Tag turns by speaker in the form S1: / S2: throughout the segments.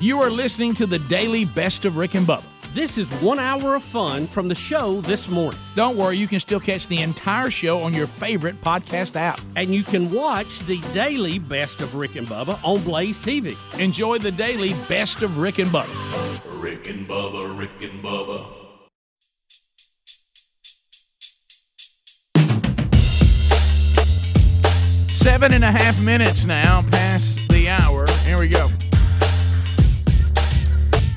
S1: You are listening to the daily best of Rick and Bubba.
S2: This is one hour of fun from the show this morning.
S1: Don't worry, you can still catch the entire show on your favorite podcast app.
S2: And you can watch the daily best of Rick and Bubba on Blaze TV.
S1: Enjoy the daily best of Rick and Bubba.
S3: Rick and Bubba, Rick and Bubba.
S1: Seven and a half minutes now past the hour. Here we go.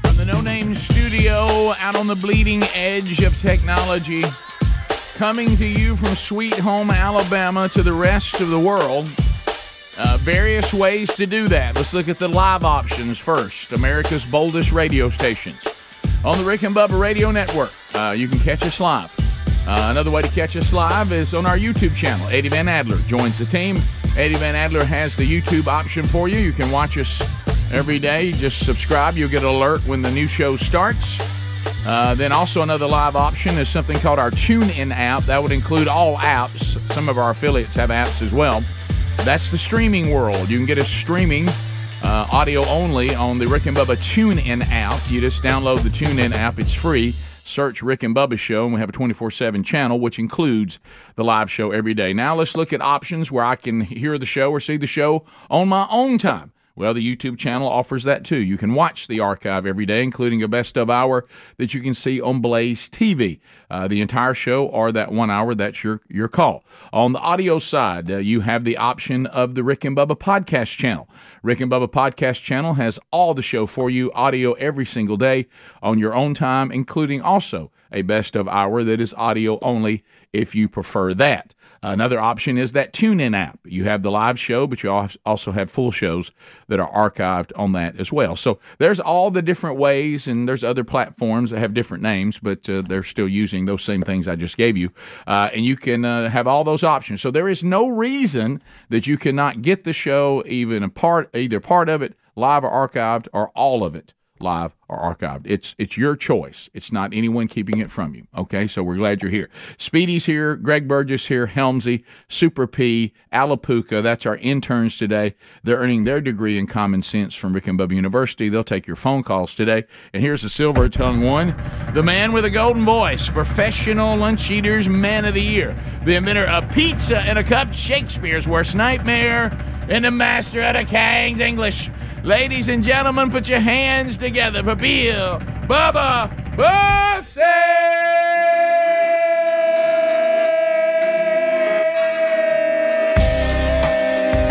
S1: From the No Name Studio out on the bleeding edge of technology, coming to you from Sweet Home, Alabama to the rest of the world. Uh, various ways to do that. Let's look at the live options first. America's boldest radio stations on the Rick and Bubba Radio Network. Uh, you can catch us live. Uh, another way to catch us live is on our YouTube channel. Eddie Van Adler joins the team. Eddie Van Adler has the YouTube option for you. You can watch us every day. Just subscribe. You'll get an alert when the new show starts. Uh, then also another live option is something called our TuneIn app. That would include all apps. Some of our affiliates have apps as well. That's the streaming world. You can get us streaming uh, audio only on the Rick and Bubba TuneIn app. You just download the TuneIn app. It's free. Search Rick and Bubba Show, and we have a 24 7 channel, which includes the live show every day. Now let's look at options where I can hear the show or see the show on my own time. Well, the YouTube channel offers that too. You can watch the archive every day, including a best of hour that you can see on Blaze TV. Uh, the entire show or that one hour, that's your, your call. On the audio side, uh, you have the option of the Rick and Bubba podcast channel. Rick and Bubba podcast channel has all the show for you, audio every single day on your own time, including also a best of hour that is audio only if you prefer that. Another option is that TuneIn app. You have the live show, but you al- also have full shows that are archived on that as well. So there's all the different ways, and there's other platforms that have different names, but uh, they're still using those same things I just gave you. Uh, and you can uh, have all those options. So there is no reason that you cannot get the show, even a part, either part of it live or archived, or all of it live or archived. It's it's your choice. It's not anyone keeping it from you. Okay, so we're glad you're here. Speedy's here, Greg Burgess here, Helmsy, Super P, Alapuka. That's our interns today. They're earning their degree in common sense from Rick and Bubba University. They'll take your phone calls today. And here's the silver tongue one, the man with a golden voice, professional lunch eaters, man of the year, the inventor of pizza and a cup, Shakespeare's worst nightmare, and the master of the King's English. Ladies and gentlemen, put your hands together for Bill Bubba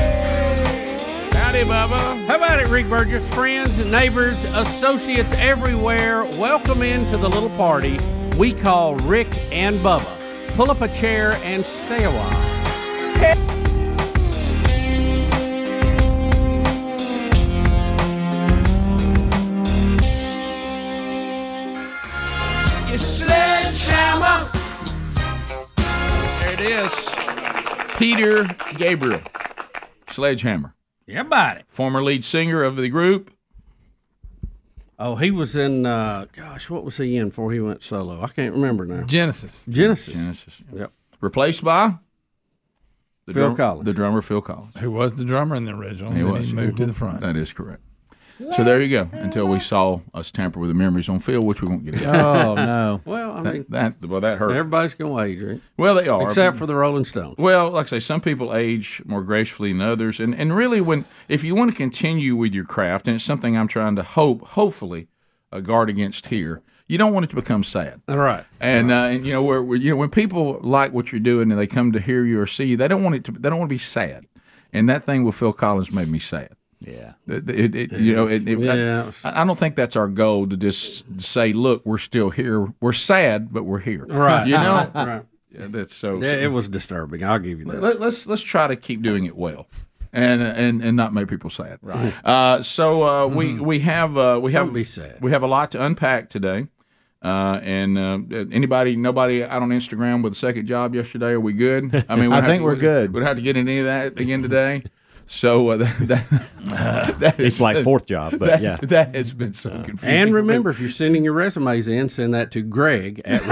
S1: Bussey! Howdy, Bubba.
S2: How about it, Rick Burgess? Friends, neighbors, associates everywhere, welcome into the little party we call Rick and Bubba. Pull up a chair and stay a while.
S1: You sledgehammer. There it is. Peter Gabriel, Sledgehammer,
S2: Yeah, about it.
S1: former lead singer of the group.
S2: Oh, he was in, uh, gosh, what was he in before he went solo? I can't remember now.
S4: Genesis.
S2: Genesis.
S1: Genesis.
S2: Yep.
S1: Replaced by the
S2: Phil
S1: drum-
S2: Collins.
S1: The drummer Phil Collins.
S4: Who was the drummer in the original?
S1: He
S4: then
S1: was.
S4: he moved to the front.
S1: That is correct. So there you go. Until we saw us tamper with the memories on Phil, which we won't get into.
S4: Oh no!
S2: Well, I mean,
S1: That, that well, that hurt.
S2: everybody's going to age, Rick,
S1: Well, they are.
S2: except for the Rolling Stones.
S1: well, like I say, some people age more gracefully than others, and and really, when if you want to continue with your craft, and it's something I'm trying to hope, hopefully, uh, guard against here. You don't want it to become sad.
S2: All right.
S1: And, uh, and you know where, where you know when people like what you're doing and they come to hear you or see you, they don't want it to. They don't want to be sad. And that thing with Phil Collins made me sad.
S4: Yeah.
S1: It, it, it- you know, it, it- I-
S2: Yeah.
S1: I, I don't think that's our goal to just say, look, we're still here. We're sad, but we're here.
S2: Right.
S1: You know,
S2: Right.
S1: Yeah, that's so.
S2: Yeah, it was disturbing. I'll give you that.
S1: let, us let's try to keep doing it well. And, and and not make people sad. Right. Uh, so uh, we we have uh, we have
S2: Mm-hmm. Don't be sad.
S1: we have a lot to unpack today. Uh, and uh, anybody, nobody out on Instagram with a second job yesterday, are we good? I mean, we
S4: I think we're good.
S1: We don't have to get into any of that again today. So uh, that, that, that
S5: It's
S1: is-
S5: like fourth job, but
S1: that,
S5: yeah.
S1: that has been so
S4: Uh,
S1: confusing.
S2: And remember, if you're sending your resumes in, send that to Greg at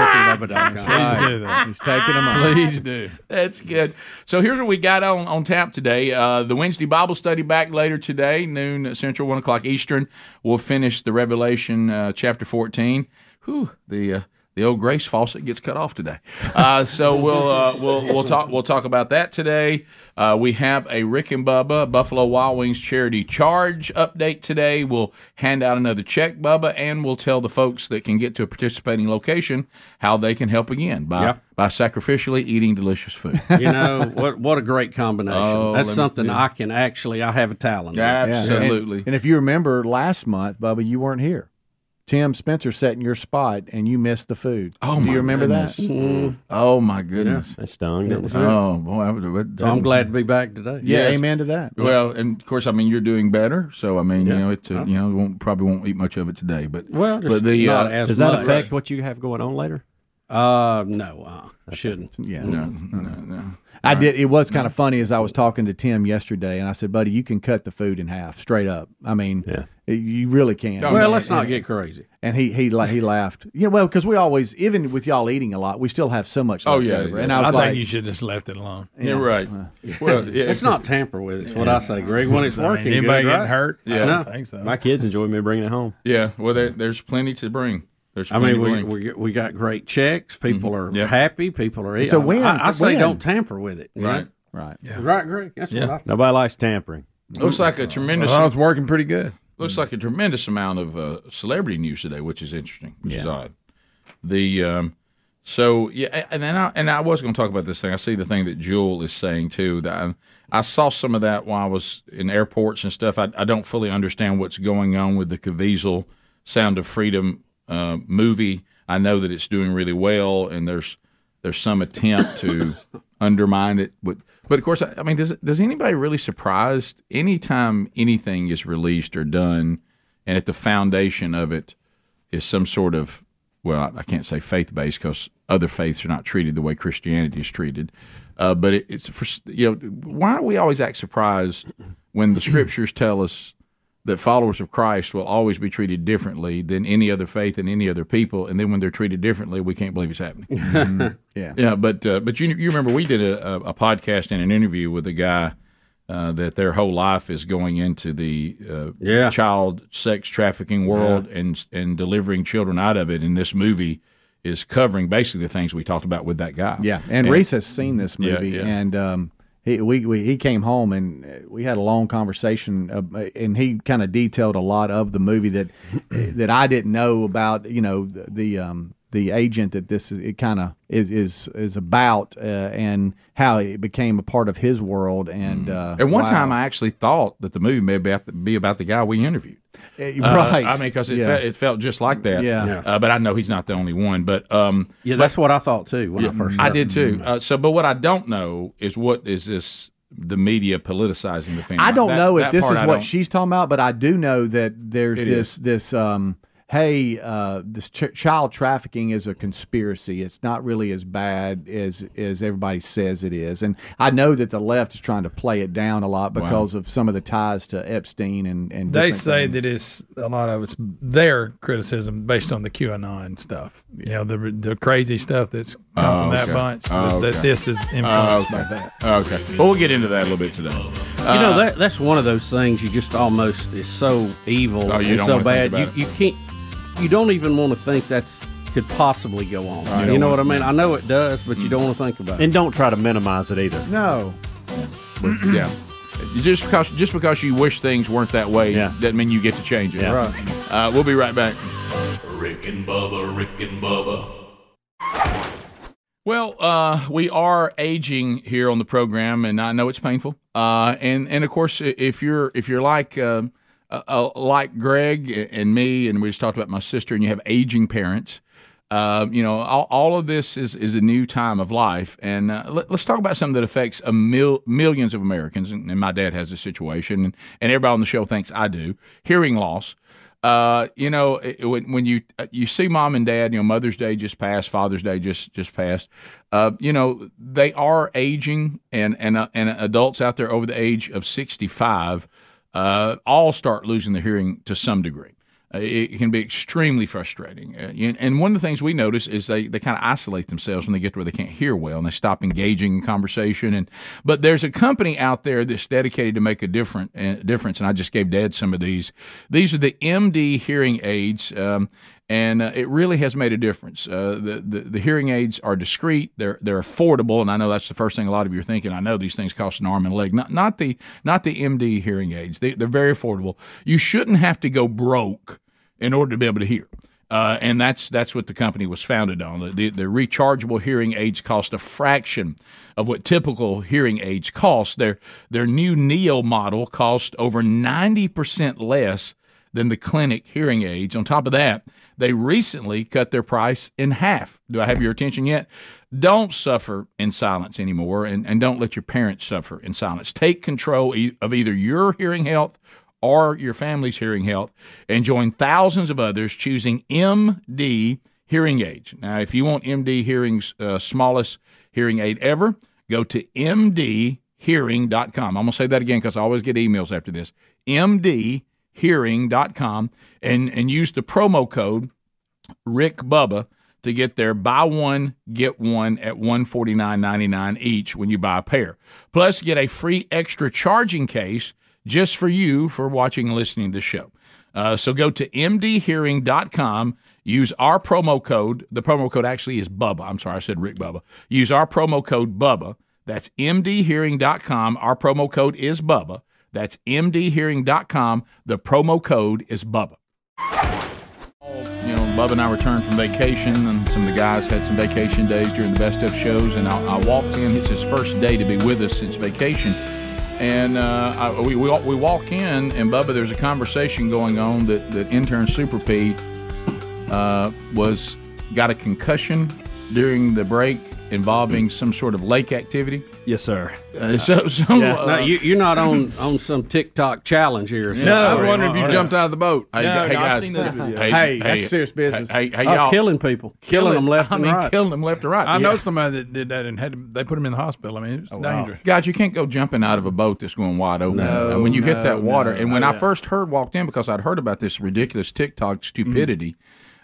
S2: RickyLubba.com.
S4: Please do that.
S5: He's taking them off.
S4: Please do.
S1: That's good. So here's what we got on, on tap today. Uh, the Wednesday Bible study back later today, noon Central, 1 o'clock Eastern. We'll finish the Revelation uh, chapter 14. Whew, the. Uh, the old grace faucet gets cut off today, uh, so we'll uh, we'll we'll talk we'll talk about that today. Uh, we have a Rick and Bubba Buffalo Wild Wings charity charge update today. We'll hand out another check, Bubba, and we'll tell the folks that can get to a participating location how they can help again by
S2: Yeah.
S1: by sacrificially eating delicious food.
S2: You know what? What a great combination.
S1: Oh, let
S2: That's
S1: me-
S2: something
S1: yeah.
S2: I can actually. I have a talent. in.
S5: Yeah.
S1: Absolutely.
S5: And, and if you remember last month, Bubba, you weren't here. Tim Spencer sat in your spot and you missed the food.
S1: Oh,
S5: Do
S1: my
S5: you remember that?
S1: goodness. Oh my goodness.
S5: That stung. didn't it?
S1: Oh boy, I would,
S2: So I'm glad to be back today.
S5: Yeah,
S1: yes.
S5: amen to that.
S1: Well, and of course, I mean you're doing better, so I mean you
S2: Yeah.
S1: know it. Uh, you know, won't, probably won't eat much of it today, but
S2: Well, just
S1: but the
S2: not
S1: uh,
S2: as
S5: Does that
S2: much.
S5: affect what you have going on later?
S2: Uh, no, uh, shouldn't.
S5: Yeah.
S1: no, no, no.
S5: I did. It was kind of funny as I was talking to Tim yesterday, and I said, "Buddy, you can cut the food in half, straight up. I mean, you really can."
S1: Oh,
S2: Well,
S1: no,
S2: let's not get crazy.
S5: And he he la- he laughed. Yeah, well, because we always, even with y'all eating a lot, we still have so much.
S1: Oh,
S5: left
S1: yeah,
S5: over.
S1: yeah.
S5: and I
S4: I
S5: was
S4: think
S5: like,
S4: you should just left it alone.
S1: You're right.
S5: Uh,
S1: Well, yeah,
S2: Let's not tamper with it. Is what I say, Greg. When it's
S4: I mean,
S2: working, good,
S4: anybody getting
S2: right?
S4: hurt?
S1: Yeah.
S4: I don't
S2: No.
S4: think so.
S5: "My kids enjoy me bringing it home."
S1: yeah. Well, there, there's plenty to bring. There's
S2: I
S1: plenty
S2: mean,
S1: to
S2: we,
S1: bring.
S2: we we got great checks. People are
S1: Yeah.
S2: happy. People are eating.
S5: So when-
S2: I, I say
S5: when?
S2: don't tamper with it. you know?
S1: right.
S5: Right.
S2: right, Greg. That's what I think.
S5: Nobody likes tampering.
S1: Looks like a tremendous.
S4: well, it's working pretty good.
S1: looks like a tremendous amount of uh, celebrity news today, which is interesting, which is odd. The um, so yeah, and then I and I was going to talk about this thing. I see the thing that Jewel is saying too. That I, I saw some of that while I was in airports and stuff. I, I don't fully understand what's going on with the Caviezel Sound of Freedom uh, movie. I know that it's doing really well, and there's there's some attempt to undermine it. But but of course, I, I mean, does does anybody really surprised anytime anything is released or done, and at the foundation of it is some sort of well, I can't say faith based because other faiths are not treated the way Christianity is treated. Uh, but it, it's for, you know why do we always act surprised when the scriptures tell us that followers of Christ will always be treated differently than any other faith and any other people, and then when they're treated differently, we can't believe it's happening. Yeah, but uh, but you you remember we did a, a, a podcast and an interview with a guy uh, that their whole life is going into the uh,
S2: Yeah.
S1: child sex trafficking world and and delivering children out of it. And this movie is covering basically the things we talked about with that guy.
S5: Yeah, and, Reese has seen this movie,
S1: yeah.
S5: and um, he we, we he came home and uh, we had a long conversation, uh, and he kind of detailed a lot of the movie that that I didn't know about. You know the, the um, the agent that this is- it kind of is is is about, uh, and how it became a part of his world. And uh,
S1: Mm. At one
S5: wow.
S1: time, I actually thought that the movie may be, be about the guy we interviewed.
S5: Uh,
S1: Uh,
S5: right?
S1: I mean, because it,
S5: Yeah.
S1: fe- it felt just like that.
S5: Yeah.
S2: Yeah.
S1: Uh, but I know he's not the only one. But um,
S2: Yeah, that's what I thought too when I first. Mm.
S1: I
S2: Started.
S1: did too. Uh, so, but what I don't know is what is this the media politicizing the family?
S5: I don't
S1: That-
S5: know if
S1: that
S5: this
S1: part
S5: is
S1: I
S5: what
S1: don't-
S5: she's talking about, but I do know that there's this this um hey uh this ch- child trafficking is a conspiracy. It's not really as bad as as everybody says it is, and I know that the left is trying to play it down a lot because of some of the ties to Epstein and and
S4: They
S5: different
S4: say
S5: things.
S4: that it's a lot of it's their criticism based on the QAnon stuff. You know, the the crazy stuff that's come
S1: Oh,
S4: from that bunch. that, that this is influenced by that.
S1: Okay, but we'll get into that a little bit today.
S2: you know that that's one of those things you just almost is so evil
S1: Oh, you
S2: and
S1: don't
S2: so
S1: wanna think
S2: bad
S1: about
S2: you, you can't you don't even want to think that's could possibly go on. you know what I mean? I know it does, but you don't want to think about it.
S5: and don't try to minimize it either.
S4: No.
S1: But, yeah, just because just because you wish things weren't that way
S5: Yeah.
S1: doesn't mean you get to change it.
S5: Yeah.
S1: Uh, we'll be right back.
S3: Rick and Bubba, Rick and Bubba.
S1: Well, uh, we are aging here on the program, and I know it's painful. Uh, and and of course, i- if you're if you're like um, uh, uh, like Greg and me, and we just talked about my sister, and you have aging parents, um, you know, all, all of this is is a new time of life. And uh, let, let's talk about something that affects a mil- millions of Americans. And, and my dad has this situation, and, and everybody on the show thinks I do. Hearing loss. Uh, you know, it- when, when you uh, you see mom and dad, you know, Mother's Day just passed, Father's Day just just passed. Uh, you know, they are aging, and and uh, and adults out there over the age of sixty five, uh, all start losing the hearing to some degree. Uh, It can be extremely frustrating, Uh, you- and one of the things we notice is they, they kind of isolate themselves when they get to where they can't hear well, and they stop engaging in conversation. And but there's a company out there that's dedicated to make a different uh, difference, and I just gave Dad some of these. These are the MD hearing aids. Um, and uh, it really has made a difference. Uh, the, the the hearing aids are discreet; they're they're affordable, and I know that's the first thing a lot of you are thinking. I know these things cost an arm and a leg. Not not the not the MD hearing aids; they, they're very affordable. You shouldn't have to go broke in order to be able to hear. Uh, and that's that's what the company was founded on. The, the, the rechargeable hearing aids cost a fraction of what typical hearing aids cost. Their their new Neo model cost over ninety percent less than the clinic hearing aids. On top of that, they recently cut their price in half. Do I have your attention yet? Don't suffer in silence anymore, and, and don't let your parents suffer in silence. Take control e- of either your hearing health or your family's hearing health and join thousands of others choosing MD hearing aids. Now, if you want MD Hearing's uh, smallest hearing aid ever, go to mdhearing.com. I'm going to say that again because I always get emails after this. mdhearing.com and, and use the promo code Rick Bubba to get there. Buy one, get one at one forty nine ninety nine each when you buy a pair. Plus, get a free extra charging case just for you for watching and listening to the show. Uh, so go to mdhearing.com. Use our promo code. The promo code actually is Bubba. I'm sorry, I said Rick Bubba. Use our promo code Bubba. That's mdhearing.com. Our promo code is Bubba. That's mdhearing.com. The promo code is Bubba you know, Bub and I returned from vacation, and some of the guys had some vacation days during the best of shows. And I, I walked in. It's his first day to be with us since vacation, and uh, I, we, we we walk in, and Bubba, there's a conversation going on that that intern Super P uh, was got a concussion during the break involving some sort of lake activity.
S6: Yes, sir.
S1: Uh, so so uh,
S2: No, you, you're not on on some TikTok challenge here. or something.
S7: I was wondering if you jumped out of the boat.
S1: hey,
S4: No,
S1: hey,
S4: no, I've
S1: guys,
S4: seen those videos.
S8: Hey,
S1: hey, hey,
S8: that's serious business.
S1: Hey, hey,
S2: Oh,
S1: y'all,
S2: killing people, killing them left
S1: I
S2: and
S1: mean,
S2: right.
S1: killing them left and right.
S4: I know somebody that did that and had to, they put him in the hospital. I mean, it's
S6: Oh,
S4: dangerous.
S1: Guys, you can't go jumping out of a boat that's going wide open. and when you hit that water, and when I first heard walked in because I'd heard about this ridiculous TikTok stupidity,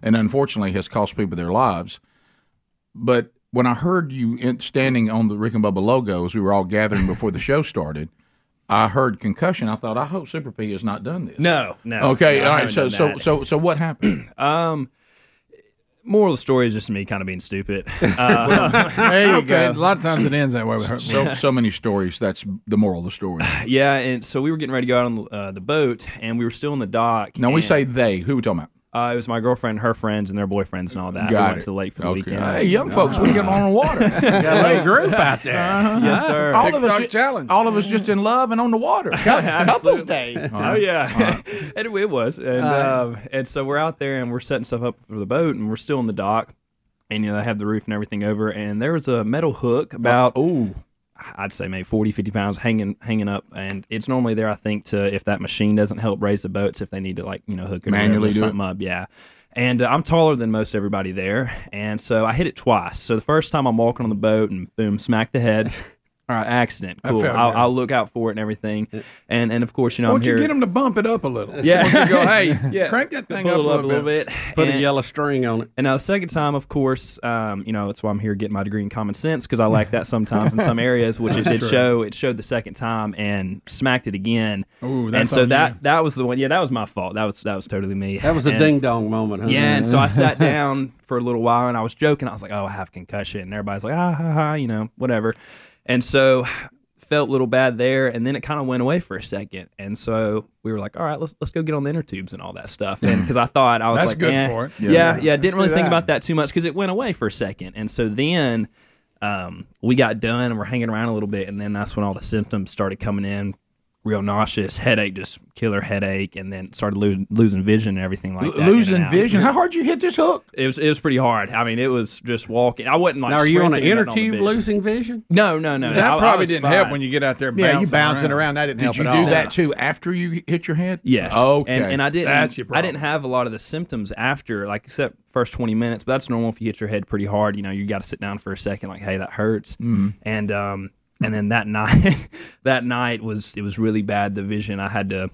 S1: and unfortunately has cost people their lives. But when I heard you in, standing on the Rick and Bubba logo as we were all gathering before the show started, I heard concussion. I thought, I hope Super P has not done this.
S6: No, no.
S1: Okay,
S6: no, I
S1: all right.
S6: haven't
S1: So,
S6: done
S1: so,
S6: that. Um,
S1: so, so, what happened?
S6: moral of the story is just me kind of being stupid. Uh,
S4: There you go. A lot of times it ends that way. With her.
S1: so, so many stories. That's the moral of the story.
S6: yeah, and so we were getting ready to go out on uh, the boat, and we were still in the dock.
S1: Now, we
S6: and,
S1: say they. Who are we talking about?
S6: uh, it was my girlfriend, her friends, and their boyfriends, and all that. we
S1: Got
S6: went
S1: it.
S6: to the lake for the
S1: Okay.
S6: weekend.
S1: Hey, young folks, we get on the water. Uh-huh.
S2: Got a little group out there.
S6: Yes, sir.
S1: all of us,
S7: TikTok
S1: ju-
S7: challenge.
S1: All of us just in love and on the water.
S6: couples day. Oh yeah, and it was, and um, and so we're out there and we're setting stuff up for the boat, and we're still in the dock, and you know they have the roof and everything over, and there was a metal hook about oh. I'd say maybe 40, 50 pounds hanging hanging up, and it's normally there. I think to if that machine doesn't help raise the boats, if they need to like you know hook it or whatever,
S1: Manually do
S6: something up, yeah. And uh, I'm taller than most everybody there, and so I hit it twice. So the first time I'm walking on the boat, and boom, smack the head. All right, accident. Cool.
S4: felt
S6: I'll,
S4: bad.
S6: I'll look out for it and everything. And and of course, you know, I'm
S4: Won't you
S6: here.
S4: get him to bump it up a little?
S6: Yeah.
S4: Won't you go, hey,
S6: Yeah.
S4: crank that thing
S6: Pull
S4: up,
S6: it up a little bit.
S2: Put a
S6: And-
S2: yellow string on it.
S6: and now the second time, of course, um, you know that's why I'm here getting my degree in common sense because I like that sometimes in some areas, which it did show. It showed the second time and smacked it again.
S4: Ooh,
S6: and
S4: that's
S6: so
S4: on
S6: that
S4: you.
S6: that was the one. Yeah, that was my fault. That was that was totally me.
S2: That was a
S6: And-
S2: ding dong moment. Huh?
S6: Yeah, and so I sat down for a little while and I was joking. I was like, "Oh, I have concussion," and everybody's like, "Ah, ha, ha," you know, whatever. And so felt a little bad there, and then it kind of went away for a second. And so we were like, "All right, let's let's go get on the inner tubes and all that stuff." And because I thought I was
S4: That's
S6: like,
S4: good
S6: eh,
S4: for it.
S6: Yeah, yeah, I didn't really
S7: do
S6: think
S7: that.
S6: about that too much because it went away for a second. And so then um, we got done and we're hanging around a little bit, and then that's when all the symptoms started coming in real nauseous, headache, just killer headache, and then started lo- losing vision and everything like that. in and
S9: losing
S6: out.
S9: vision. How hard you hit this hook?
S6: It was it was pretty hard. I mean, it was just walking. I wasn't like.
S2: Now, are you on an
S6: sprinting
S2: inner
S6: and on the
S2: tube
S6: vision.
S2: losing vision?
S6: No, no, no. no.
S1: That
S6: I- I
S1: probably
S6: was
S1: didn't
S6: fine.
S1: help when you get out there.
S5: Yeah,
S1: bouncing
S5: you bouncing around. That didn't
S9: Did
S5: help
S9: you
S5: at
S9: do
S5: all.
S9: that too after you hit your head?
S6: Yes.
S1: Oh, Okay.
S6: And, and I didn't.
S10: That's your
S6: I
S10: problem.
S6: didn't have a lot of the symptoms after, like except first twenty minutes. But that's normal if you hit your head pretty hard. You know, you got to sit down for a second. Like, hey, that hurts. And um, and then that night, that night was it was really bad. The vision. I had to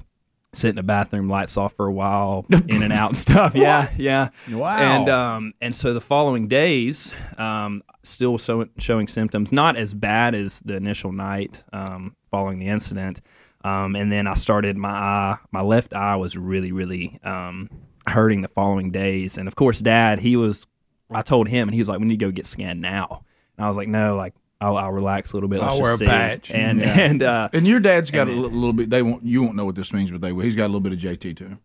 S6: sit in the bathroom, lights off for a while, in and out and stuff. Yeah, yeah.
S5: Wow.
S6: And um, and so the following days, um, still so, showing symptoms, not as bad as the initial night um, following the incident. Um, and then I started my eye, my left eye was really, really um, hurting the following days. And of course, Dad, he was, I told him, and he was like, "We need to go get scanned now." And I was like, "No, like." I'll, I'll relax a little bit. Let's
S1: Oh,
S10: I'll
S6: just
S10: wear a patch.
S6: see. And and uh,
S1: And your dad's got a li- little bit. They won't. You won't know what this means, but they will. He's got a little bit of JT too.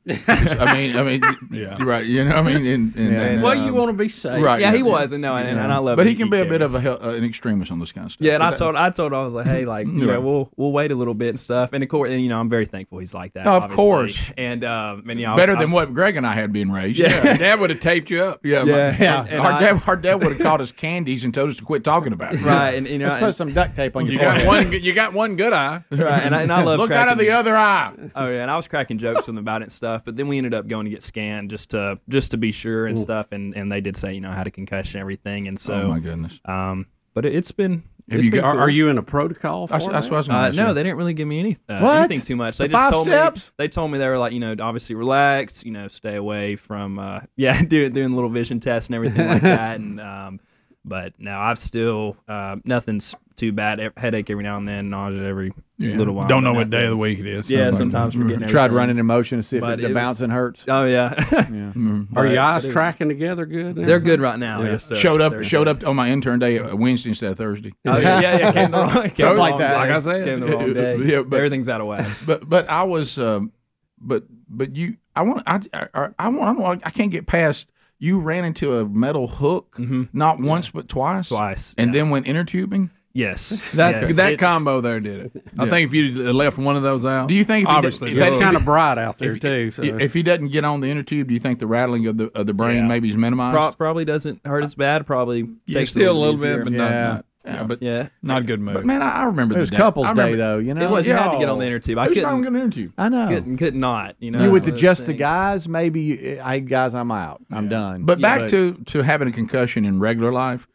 S1: I mean, I mean, yeah, right. You know, I mean, and, and, and,
S2: Well, you
S1: um,
S2: want to be safe.
S1: right?
S6: yeah, he was, and no, and, and I love.
S1: But
S6: it.
S1: he can be a bit
S6: cares.
S1: of a hel- uh, an extremist on this kind of stuff.
S6: Yeah, and I
S1: But-
S6: told I told him, I was like, hey, like you know, we'll we'll wait a little bit and stuff. And of course, and you know, I'm very thankful he's like that.
S1: Of
S6: obviously.
S1: course.
S6: and um, and, you know, I was-
S1: better
S6: I
S1: than
S6: was-
S1: what Greg and I had been raised.
S6: Yeah.
S1: Yeah, Dad would have taped you up.
S6: Yeah,
S1: Yeah, my-
S6: yeah. And
S1: our,
S6: I- uh,
S1: dad, our dad would have called us candies and told us to quit talking about it.
S6: Right, and you know,
S5: Let's put
S6: and,
S5: some duct tape on your
S1: You
S5: forehead.
S1: got one. You got one good eye.
S6: right, and I, and I love
S1: Look
S6: cracking,
S1: out of the other eye.
S6: Oh yeah, and I was cracking jokes with him about it and stuff. But then we ended up going to get scanned just to just to be sure and stuff. And and they did say you know I had a concussion and everything. And
S1: Oh my
S6: so,
S1: goodness.
S6: um, but it, it's been.
S1: Have
S6: it's
S1: you
S6: been
S1: got-
S2: Are,
S6: cool.
S2: are you in a protocol for
S1: That's, that's
S2: that?
S1: what I was going to
S6: Uh,
S1: ask
S6: no,
S1: you.
S6: they didn't really give me any uh,
S5: What?
S6: anything too much. They
S5: The
S6: just
S5: five
S6: told
S5: steps?
S6: me they told me they were like, you know, obviously relax, you know, stay away from uh, yeah, doing doing little vision tests and everything like that. And um, but no, I've still uh, nothing's too bad. E- Headache every now and then, nausea every little while.
S10: Don't know
S6: but
S10: what day of the
S6: nothing-
S10: week it is.
S6: Yeah,
S10: stuff like
S6: sometimes
S10: that.
S6: forgetting.
S5: Tried
S6: everything.
S5: running in motion to see if
S6: But
S5: it,
S6: it
S5: the
S6: was-
S5: bouncing hurts.
S6: Oh yeah,
S2: Are your
S6: But
S2: eyes
S6: it is-
S2: tracking together good? and
S6: They're
S2: everything?
S6: good right now.
S2: Yeah.
S6: Yes, sir.
S1: showed up.
S6: They're
S1: Showed
S6: good.
S1: up on my intern day uh, Wednesday instead of Thursday.
S6: Oh, yeah, yeah, yeah. Came the wrong, came the
S5: Something like
S6: wrong
S5: that.
S6: day.
S5: Like
S1: I said.
S6: came the wrong day.
S1: Yeah, but-
S6: everything's out of whack.
S1: But but I was um, but but you I want I I, I want I'm, I can't get past you ran into a metal hook not once but twice
S6: Mm-hmm. Twice,
S1: and
S6: yeah.
S1: then went inner tubing.
S6: Yes,
S1: That-
S6: yes.
S1: that
S6: It-
S1: combo there did it. Yeah.
S4: I think if you left one of those out,
S1: Do you think if
S4: Obviously,
S1: he,
S4: yeah.
S1: did-
S2: It's
S1: if,
S2: kind of bright out there
S1: if-
S2: too. So.
S1: if he doesn't get on the inner tube, do you think the rattling of the of the brain
S6: Yeah.
S1: maybe is minimized?
S6: Pro- probably doesn't hurt as bad. Probably
S4: yeah,
S6: takes
S4: still a little bit,
S6: easier.
S4: but
S5: Yeah.
S4: not, not
S1: yeah, but
S6: yeah,
S4: not a good move.
S1: but man, I, I remember
S5: It was
S1: the day.
S5: couples
S1: I
S5: day
S1: remember-
S5: though, you know.
S6: it was. You had to get on the
S1: yo.
S6: inner tube. I
S1: Who's not on
S6: couldn't,
S1: the inner tube?
S5: I know.
S6: couldn't, could not. You know,
S5: you
S6: it's
S5: with
S6: one of
S5: the
S6: those
S5: just the
S6: things.
S5: guys, maybe you- I guys, I'm out. I'm done.
S1: But back to to having a concussion in regular life,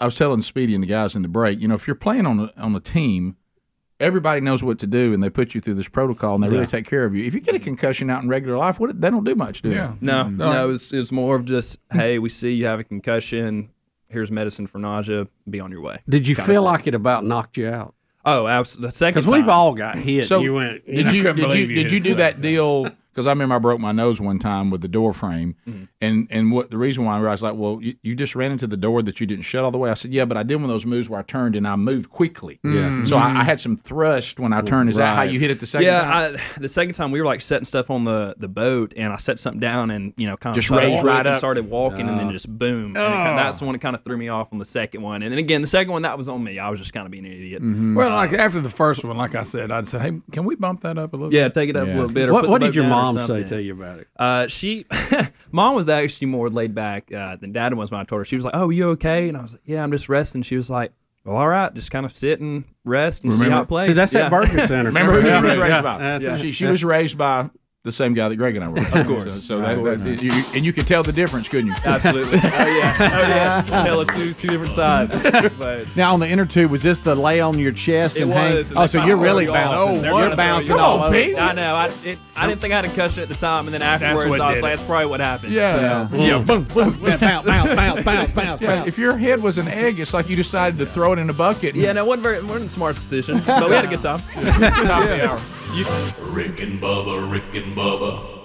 S1: I was telling Speedy and the guys in the break. You know, if you're playing on a, on a team, everybody knows what to do, and they put you through this protocol, and they really take care of you. If you get a concussion out in regular life, what they don't do much, do they?
S4: yeah.
S6: No, no, it was, it was more of just, hey, we see you have a concussion. Here's medicine for nausea. Be on your way.
S2: Did you feel like it about knocked you out?
S6: Oh, abs- the second
S2: Because
S6: time.
S2: we've all got hit.
S1: So,
S2: and you went. You
S1: Did
S2: know,
S1: you
S10: couldn't
S1: did you,
S10: believe you
S1: did you
S10: did
S1: do
S10: say
S1: that
S10: that.
S1: deal? Because I remember I broke my nose one time with the door frame, and and what the reason why I was like, well, you, you just ran into the door that you didn't shut all the way. I said, yeah, but I did one of those moves where I turned and I moved quickly. Yeah. So I, I had some thrust when I turned. Is that how you hit it the second time?
S6: yeah, I, the second time we were like setting stuff on the, the boat, and I set something down, and you know, kind of
S1: Just
S6: pedaled
S1: raised
S6: through it
S1: right
S6: and
S1: up. Oh.
S6: started walking, and then
S2: Oh.
S6: just boom. And it kinda- that's the one that kind of threw me off on the second one. And then again, the second one that was on me. I was just kind of being an idiot.
S1: Mm-hmm.
S4: Well, like after the first one, like I said, I'd say, hey, can we bump that up a little?
S6: Yeah, take it up a little bit. Or
S2: what
S6: put
S2: what
S6: the
S2: did
S6: boat
S2: your
S6: down or
S2: mom say
S6: something.
S2: to you about it?
S6: Uh, she, mom was actually more laid back uh, than dad was when I told her. She was like, "Oh, you okay?" And I was like, "Yeah, I'm just resting." She was like, "Well, all right, just kind of sit and rest and see how it plays."
S2: See, that's
S6: Yeah.
S2: that Burger Center.
S1: Remember who she
S2: Yeah.
S1: was
S2: Yeah.
S1: raised by?
S2: That's it.
S1: She, she was raised by the same guy that Greg and I were. Raised. Of course. So, so that, that- you, and you could tell the difference, couldn't you?
S6: Absolutely. Oh yeah. Oh yeah. Just Tell her two two different sides. But
S5: now on the inner tube, was this the lay on your chest
S6: it
S5: and hang?
S6: was. and
S5: oh,
S6: they
S5: so
S6: thought,
S5: you're
S6: "Oh,
S5: really
S6: God,
S5: bouncing.
S6: they're
S5: You're
S6: gonna
S5: bouncing
S6: throw you
S5: all
S6: off."
S5: over.
S6: I know. I it, I didn't think I had a concussion at the time, and then afterwards
S10: what
S6: I was
S10: did
S6: like,
S10: it.
S6: "That's probably what happened."
S1: Yeah.
S10: Yeah, boom, boom, boom.
S5: bounce, bounce, bounce, bounce, bounce,
S1: Yeah,
S5: bounce.
S1: If your head was an egg, it's like you decided to throw it in a bucket.
S6: Yeah. No, it wasn't very, it wasn't the smartest decision, but we had a good time. Yeah.
S3: Rick and Bubba, Rick and Bubba,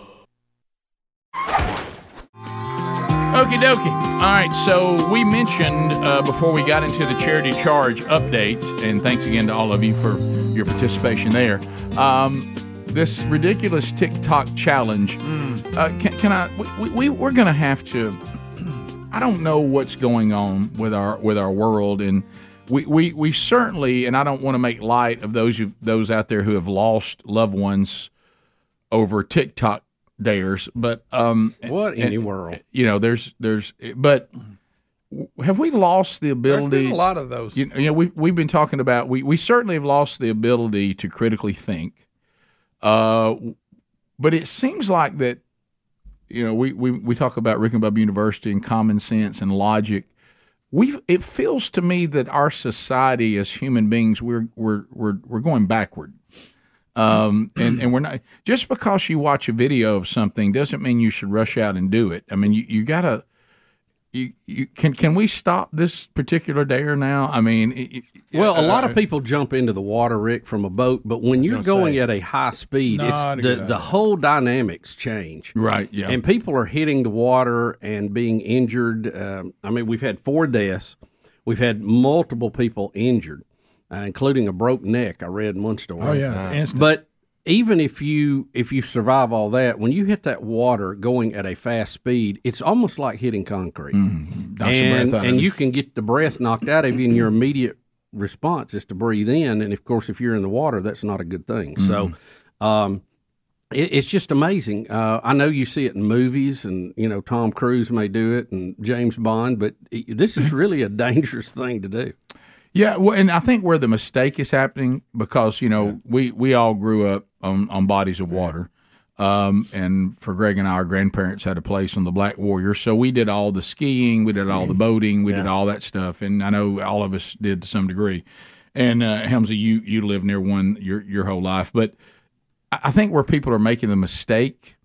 S9: Okie dokie. All right, so we mentioned uh, before we got into the charity charge update, and thanks again to all of you for your participation there. Um, this ridiculous TikTok challenge.
S6: Mm.
S9: Uh, can, can I? We, we we're gonna have to. I don't know what's going on with our with our world, and
S1: we, we, we certainly, and I don't want to make light of those you those out there who have lost loved ones over TikTok dares, but um, uh,
S2: What in the world?
S1: you know, there's there's, but have we lost the
S10: There's
S1: ability?
S10: been a lot of those.
S1: You, you know, we've we've been talking about we we certainly have lost the ability to critically think, uh, but it seems like that, you know, we we we talk about Rick and Bob University and common sense and logic. We it feels to me that our society as human beings we're we're we're we're going backward. Um, and, and we're not just because you watch a video of something doesn't mean you should rush out and do it. I mean, you, you gotta, you, you can, can we stop this particular dare now? I mean, it- uh, it-
S2: Well, a lot of people jump into the water, Rick, from a boat, but when you're going at a high speed,
S10: Not a
S2: it's the,
S10: good
S2: the whole dynamics change.
S1: right. Yeah.
S2: And people are hitting the water and being injured. Um, I mean, we've had four deaths, we've had multiple people injured, uh, including a broke neck. I read in one story.
S10: oh
S1: Uh-huh.
S10: yeah, instant.
S2: But even if you if you survive all that, when you hit that water going at a fast speed, it's almost like hitting concrete,
S1: Mm-hmm. your
S2: and
S1: breath out.
S2: and you can get the breath knocked out of you, and your immediate response is to breathe in. And of course, if you're in the water, that's not a good thing. So, um, it, it's just amazing. Uh, I know you see it in movies, and you know Tom Cruise may do it, and James Bond, but it, this is really a dangerous thing to do.
S1: Yeah, well, and I think where the mistake is happening because you know we we all grew up on on bodies of water, um, and for Greg and I, our grandparents had a place on the Black Warrior, so we did all the skiing, we did all the boating, we did all that stuff, and I know all of us did to some degree. And uh, Helmsy, you you lived near one your your whole life, but I, I think where people are making the mistake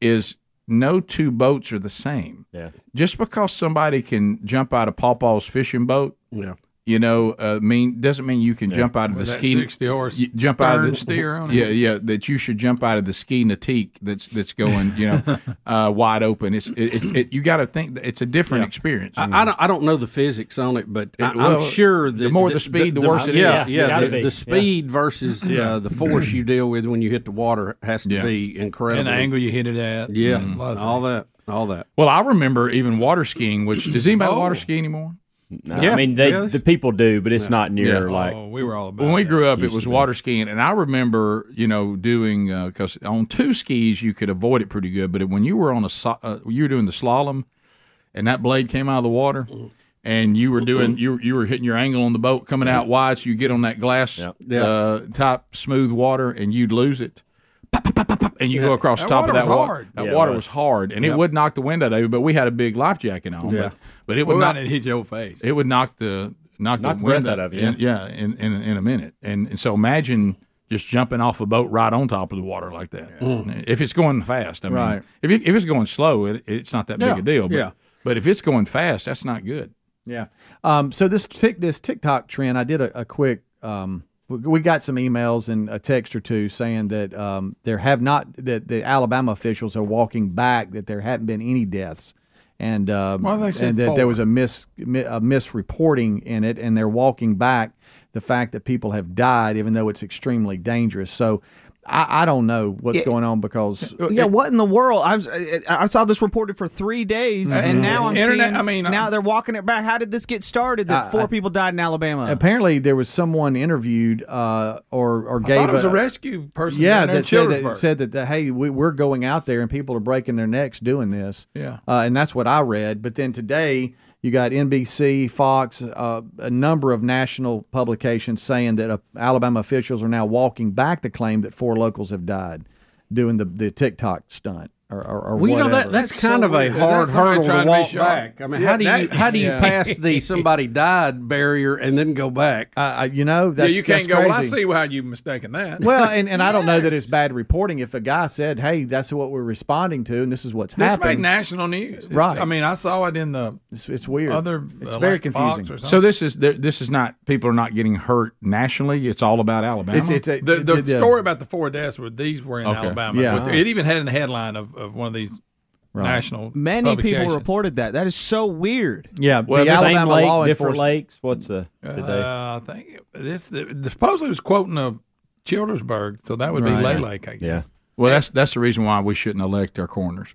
S1: is no two boats are the same. Yeah, just because somebody can jump out of Pawpaw's fishing boat
S2: Yeah.
S1: you know, uh, mean doesn't mean you can jump out of the
S10: that
S1: ski.
S10: sixty horse
S1: you jump
S10: stern
S1: out of the
S10: steer on it.
S1: Yeah, yeah. That you should jump out of the ski natique that's that's going, you know, uh, wide open. It's it, it, it, you got to think that it's a different experience.
S2: I, I, don't, I don't know the physics on it, but I,
S1: It- well,
S2: I'm sure that
S1: the more the speed, the worse it
S2: yeah,
S1: is.
S2: Yeah,
S11: gotta
S2: the,
S11: be.
S2: the speed versus uh, the force you deal with when you hit the water has to
S1: Yeah.
S2: be incredible.
S10: and the angle you hit it at.
S2: yeah,
S10: and a lot of
S2: all that, all that.
S1: well, I remember even water skiing. Which does anybody
S10: Oh.
S4: Oh.
S1: water ski anymore?
S11: No,
S2: Yeah.
S11: I mean, they,
S2: Yeah.
S11: the people do, but it's not near
S1: Yeah.
S11: like.
S10: things. Oh, we were all about.
S1: When we
S10: that.
S1: grew up, it was water skiing, and I remember, you know, doing because on two skis you could avoid it pretty good, but when you were on a so- uh, you were doing the slalom, and that blade came out of the water, and you were doing you you were hitting your angle on the boat coming out wide, so you get on that glass
S2: Yeah.
S1: Uh, top smooth water, and you'd lose it. Pop, pop, pop, pop, pop, And you go across the
S10: That
S1: top of
S10: water
S1: that
S10: was
S1: water.
S10: hard.
S1: That
S11: Yeah, it
S1: water
S11: was.
S1: was hard, and it would knock the wind out of you. But we had a big life jacket on.
S2: Yeah.
S1: But, but it would
S10: Well,
S1: not
S10: not it hit your face.
S1: it would knock the knock,
S11: Knock
S1: the
S11: the
S1: wind
S11: breath out of you.
S1: In, yeah, in, in in a minute. And, and so imagine just jumping off a boat right on top of the water like that. If it's going fast, I mean,
S5: Right.
S1: if it, if it's going slow, it, it's not that
S2: Yeah,
S1: big a deal. But,
S2: yeah.
S1: but if it's going fast, that's not good.
S5: Yeah. Um, so this tick this TikTok trend, I did a, a quick. Um, we- we got some emails and a text or two saying that um, there have not that the Alabama officials are walking back that there haven't been any deaths, and um,
S10: Well, they said
S5: and that
S10: four.
S5: there was a mis mi- a misreporting in it, and they're walking back the fact that people have died, even though it's extremely dangerous. So. I, I don't know what's going on because
S10: Uh,
S12: Yeah, what in the world? I was, I I saw this reported for three days,
S11: Mm-hmm.
S12: and now I'm
S10: Internet-
S12: seeing.
S10: I mean,
S12: now
S10: I'm-
S12: they're walking it back. How did this get started? That four people died in Alabama.
S5: apparently there was someone interviewed uh, or or
S10: I
S5: gave
S10: thought it was a
S5: a-
S10: rescue person. down
S5: yeah,
S10: there in
S5: that said that,
S10: Childersburg.
S5: said that, that, hey, we, we're going out there and people are breaking their necks doing this.
S10: Yeah.
S5: uh, and that's what I read. But then today, you got NBC, Fox, uh, a number of national publications saying that uh, Alabama officials are now walking back the claim that four locals have died doing the the TikTok stunt or, or, or
S2: Well, you know
S5: whatever.
S2: that that's kind
S10: so
S2: of a
S10: weird. Is that
S2: hard
S10: somebody trying
S2: hurdle to
S10: to be
S2: walk
S10: sharp?
S2: back. I mean,
S10: Yeah,
S2: how do you
S10: that-
S2: how do you
S10: yeah.
S2: pass the somebody died barrier and then go back?
S5: Uh, uh, you know,
S10: yeah,
S5: that's,
S10: you can't
S5: that's
S10: go. Well, I
S5: crazy.
S10: see how you mistaken that.
S5: Well, and, and I don't know that it's bad reporting if a guy said, "Hey, that's what we're responding to, and this is what's
S10: this made
S5: happened."
S10: national news. It's-
S5: Right.
S10: I mean, I saw it in the
S5: it's, it's weird.
S10: other.
S5: it's
S10: uh,
S5: very
S10: like Fox
S5: confusing.
S10: or something.
S1: So this is there- this is not people are not getting hurt nationally. It's all about Alabama.
S5: It's, it's a,
S10: the, the
S5: it- it-
S10: story about the four deaths were these were in
S1: Okay.
S10: Alabama.
S5: Yeah.
S10: With- it even had in the headline of, of one of these national
S12: Many people
S10: publications.
S12: reported that. That is so weird.
S5: Yeah,
S11: Well,
S5: the
S11: the same
S5: Alabama law
S11: lake, different
S5: enforcement.
S11: lakes. What's the, the day?
S10: Uh, I think it- this the, the, supposedly was quoting a Childersburg, so that would be Lay Lake, I guess.
S1: well, that's that's the reason why we shouldn't elect our coroners.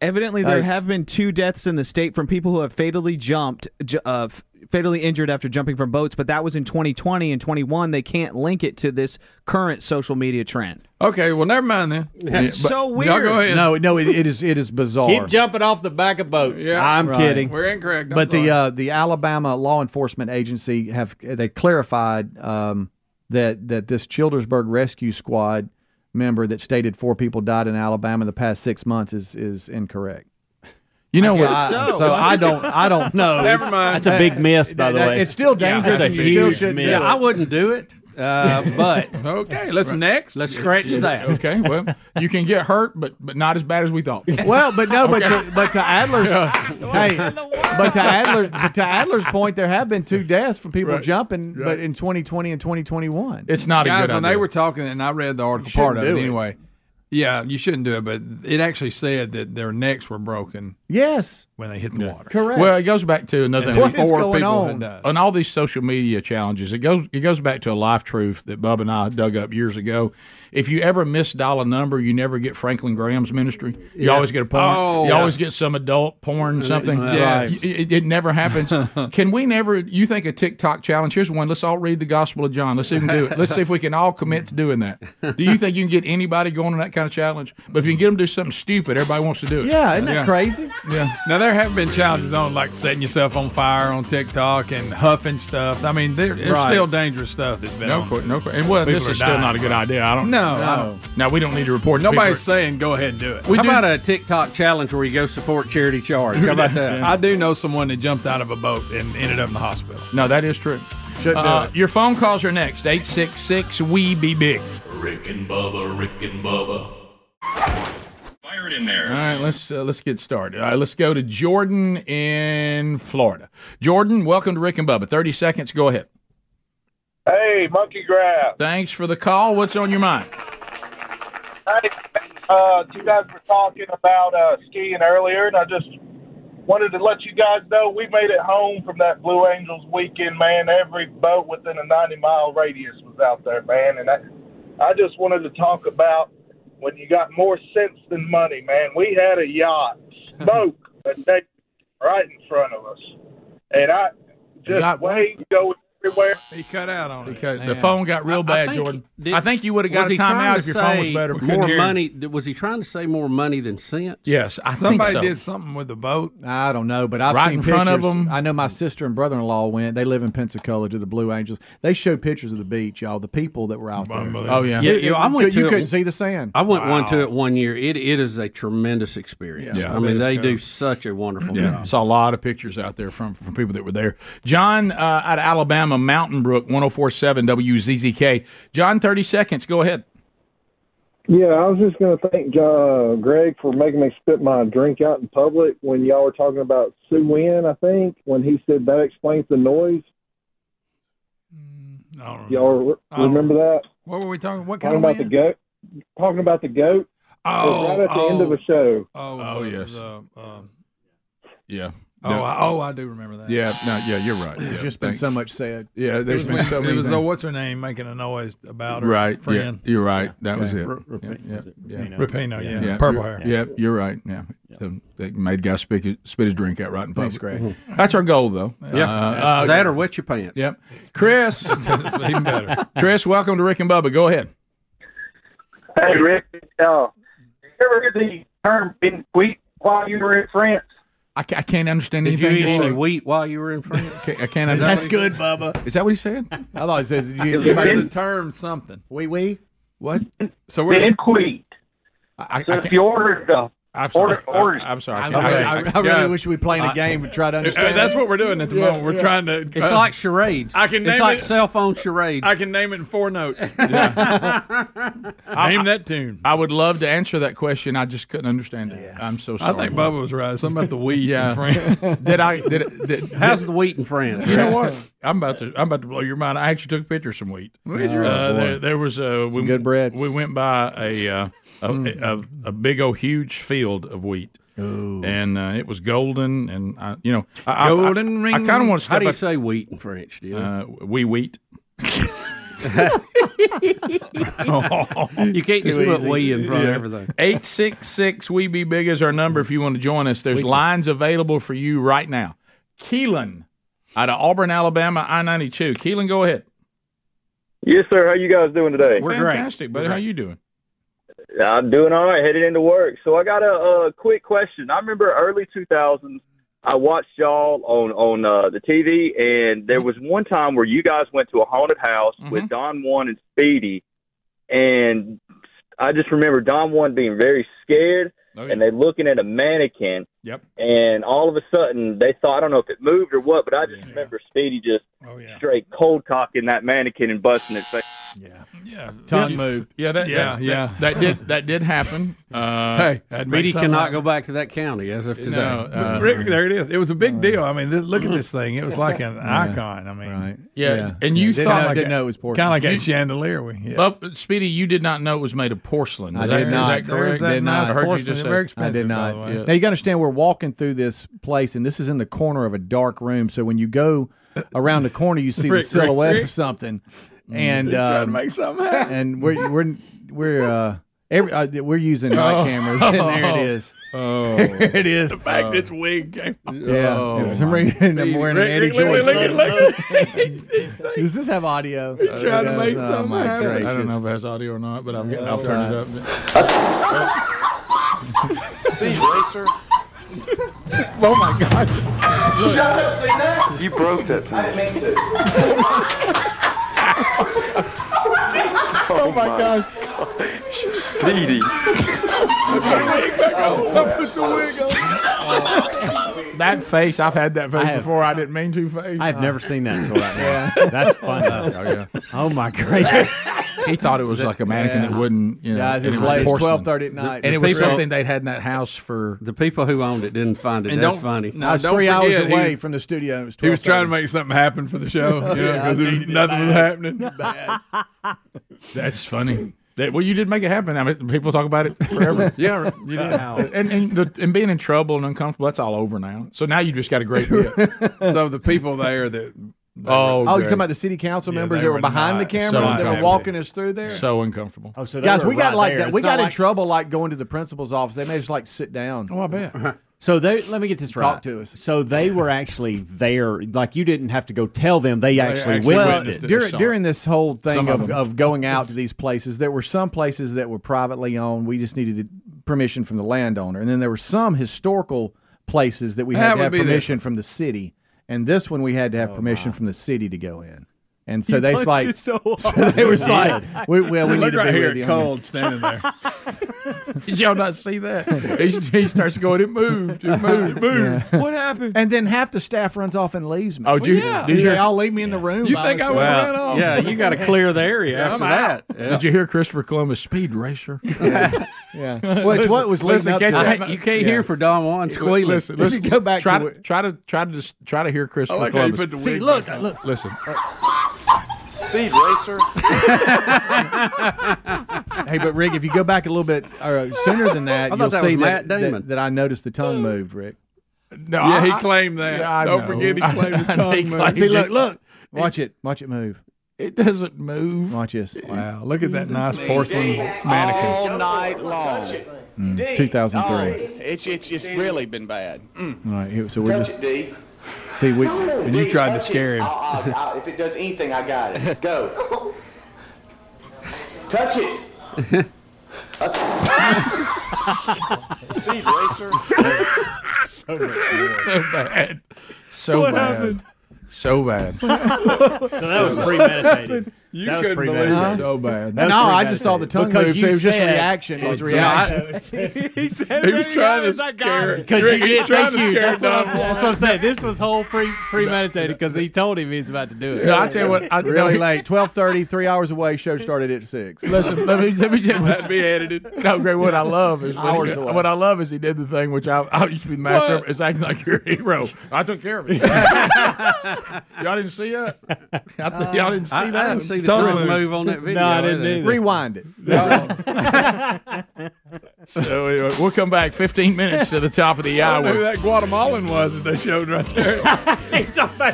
S12: Evidently, there have been two deaths in the state from people who have fatally jumped ju- uh, f- fatally injured after jumping from boats, but that was in 2020 and 21. They can't link it to this current social media trend.
S4: Okay, well, never mind then.
S12: That's so
S4: but- No,
S12: weird.
S4: go ahead.
S5: No, no, it, it is it is bizarre.
S11: Keep jumping off the back of boats.
S4: Yeah.
S5: I'm
S4: Right.
S5: kidding.
S4: We're incorrect. I'm
S5: but
S4: sorry.
S5: the uh, the Alabama law enforcement agency have they clarified um, that that this Childersburg Rescue Squad member that stated four people died in Alabama in the past six months is is incorrect.
S4: you know what?
S5: I- so. I don't I don't know.
S4: Never mind.
S11: That's a big miss, by the
S5: That-
S11: way.
S5: It's still dangerous,
S11: that's
S5: and
S11: a
S5: you still
S11: huge
S5: shouldn't.
S11: miss.
S5: do
S2: Yeah,
S5: it.
S2: I wouldn't do it, uh, but
S4: okay, let's next.
S2: let's scratch that.
S1: Okay, well, you can get hurt, but but not as bad as we thought.
S5: Well, but no, but to, but to Adler's, hey, but to Adler's, but to Adler's point, there have been two deaths from people jumping, but in 2020 and 2021.
S1: It's not a
S4: Guys,
S1: good
S4: when
S1: idea.
S4: they were talking, and I read the article part of
S5: shouldn't do
S4: it,
S5: it.
S4: anyway. Yeah, you shouldn't do it, but it actually said that their necks were broken
S5: yes,
S4: when they hit the water.
S5: correct.
S1: well, it goes back to another thing.
S5: What is
S4: Four
S5: going
S4: people
S5: on?
S4: had died.
S1: on all these social media challenges, it goes it goes back to a life truth that Bub and I dug up years ago. If you ever misdial a number, you never get Franklin Graham's ministry. You always get a porn.
S4: Oh.
S1: you always get some adult porn something.
S4: Yes.
S1: It, it- it never happens. can we never? You think a TikTok challenge? Here's one. Let's all read the Gospel of John. Let's even do it. Let's see if we can all commit to doing that. Do you think you can get anybody going on that kind of challenge? But if you can get them to do something stupid, everybody wants to do it.
S5: yeah, isn't that crazy?
S4: Yeah. Now there have been challenges on like setting yourself on fire on TikTok and huffing stuff. I mean, there, there's
S1: Right.
S4: still dangerous stuff that's been
S1: No,
S4: on.
S1: que- no, que- and well,
S4: People
S1: this
S4: are
S1: is still
S4: dying.
S1: not a good idea. I don't.
S4: No, I
S1: no.
S4: don't-
S1: Now we don't need to report.
S4: nobody's
S1: people-
S4: saying go ahead and do it.
S2: How about a TikTok challenge where you go support charity charge? How about that?
S4: I do know someone that jumped out of a boat and ended up in the hospital.
S1: No, that is true. Uh, your phone calls are next. 866 We Be Big.
S3: Rick and Bubba, Rick and Bubba.
S13: Fire it in there.
S1: All right, let's uh, let's get started. All right, let's go to Jordan in Florida. Jordan, welcome to Rick and Bubba. 30 seconds, go ahead.
S14: Hey, monkey grab.
S1: Thanks for the call. What's on your mind?
S14: Hey, uh, you guys were talking about uh, skiing earlier, and I just wanted to let you guys know we made it home from that Blue Angels weekend, man. Every boat within a 90 mile radius was out there, man. And I, I just wanted to talk about when you got more sense than money, man. We had a yacht smoke a day right in front of us, and I just
S1: Yacht what?
S14: waved going everywhere.
S4: He cut out on it.
S1: Okay, the phone got real bad,
S2: think-
S1: Jordan.
S2: did-
S1: I think you would have got a
S2: was he trying
S1: timeout
S2: to
S1: if your phone was
S2: say
S1: better. We couldn't
S2: More
S1: hear him.
S2: money? th- Was he trying to say more money than cents?
S1: Yes, I think
S4: Somebody
S1: so.
S4: did something with the boat.
S5: I don't know, but I've
S1: Right
S5: seen
S1: in front of
S5: pictures.
S1: them.
S5: I know my sister and brother in law went. They live in Pensacola to the Blue Angels. They showed pictures of the beach, y'all. The people that were out there.
S1: Oh yeah.
S2: Yeah, yeah, I
S5: You
S2: went
S5: could-
S2: to
S5: you
S2: it-
S5: couldn't see the sand.
S2: I went one to it one year. It it is a tremendous experience.
S4: Yeah.
S2: I mean, they do such a wonderful job.
S1: Saw a lot of pictures out there from, from people that were there. John uh, out of Alabama, Mountain Brook, 1047 WZZK. John, 30 seconds. Go ahead.
S14: Yeah, I was just going to thank uh, Greg for making me spit my drink out in public when y'all were talking about Sue Win, I think, when he said that explains the noise.
S4: I don't remember.
S14: Y'all re-
S4: Oh.
S14: remember that?
S4: What were we talking? What kind
S14: Talking
S4: of
S14: about the
S4: wind?
S14: goat. Talking about the goat. It was
S4: Oh,
S14: right at the
S4: oh,
S14: end of a show.
S4: Oh,
S1: Oh,
S4: the-
S1: yes.
S4: the, um,
S1: Yeah.
S4: oh,
S1: No.
S4: I, oh, I do remember that.
S1: Yeah. No. Yeah. You're right.
S5: There's
S1: yeah,
S5: just been
S1: thanks.
S5: so much said.
S1: Yeah.
S4: It
S1: There's
S4: was,
S1: been so
S4: when-
S1: many.
S4: it was uh,
S1: things.
S4: what's her name making a noise about her
S1: right. Yeah.
S4: friend
S1: You're right. That was it. yeah. yeah. yeah.
S4: Rapino. Yeah.
S1: Yeah,
S4: purple
S1: you're- Yeah,
S4: hair.
S1: you're right. Yeah, So they made guy spit his, spit his drink out right in
S5: Thanks,
S1: public.
S5: Greg.
S1: That's our goal, though.
S2: Yeah,
S1: Uh, uh,
S2: that or wet your pants.
S1: yep. Chris,
S4: Even better.
S1: Chris, welcome to Rick and Bubba. Go ahead.
S14: Hey, Rick. Uh, you ever hear the term being sweet while you were in France?
S1: I, ca- I can't understand
S2: Did you
S1: anything
S2: eat
S1: you're
S2: any
S1: saying.
S2: wheat while you were in France?
S1: Ca- I can't understand.
S5: good, Bubba.
S1: Is that what he said?
S5: I thought he says you,
S14: Is it
S5: you
S4: Heard
S5: heard
S4: the
S5: this.
S4: term something.
S5: Wee wee.
S1: What?
S4: So we're.
S14: Being sweet.
S1: I, I,
S14: So
S1: I
S14: if
S1: can't-
S14: you ordered the
S1: I'm sorry.
S14: order- order-
S1: I, am sorry. I
S5: I,
S1: can't- I-
S5: I,
S1: I-
S5: I really
S4: yeah.
S5: wish we were playing a game to try to
S4: Uh,
S5: understand.
S4: that's what we're doing at the moment. We're trying to.
S2: It's
S4: uh,
S2: like charades.
S4: I can
S2: It's
S4: name
S2: like
S4: it-
S2: cell phone charades.
S4: I can name it in four notes. name that tune.
S1: I would love to answer that question. I just couldn't understand it. I'm so
S4: I
S1: sorry.
S4: think Bubba was right. Something about the weed
S1: Yeah.
S4: in France.
S1: did I did, did
S2: How's the wheat in France?
S1: you know what? I'm about to I'm about to blow your mind. I actually took a picture of some wheat.
S2: Oh,
S1: Uh, there, there was a we,
S5: good bread.
S1: We went by a uh, a,
S2: Hmm.
S1: a, a, big old huge field of wheat, and uh, it was golden. And I, you know, I,
S4: Golden
S1: I,
S4: ring.
S1: I, I kind of want to
S2: How
S1: step
S2: do you
S1: back.
S2: say wheat in French? Do you, know?
S1: Uh, we wheat.
S2: you can't just put wheat in front of everything.
S1: 866 We Be Big is our number if you want to join us. There's lines available for you right now. Keelan out of Auburn, Alabama, I ninety two. Keelan, go ahead.
S7: Yes, sir. How you guys doing today?
S1: We're fantastic, buddy. How you doing?
S7: I'm doing all right, headed into work. So I got a, a quick question. I remember early 2000s, I watched y'all on on uh, the TV, and there was one time where you guys went to a haunted house
S1: Mm-hmm.
S7: with Don One and Speedy, and I just remember Don One being very scared, and they looking at a
S1: Oh,
S7: mannequin,
S1: Yep.
S7: and all of a sudden they thought I don't know if it moved or what, but I just remember Speedy just straight cold cocking that mannequin and busting its face.
S1: Yeah,
S10: yeah,
S1: yeah,
S2: Yeah,
S1: Yeah, that,
S2: yeah,
S1: that,
S2: yeah.
S1: That, that did that did happen. Uh,
S2: Speedy cannot go back to that county as of today.
S1: No, uh,
S10: Rick, there it is. It was a big deal. I mean, this, look at this thing. It was like an
S1: Yeah.
S10: icon. I mean,
S1: Yeah, and you
S10: Didn't
S1: thought
S10: know-
S1: like
S10: didn't
S1: a-
S10: know it was porcelain. Kinda like a chandelier we- yeah.
S1: Well, Speedy, you did not know it was made of porcelain.
S5: I
S1: Is that-
S5: did not.
S1: Is that correct?
S5: Did not.
S1: I heard you just say
S5: I did not. Now you got to understand, we're walking through this place, and this is in the corner of a dark room. So when you go around the corner, you see
S10: Rick,
S5: the silhouette
S10: Rick, Rick.
S5: of something,
S1: Mm-hmm.
S10: Mm.
S5: and
S10: He's trying to
S5: um,
S10: make something happen.
S5: And we're we're we're uh, every uh, we're using night
S10: Oh.
S5: cameras, and there it is.
S1: Oh,
S5: there it is.
S10: The fact this
S2: Oh.
S10: wig came. off.
S5: Oh yeah,
S10: Oh
S5: for some reason I'm wearing an Eddie
S10: Rick, look,
S5: George.
S10: look, look, look, look.
S5: shirt. Does this have audio?
S10: He's
S11: Uh,
S10: trying to make
S5: Oh, my
S10: something happen.
S5: gracious.
S1: I don't know if it has audio or not, but I've got,
S5: Well,
S1: I'll turn it
S5: uh,
S1: up.
S15: Speed racer.
S1: oh my gosh!
S15: Shut up, see that?
S1: You broke that
S15: I didn't mean to.
S1: Oh my gosh!
S15: Speedy.
S1: That face, I've had that face
S15: I have-
S1: before. I didn't mean to face.
S11: I've never seen that until right now.
S1: Yeah.
S11: That's fun. though.
S1: Oh, yeah.
S11: Oh my goodness.
S1: He thought it was like a mannequin that wouldn't, you know.
S5: Guys,
S1: and
S5: it's late. It's
S1: porcelain.
S5: 12:30 at night.
S1: And it was
S5: The people-
S1: something they'd had in that house for
S2: the people who owned it didn't find it.
S1: And
S2: That's
S1: don't-
S2: funny.
S5: I was three hours
S10: forget, he
S5: away
S10: was-
S5: from the studio. and It was
S10: He was
S5: 12:30.
S10: trying to make something happen for the show, you know,
S5: Yeah, I
S10: 'cause there was
S5: think he
S10: nothing was
S5: bad.
S10: happening.
S11: Oh,
S1: That's funny. That, well, you did make it happen. I mean, people talk about it forever.
S10: Yeah, you did.
S1: And and, the, and being in trouble and uncomfortable, that's all over now. So now you just got a great deal.
S10: so the people there that
S1: oh,
S5: Oh, you're
S1: great.
S5: talking about the city council
S1: Yeah,
S5: members
S1: they
S5: that were
S1: were
S5: behind the
S1: not-
S5: camera
S1: so
S5: that were
S1: uncomfortable.
S5: walking us through there?
S1: so uncomfortable.
S11: Oh, so
S5: Guys, we got like that.
S11: there.
S5: We
S11: It's
S5: got
S11: not
S5: in
S11: like-
S5: trouble like going to the principal's office. They made us like sit down.
S10: Oh, I bet.
S11: So they let me get this right.
S5: Talk to us.
S11: So they were actually there. Like you didn't have to go tell them. They actually,
S5: Well,
S11: witnessed it.
S5: During, during this whole
S11: Some
S5: thing
S11: of
S5: of,
S11: them.
S5: of going out to these places, there were some places that were privately owned. We just needed permission from the landowner. And then there were some historical places that we
S10: That
S5: had
S10: would
S5: to have
S10: be the- Oh,
S5: permission from the city. And this one we had to have permission from the city to go in. And so
S10: You
S5: they
S10: punched
S5: like,
S10: it so
S5: so they
S10: hard.
S5: were
S10: You
S5: like,
S10: did.
S5: we, well, we
S10: Look
S5: need to
S10: right
S5: be
S10: here
S5: with
S10: at
S5: you.
S10: Cold standing there.
S1: Did y'all not see that? He, he starts going, it moved, it moved, it moved.
S5: What happened? And then half the staff runs off and leaves me.
S1: Oh, did you- did you-
S5: they all leave me in the room.
S10: You
S5: by
S10: think I
S5: myself.
S10: would've Well, ran off? yeah, you gotta clear the area
S5: Yeah,
S10: after
S5: I'm
S10: that.
S5: out.
S1: Did you hear Christopher Columbus speed racer?
S5: Yeah. Yeah. Well, it's what was leading
S1: listen,
S5: up
S1: catch
S5: to
S1: that-
S5: it.
S2: You can't hear for Don Juan squealing.
S1: Listen,
S2: If you
S1: listen.
S2: go back
S1: try
S2: to
S1: to, try to try to just try to hear Christopher
S2: like how you
S1: Columbus.
S2: put the See, wig look, back on.
S5: look.
S1: listen.
S15: Speed racer.
S5: hey, but Rick, if you go back a little bit uh, sooner than that,
S1: I thought
S5: you'll
S1: that
S5: see
S1: was
S5: that,
S1: Matt
S5: that-
S1: Damon.
S5: that I noticed the tongue moved, Rick.
S1: No,
S10: Yeah, he claimed that.
S1: I
S10: Don't
S1: know.
S10: forget he claimed the
S1: I know he
S10: tongue move.
S1: claimed
S10: See,
S1: it.
S10: look, look.
S5: Watch it. Watch it move.
S1: It doesn't move.
S5: Watch this.
S10: Wow, look at that nice porcelain mannequin.
S15: All night long.
S5: Mm,
S15: D.
S5: 2003.
S15: Oh, it's, it's, it's really been bad. Mm.
S5: All right, here, so we're
S15: Touch
S5: just
S15: it, D.
S5: see we
S15: And
S5: you tried to scare
S15: Uh,
S5: him.
S15: if it does anything, I got it. Go. Touch it. That's- Speed racer.
S1: so bad. So
S15: uh.
S1: bad. So
S15: What
S1: bad.
S15: happened?
S1: So bad.
S15: So that was premeditated.
S1: You
S15: That was
S1: couldn't believe
S15: premeditated.
S1: it. So bad.
S15: That was
S5: No, I just saw the tongue
S15: Because
S5: move.
S15: you
S5: So it was just a
S15: said-
S5: reaction. It was a
S15: So I-
S5: reaction.
S11: he said
S10: He was trying to scare
S11: Because
S10: Rick,
S11: you
S10: he's
S11: did,
S10: trying
S11: thank
S10: to
S11: you.
S10: scare
S11: That's what, I'm,
S10: Don
S11: that's what I'm saying. This was whole pre premeditated because he told him he was about to do it.
S1: No, I tell you what, I-
S5: really
S1: no,
S5: late. 12:30, three hours away. Show started at six.
S1: Listen, let me let me just
S5: That'd
S10: be edited.
S1: No, Greg. What I love is when
S5: Hours
S1: he,
S5: away.
S1: what I love is he did the thing which I, I used to be the master of
S10: What?
S1: is acting like your hero. I took care of it. y'all didn't see that. I
S5: Uh,
S1: th- y'all didn't see
S2: I- I
S1: that.
S2: didn't see the Don't tongue move. move on that No, video I didn't either. either.
S5: Rewind it.
S1: No. So uh, we'll come back 15 minutes to the top of the
S4: I
S1: hour.
S4: don't know who that Guatemalan was that they showed right there.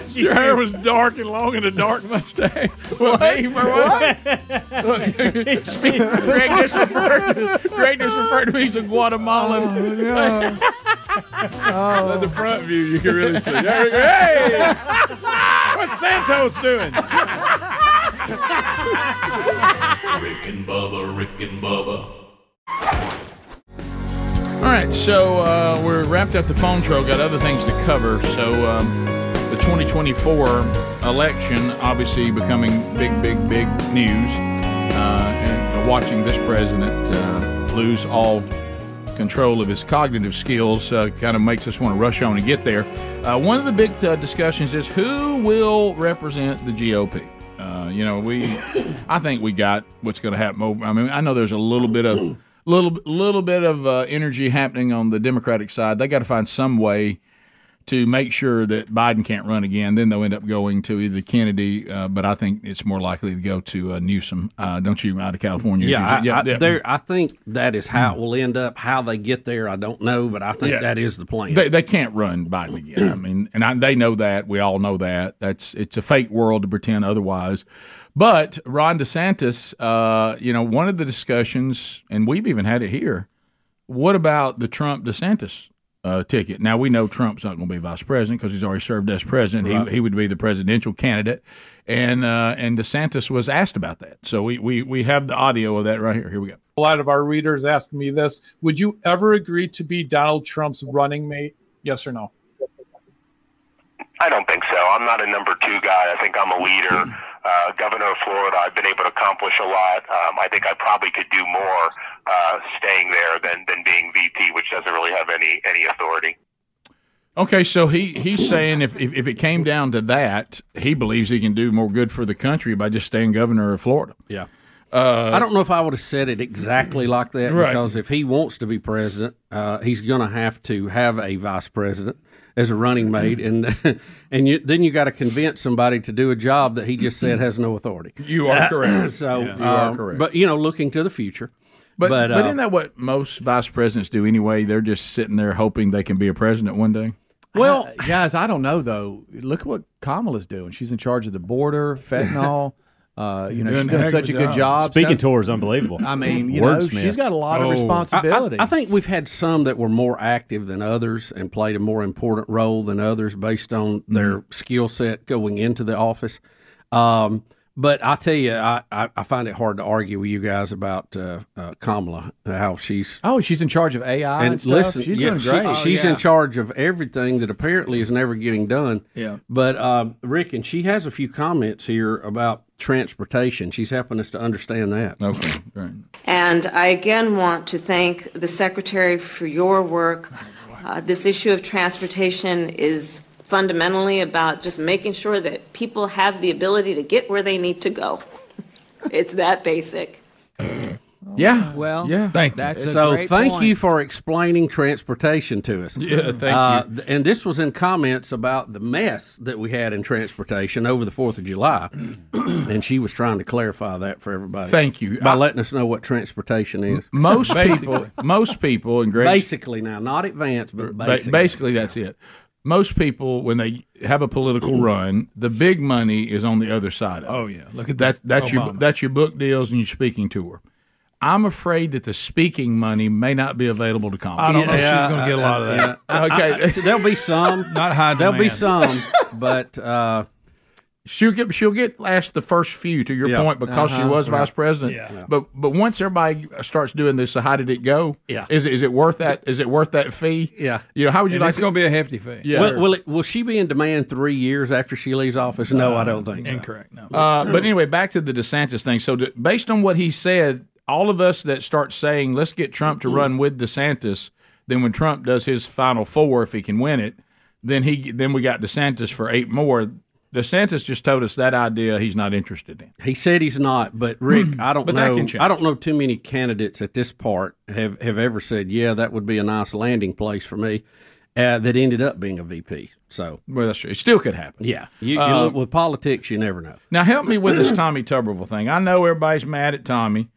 S4: Your hair was dark and long and a dark mustache.
S1: Well, hey, bro, what? Look, speak- Greg just referred to, Greg just referred to me as a
S4: Oh,
S1: Guatemalan.
S4: At the front view, you can really see. There we go. Hey! What's Santos doing?
S3: Rick and Bubba, Rick and Bubba.
S1: All right, so uh, we're wrapped up the phone show. Got other things to cover. So um, the 2024 election, obviously becoming big, big, big news. Uh, and watching this president uh, lose all control of his cognitive skills uh, kind of makes us want to rush on and get there. Uh, one of the big uh, discussions is who will represent the GOP. Uh, you know, we, I think we got what's going to happen. over- I mean, I know there's a little bit of little little bit of uh, energy happening on the Democratic side. They got to find some way to make sure that Biden can't run again. Then they'll end up going to either Kennedy, uh, but I think it's more likely to go to uh, Newsom. Uh, don't you out of California?
S2: Yeah, I, I, there- I think that is how it will end up. How they get there, I don't know, but I think
S1: Hmm. Yeah.
S2: that is the plan.
S1: They, they can't run Biden again. I mean, and I, they know that. We all know that. That's it's a fake world to pretend otherwise. But Ron DeSantis, uh, you know, one of the discussions, and we've even had it here. What about the Trump DeSantis uh, ticket? Now we know Trump's not going to be vice president because he's already served as president.
S16: Right.
S1: He, he would be the presidential candidate, and uh, and DeSantis was asked about that. So we, we we have the audio of that right here. Here we go.
S17: a lot of our readers ask me this would you ever agree to be donald trump's running mate yes or no
S18: I don't think so. I'm not a number two guy. I think I'm a leader. Uh, governor of Florida, I've been able to accomplish a lot. Um, I think I probably could do more uh, staying there than, than being VP, which doesn't really have any, any authority.
S1: Okay, so he, he's saying if, if, if it came down to that, he believes he can do more good for the country by just staying governor of Florida.
S2: Yeah.
S1: Uh,
S2: I don't know if I would have said it exactly like that
S1: Right.
S2: because if he wants to be president, uh, he's going to have to have a vice president as a running mate, and and you, then you got to convince somebody to do a job that he just said has no authority.
S1: You are correct.
S2: so
S1: Yeah. You are
S2: um,
S1: correct.
S2: But you know, looking to the future.
S1: But, but,
S2: uh,
S1: isn't that what most vice presidents do anyway? They're just sitting there hoping they can be a president one day.
S5: Well, guys, I don't know though. Look what Kamala's doing. She's in charge of the border, fentanyl. Uh, you know, she's doing such a good job.
S19: Speaking
S5: Sounds-
S19: tour is unbelievable.
S5: I mean, you know, Wordsmith. she's got a lot of responsibility.
S2: Oh. I, I- I think we've had some that were more active than others and played a more important role than others based on
S5: Mm-hmm.
S2: their skill set going into the office. Um, but I tell you, I, I, I find it hard to argue with you guys about uh, uh, Kamala, how she's
S5: Oh, she's in charge of AI and, stuff. she's
S2: Oh, yeah,
S5: doing
S2: she-
S5: great.
S2: she's
S1: Oh,
S2: in charge of everything that apparently is never getting done.
S5: Yeah.
S2: But um, Rick and she has a few comments here about transportation. She's helping us to understand that.
S1: Okay. Right.
S20: And I again want to thank the Secretary for your work. Uh, This issue of transportation is fundamentally about just making sure that people have the ability to get where they need to go. It's that basic.
S1: Yeah.
S12: Well,
S1: yeah.
S12: Thank that's a
S2: so
S12: great
S2: thank
S12: point.
S2: you for explaining transportation to us.
S1: Yeah, thank you.
S2: you. And this was in comments about the mess that we had in transportation over the Fourth of July, and she was trying to clarify that for everybody.
S1: Thank you.
S2: by
S1: I-
S2: letting us know what transportation is.
S1: Most people, most people, and Greg's
S2: basically now, not advanced, but
S1: Ba-
S2: basically.
S1: basically that's it. Most people, when they have a political run, the big money is on the other side. Of it. Oh yeah, look at that. That's your
S4: Obama.
S1: that's your book deals and your speaking tour. I'm afraid that the speaking money may not be available to Kamala.
S4: I don't know if she's going to get a
S2: Uh,
S4: lot of that.
S1: okay,
S2: there'll be some.
S1: Not high.
S2: There'll be
S1: demand.
S2: some, but uh,
S1: she'll get she'll get last the first few to your
S2: Yeah.
S1: point because she
S2: Uh-huh.
S1: was
S2: Right.
S1: vice president.
S2: Yeah.
S1: But but once everybody starts doing this, so how did it go?
S2: Yeah.
S1: Is it, is it worth that? Is it worth that fee?
S2: Yeah.
S1: You know how would you
S2: And
S1: like?
S2: it's gonna
S1: be a hefty fee. Yeah.
S2: Will, will, it, will she be in demand three years after she leaves office? No, I don't think.
S4: Incorrect. No.
S1: Uh, but anyway, back to the DeSantis thing. So, d based on what he said, all of us that start saying, let's get Trump to run with DeSantis, then when Trump does his final four, if he can win it, then he then we got DeSantis for eight more. DeSantis just told us that idea he's not interested in. Hmm.
S2: He said he's not, but Rick, I don't
S1: But that
S2: know.
S1: can change.
S2: I don't know too many candidates at this part have, have ever said, "Yeah, that would be a nice landing place for me," uh, that ended up being a VP. So,
S1: well, that's true. It still could happen.
S2: Yeah, you, you
S1: Uh,
S2: look, with politics, you never know.
S1: Now help me with this Tommy Tuberville thing. I know everybody's mad at Tommy.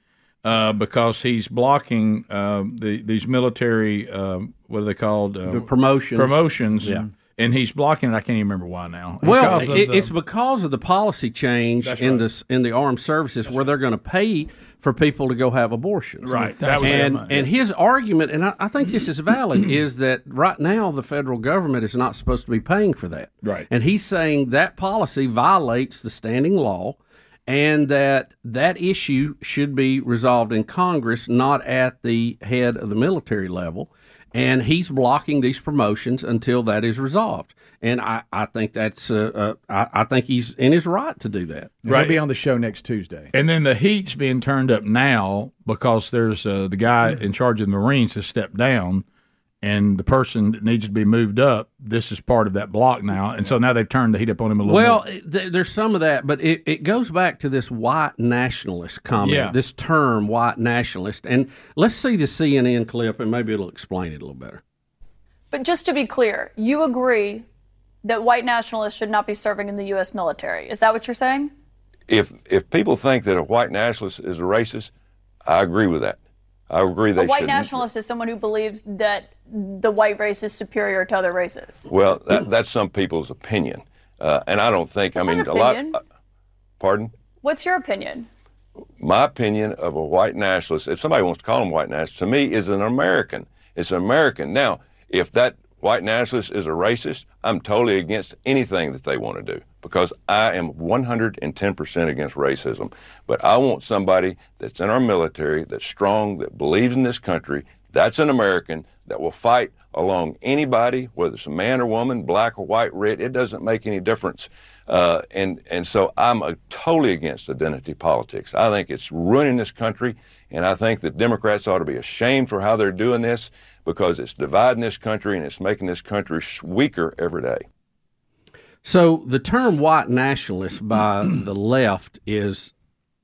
S1: uh, because he's blocking uh, the these military uh, what are they called uh,
S2: The promotions.
S1: promotions
S2: Yeah.
S1: and he's blocking it. I can't even remember why now.
S2: Well,
S1: Because of
S2: it,
S1: the-
S2: it's because of the policy change
S1: That's
S2: in
S1: right.
S2: this in the armed services where they're going to pay for people to go have abortions.
S1: Right. That was their
S2: and
S1: money.
S2: and his argument, and I, I think this is valid, is that right now the federal government is not supposed to be paying for that.
S1: Right.
S2: And he's saying that policy violates the standing law. And that that issue should be resolved in Congress, not at the head of the military level and he's blocking these promotions until that is resolved. And I, I think that's uh, uh, I, I think he's in his right to do that.
S5: And He'll be on the show next Tuesday.
S1: And then the heat's being turned up now because there's uh, the guy in charge of the Marines has stepped down, and the person that needs to be moved up. This is part of that block now, and so now they've turned the heat up on him a little.
S2: Well,
S1: more.
S2: th- there's some of that, but it, it goes back to this white nationalist comment,
S1: Yeah.
S2: this term white nationalist. And let's see the CNN clip, and maybe it'll explain it a little better.
S21: But just to be clear, you agree that white nationalists should not be serving in the U.S. military. Is that what you're saying?
S22: if if people think that a white nationalist is a racist, I agree with that. I agree they
S21: a white
S22: shouldn't.
S21: nationalist is someone who believes that the white race is superior to other races.
S22: Well, that, that's some people's opinion, uh, and I don't think. I
S21: That's
S22: mean,
S21: not
S22: a lot.
S21: opinion.
S22: uh, pardon
S21: What's your opinion?
S22: my opinion of a white nationalist, if somebody wants to call him white nationalist, to me is an American. It's an American. Now, if that white nationalist is a racist, I'm totally against anything that they want to do because I am 110% against racism. But I want somebody that's in our military, that's strong, that believes in this country, that's an American, that will fight along anybody, whether it's a man or woman, black or white, red, it doesn't make any difference. Uh, and and so I'm uh totally against identity politics. I think it's ruining this country, and I think that Democrats ought to be ashamed for how they're doing this because it's dividing this country and it's making this country sh- weaker every day.
S2: So the term white nationalist by the left is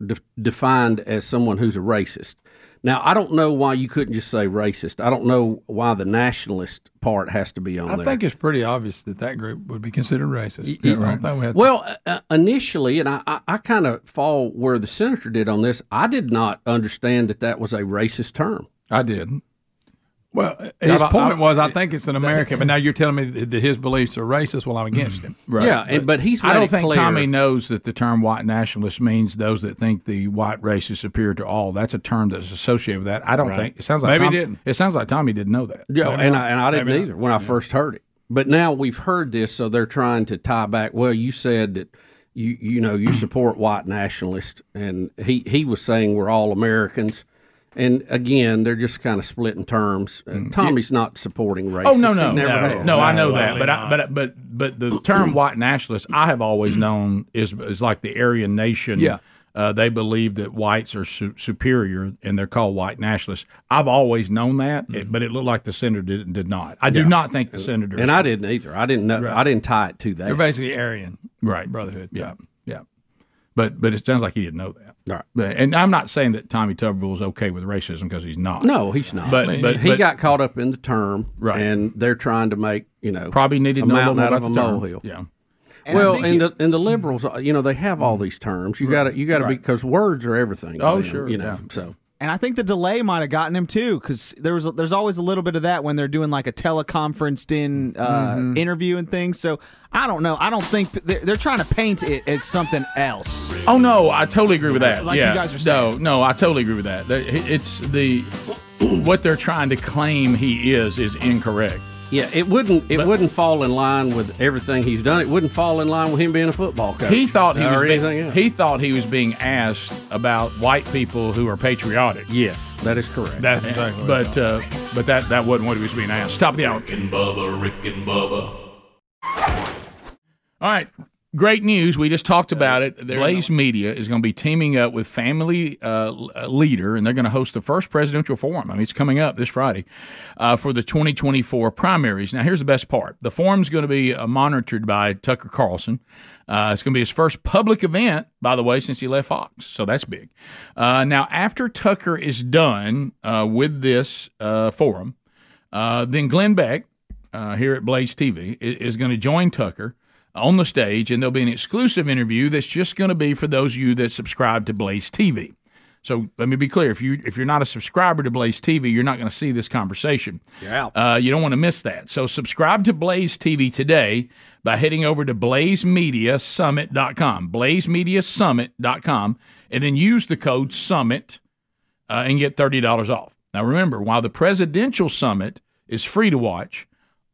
S2: de- defined as someone who's a racist. Now, I don't know why you couldn't just say racist. I don't know why the nationalist part has to be on
S10: I
S2: there.
S10: think it's pretty obvious that that group would be considered racist.
S2: Yeah,
S10: I don't
S2: right.
S10: think we have to-
S2: well, uh, initially, and I, I, I kind of fall where the senator did on this. I did not understand that that was a racist term.
S1: I did.
S10: Well,
S1: I've-
S10: his
S1: I've-
S10: point was, I think it's an American, but now you're telling me that that his beliefs are racist. Well, I'm against him.
S1: I don't think Tommy knows that the term white nationalist means those that think the white race is superior to all. That's a term that's associated with that. I don't
S2: Right.
S1: think it sounds like
S2: Maybe
S1: Tom-
S2: he didn't.
S1: It sounds like Tommy didn't know that.
S2: Yeah,
S1: Maybe
S2: and
S1: not.
S2: I, and I didn't
S1: Maybe not.
S2: either when I first heard it. But now we've heard this, so they're trying to tie back. Well, you said that you you know you support white nationalists, and he he was saying we're all Americans. And again, they're just kind of splitting terms. Uh, Tommy's not supporting race.
S1: Mm. Oh no no no, no I know that but I, but but but the term white nationalist I have always
S2: Mm.
S1: known is is like the Aryan nation
S10: Yeah.
S1: uh, they believe that whites are su- superior and they're called white nationalists I've always known that it- but it looked like the senator did, did not I do
S2: Mm-hmm. Yeah.
S1: not think the senator
S2: and I didn't either. I didn't know. I didn't tie it to that.
S10: They're basically Aryan,
S1: Right.
S10: Brotherhood.
S1: Yeah. Yeah. But but it sounds like he didn't know that.
S2: Right.
S1: But, and I'm not saying that Tommy Tuberville is okay with racism because he's not.
S2: No, he's not.
S1: But
S2: But,
S1: but
S2: he
S1: but
S2: got caught up in the term,
S1: Right.
S2: And they're trying to make you know
S1: probably needed
S2: a
S1: to know a little
S2: mountain
S1: more
S2: out
S1: about
S2: of a
S1: the term.
S2: molehill.
S1: Yeah.
S5: And I
S2: well,
S5: think
S2: and
S5: you-
S2: the, and the liberals, uh, you know, they have
S1: Mm.
S2: all these terms. You got to you got to be because words are everything. to
S12: Oh,
S2: them,
S12: sure,
S2: you know.
S12: yeah.
S2: So
S12: And I think the delay might have gotten him too, because there was there's always a little bit of that when they're doing like a teleconferenced in uh,
S11: Mm-hmm.
S12: interview and things. So I don't know. I don't think they're, they're trying to paint it as something else.
S1: Oh no, I totally agree with that.
S12: Like you
S1: yeah.
S12: guys are
S1: No, no, I totally agree with that. That- It's the what they're trying to claim he is is incorrect.
S2: yeah, it wouldn't it wouldn't fall in line with everything he's done. It wouldn't fall in line with him being a football coach.
S1: He thought he
S2: or
S1: was being-
S2: anything else.
S1: he thought he was being asked about white people who are patriotic.
S2: Yes, that is correct.
S1: That's
S10: exactly what
S1: But uh, but that that wasn't what he was being asked. Top of the hour.
S3: Rick and Bubba, Rick and Bubba.
S1: All right. Great news. We just talked about it. Blaze Media is going to be teaming up with Family uh, L- Leader, and they're going to host the first presidential forum. I mean, it's coming up this Friday uh, for the 2024 primaries. Now, here's the best part the forum's going to be uh, monitored by Tucker Carlson. Uh, it's going to be his first public event, by the way, since he left Fox. So that's big. Uh, now, after Tucker is done uh, with this uh, forum, uh, then Glenn Beck uh, here at Blaze TV i- is going to join Tucker on the stage, and there'll be an exclusive interview that's just going to be for those of you that subscribe to Blaze TV. So let me be clear: if you if you're not a subscriber to Blaze TV, you're not going to see this conversation. Uh, you don't want to miss that. So subscribe to Blaze TV today by heading over to blazemediasummit.com, blazemediasummit.com, and then use the code SUMMIT uh, and get $30 off. Now remember, while the presidential summit is free to watch,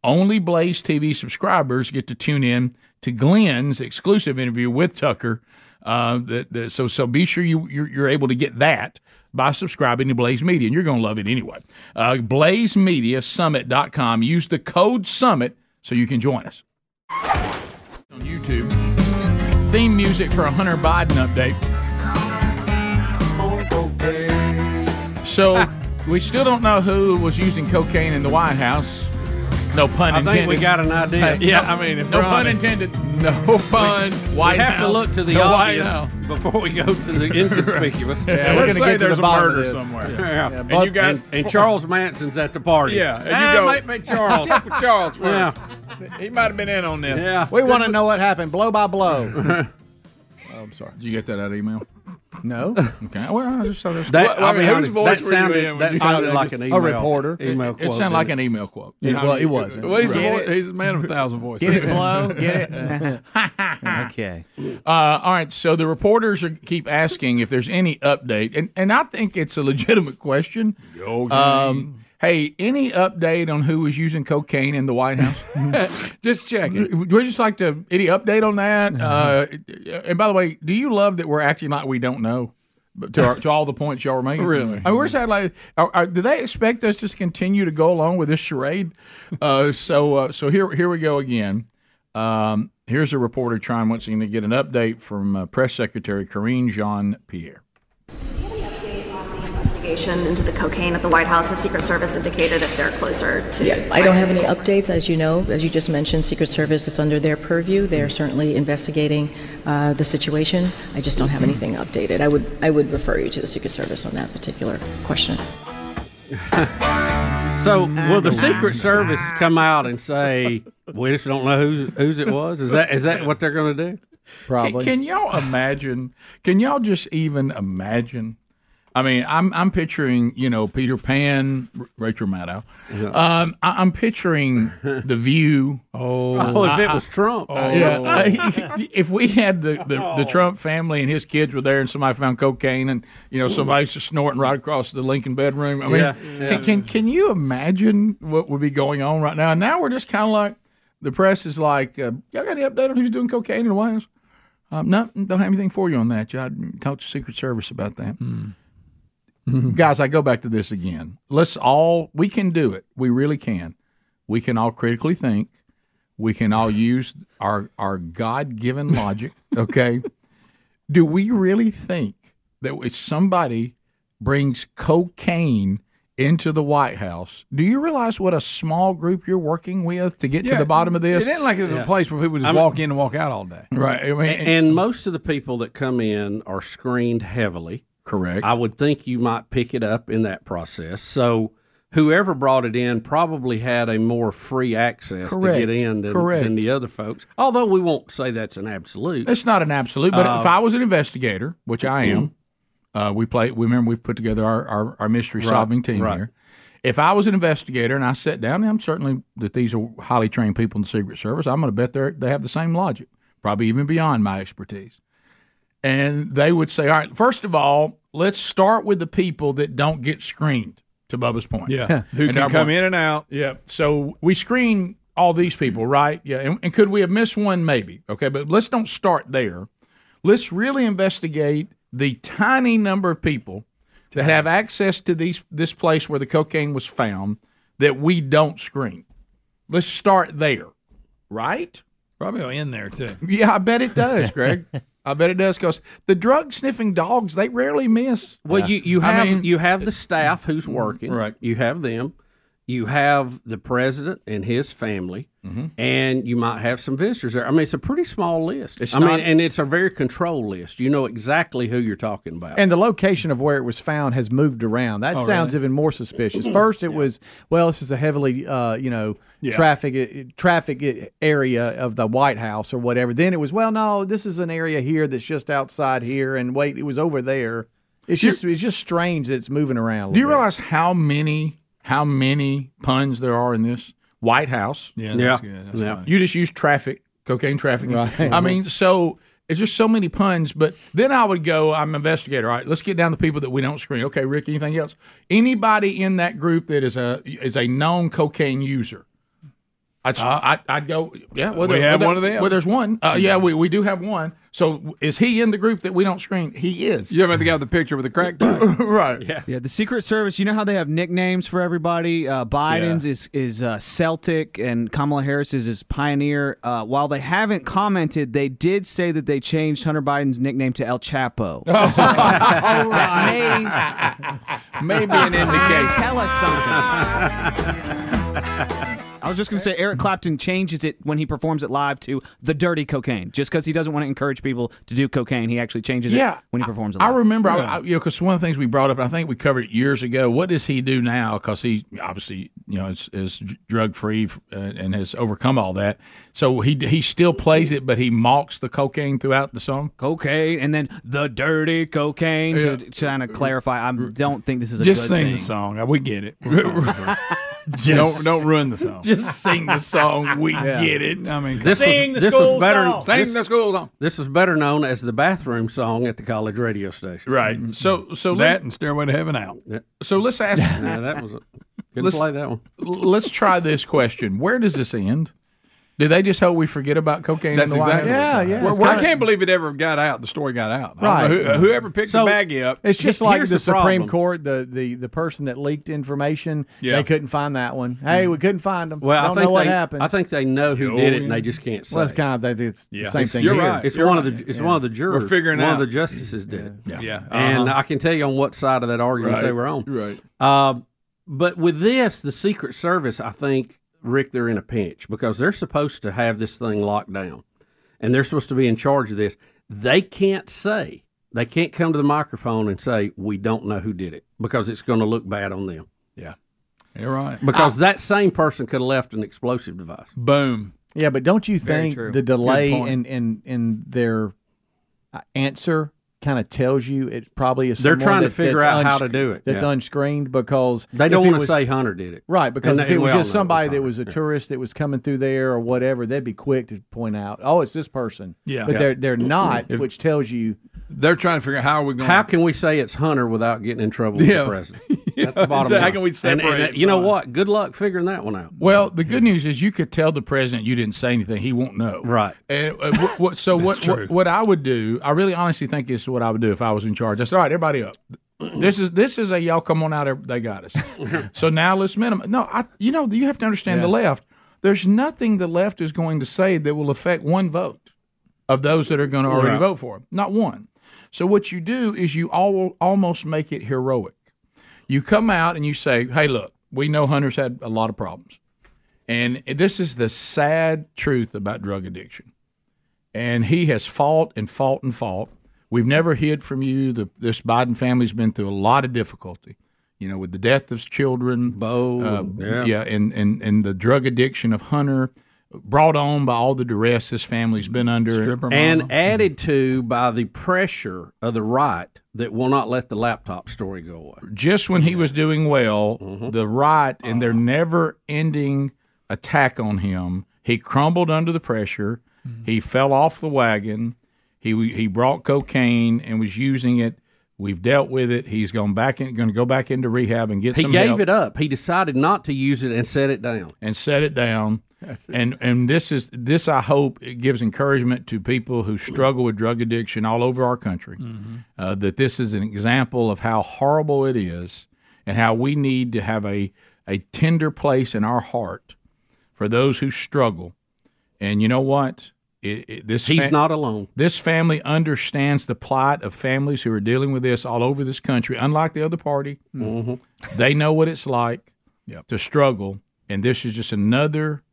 S1: only Blaze TV subscribers get to tune in to Glenn's exclusive interview with Tucker. Uh, that, that, so so be sure you you're, you're able to get that by subscribing to Blaze Media, and you're going to love it anyway. Uh, BlazeMediaSummit.com. Use the code SUMMIT so you can join us. On YouTube, theme music for a Hunter Biden update. So we still don't know who was using cocaine in the White House. No pun
S2: I
S1: intended.
S2: think we got an idea.
S1: Hey,
S2: Yeah,
S1: no-
S2: I mean, if
S1: no
S2: we're
S1: pun
S2: honest.
S1: intended. No pun.
S2: we have to look to the, obvious
S1: White House.
S2: before we go to the inconspicuous.
S1: Yeah, we're Let's gonna say get to there's the a bottom of murder this. somewhere.
S2: Yeah.
S1: Yeah,
S2: And,
S1: but-
S2: you got,
S1: and-
S2: and, Charles Manson's at the party.
S1: Yeah,
S4: and you go-
S2: make me Charles.
S4: Check with Charles
S2: Yeah.
S4: first. He might have been in on this.
S5: We want to know what happened, blow by blow.
S1: Oh, I'm sorry. Did you get that out of email?
S5: No.
S1: Okay. Well, I just thought that's
S2: That- Well, I I'll mean, be whose honest, voice that were you sounded- in when that you- sounded
S1: I-
S2: like an email-
S1: It,
S2: email
S1: it
S2: quote,
S1: sounded like
S2: didn't
S1: an
S2: it?
S1: email quote.
S2: It- well, it was.
S1: Right.
S4: Well, he's, a,
S1: Get
S4: vo-
S1: it?
S4: he's a man of a thousand voices.
S1: Mm-hmm. okay. Uh, all right. So the reporters are, keep asking if there's any update, and and I think it's a legitimate question. Um, hey, any update on who was using cocaine in the White House? just checking. We'd just like to any update on that. Uh, and by the way, do you love that we're acting like we don't know? But To, our, to all the points y'all were making,
S4: Really?
S1: I mean, we're saying like, are, are, do they expect us to continue to go along with this charade? Uh, so, uh, so here, here we go again. Um, here's a reporter trying once again to get an update from uh, Press Secretary Karine Jean Pierre.
S23: investigation into the cocaine at the White House. The Secret Service indicated if they're closer to.
S24: I don't have any updates, as you know. As you just mentioned, Secret Service is under their purview. They are certainly investigating uh, the situation. I just don't have anything updated. I would I would refer you to the Secret Service on that particular question.
S2: So will the Secret Service come out and say we just don't know whose whose it was? Is that is that what they're going to do?
S1: Can, can y'all imagine? Can y'all just even imagine? I mean, I'm I'm picturing you know Peter Pan, R- Rachel Maddow. Um, I, I'm picturing The View. Oh,
S2: Oh, if it was Trump. Oh.
S1: yeah. if we had the, the, the Trump family and his kids were there, and somebody found cocaine, and you know somebody's just snorting right across the Lincoln bedroom. I mean,
S2: Yeah. Yeah.
S1: Can, can can you imagine what would be going on right now? And now we're just kind of like the press is like, uh, y'all got any update on who's doing cocaine in the White House? Um, no, don't have anything for you on that. I talked to Secret Service about that.
S2: Hmm.
S1: Guys, I go back to this again. Let's all, we can do it. We really can. We can all critically think. We can all use our, our God given logic. Okay. do we really think that if somebody brings cocaine into the White House, do you realize what a small group you're working with to get to the bottom of this?
S4: It ain't like it's
S1: Yeah.
S4: a place where people just
S1: I mean-
S4: walk in and walk out all day.
S1: Right. I mean,
S2: and, most of the people that come in are screened heavily.
S1: Correct.
S2: I would think you might pick it up in that process. So whoever brought it in probably had a more free access
S1: Correct.
S2: to get in than,
S1: Correct.
S2: than the other folks. Although we won't say that's an absolute.
S1: It's not an absolute, but
S2: Uh,
S1: if I was an investigator, which I am, uh, we play. We remember we've put together our our, our mystery
S2: Mm-hmm. Right,
S1: solving team
S2: right.
S1: here. If I was an investigator and I sat down, I'm certainly that these are highly trained people in the Secret Service. I'm going to bet they they have the same logic, probably even beyond my expertise. And they would say, "All right, first of all, let's start with the people that don't get screened." To Bubba's point,
S4: Yeah. Who
S1: And
S4: can
S1: our
S4: come
S1: point.
S4: in and out.
S1: Yeah. So we screen all these people, right? Yeah. And, and could we have missed one? Maybe. Okay. But let's don't start there. Let's really investigate the tiny number of people that have access to these this place where the cocaine was found that we don't screen. Let's start there, right?
S10: Probably in there too.
S1: Yeah, I bet it does, Greg. I bet it does because the drug sniffing dogs they rarely miss.
S2: Well, you you
S1: I
S2: have
S1: mean,
S2: you have the staff who's working. Right. You have them. You have the president and his family,
S1: Mm-hmm.
S2: and you might have some visitors there. I mean, it's a pretty small list.
S5: It's
S2: I
S5: not-
S2: mean, and it's a very controlled list. You know exactly who you're talking about.
S5: And the location of where it was found has moved around. That
S2: Oh,
S5: sounds
S2: really? Hmm.
S5: even more suspicious. First, it was well, this is a heavily, uh, you know,
S2: Yeah.
S5: traffic uh, traffic area of the White House or whatever. Then it was well, no, this is an area here that's just outside here, and wait, it was over there. It's just it's just strange that it's moving around. a
S1: Do you
S5: little
S1: realize how many how many puns there are in this White House?
S5: Yeah, that's Yeah. good. That's Yeah. funny.
S1: You just use traffic, cocaine trafficking. I mean, so it's just so many puns. But then I would go, I'm an investigator. All right, let's get down to people that we don't screen. Okay, Rick, anything else? Anybody in that group that is a is a known cocaine user? I'd,
S4: Ah.
S1: I'd, I'd go, yeah. Well,
S4: We
S1: there-
S4: have
S1: well,
S4: one of
S1: there-
S4: them. Oh,
S1: Well, there's one. Uh, yeah, we, we do have one. So is he in the group that we don't screen? He is.
S12: You haven't got the picture with the crack pipe.
S1: right. Yeah.
S12: Yeah, the Secret Service. You know how they have nicknames for everybody. Uh, Biden's is is uh, Celtic, and Kamala Harris's is Pioneer. Uh, while they haven't commented, they did say that they changed Hunter Biden's nickname to El Chapo.
S10: Oh.
S4: Maybe an indication.
S12: Tell us something. I was just going to say Eric Clapton changes it when he performs it live to the dirty cocaine, just because he doesn't want to encourage people to do cocaine. He actually changes
S1: Yeah,
S12: it when he performs it.
S1: I
S12: Live.
S1: remember, I- I, you know, because one of the things we brought up, I think we covered it years ago. What does he do now? Because he obviously, you know, is, is drug free uh, and has overcome all that. So he he still plays it, but he mocks the cocaine throughout the song.
S12: Cocaine, and then the dirty cocaine to to trying to clarify. I don't think this is a
S10: Just
S12: good
S10: sing
S12: thing.
S10: the song. We get it.
S12: Just-
S10: don't don't ruin the song.
S1: Just sing the song. We
S10: Yeah.
S1: get it.
S10: I mean,
S2: This was, this was better.
S10: Sing
S2: this,
S10: the school song.
S2: This is better known as the bathroom song at the college radio station.
S1: Right. So so
S2: That
S1: let-
S2: and
S10: Mm-hmm. Stairway to Heaven out.
S1: So let's ask.
S2: yeah, that was a, good
S1: Let's-
S2: play that one.
S1: Let's try this question. Where does this end? Do they just hope we forget about cocaine?
S10: That's
S1: in the White
S10: exactly.
S1: House?
S10: what it's
S1: Where-
S10: about.
S1: where-
S10: I can't believe it ever got out. The story got out. I
S5: Right.
S10: don't know who- uh, whoever picked
S5: So,
S10: the baggie
S2: Uh,
S10: up.
S5: It's just
S10: He-
S5: like
S10: here's
S5: the, Supreme
S10: problem.
S5: Court, the, the the person that leaked information.
S2: Yeah.
S5: They couldn't find that one. Hey, we couldn't find them.
S2: Well,
S5: don't
S2: I think
S5: know what
S2: they,
S5: happened.
S2: I think they know who
S5: Oh,
S2: did it, and
S5: yeah.
S2: they just can't say.
S5: Well, it's kind of it's the same thing.
S2: You're
S5: here.
S2: right. It's one of the it's one of the jurors.
S5: We're figuring
S2: one
S5: out.
S2: of the justices did it.
S5: Yeah. Yeah.
S2: And
S5: Uh-huh.
S2: I can tell you on what side of that argument
S5: Right.
S2: they were on.
S5: Right.
S2: Uh, but with this, the Secret Service, I think Rick, they're in a pinch because they're supposed to have this thing locked down, and they're supposed to be in charge of this. They can't say they can't come to the microphone and say we don't know who did it because it's going to look bad on them.
S10: Yeah. You're right.
S2: Because that same person could have left an explosive device.
S10: Boom.
S5: Yeah, but don't you
S2: Very
S5: think
S2: true.
S5: the
S2: Good
S5: delay
S2: point.
S5: in in in their uh, answer kind of tells you it probably is
S2: They're
S5: someone
S2: trying to
S5: that-
S2: figure
S5: that's
S2: out how
S5: unsc-
S2: to do it,
S5: That's
S2: yeah.
S5: unscreened because
S2: They
S5: if
S2: don't
S5: it
S2: wanna
S5: was-
S2: say Hunter did it.
S5: right? Because
S2: And
S5: if
S2: they-
S5: it
S2: we
S5: was just
S2: all know it was
S5: somebody that
S2: Hunter,
S5: was a tourist that was coming through there or whatever, they'd be quick to point out, "Oh, it's this person."
S2: Yeah.
S5: but
S2: Yeah.
S5: they're they're not,
S2: If-
S5: which tells you
S10: they're trying to figure out how are we
S2: How can we say it's Hunter without getting in trouble with
S10: Yeah.
S2: the president? That's the bottom
S10: How
S2: line.
S10: can we
S2: And- and,
S10: separate
S2: uh, you know what? Good luck figuring that one out.
S1: Well, the good news is you could tell the president you didn't say anything. He won't know. Right. And uh, what, what, so what,
S10: That's true.
S1: what? What I would do? I really honestly think this is what I would do if I was in charge. I said, all right, everybody up. This is this is a y'all come on out. ev- They got us. so now let's minimize. No, I. You know you have to understand the
S10: Yeah.
S1: left. There's nothing the left is going to say that will affect one vote of those that are going to already
S10: Right.
S1: vote for him. Not one. So what you do is you all almost make it heroic. You come out and you say, "Hey, look, we know Hunter's had a lot of problems." And this is the sad truth about drug addiction. And he has fought and fought and fought. We've never hid from you. The, this Biden family's been through a lot of difficulty, you know, with the death of children, Bo,
S2: yeah.
S1: and, and and the drug addiction of Hunter, brought on by all the duress his family's been under,
S2: and added to by the pressure of the right that will not let the laptop story go away.
S1: just when he was doing well,
S2: Mm-hmm.
S1: the right and
S2: Ah.
S1: their never ending attack on him, he crumbled under the pressure.
S2: Mm-hmm.
S1: He fell off the wagon. He he brought cocaine and was using it. We've dealt with it. He's gone back in, going to go back into rehab and get
S2: He
S1: some
S2: gave
S1: help
S2: it up. He decided not to use it and set it down.
S1: and set it down. And and this is this I hope it gives encouragement to people who struggle with drug addiction all over our country.
S2: Mm-hmm.
S1: Uh, that this is an example of how horrible it is, and how we need to have a a tender place in our heart for those who struggle. And you know what? It, it- this
S2: He's not alone.
S1: This family understands the plight of families who are dealing with this all over this country. Unlike the other party,
S2: Mm-hmm.
S1: they know what it's like to struggle, and this is just another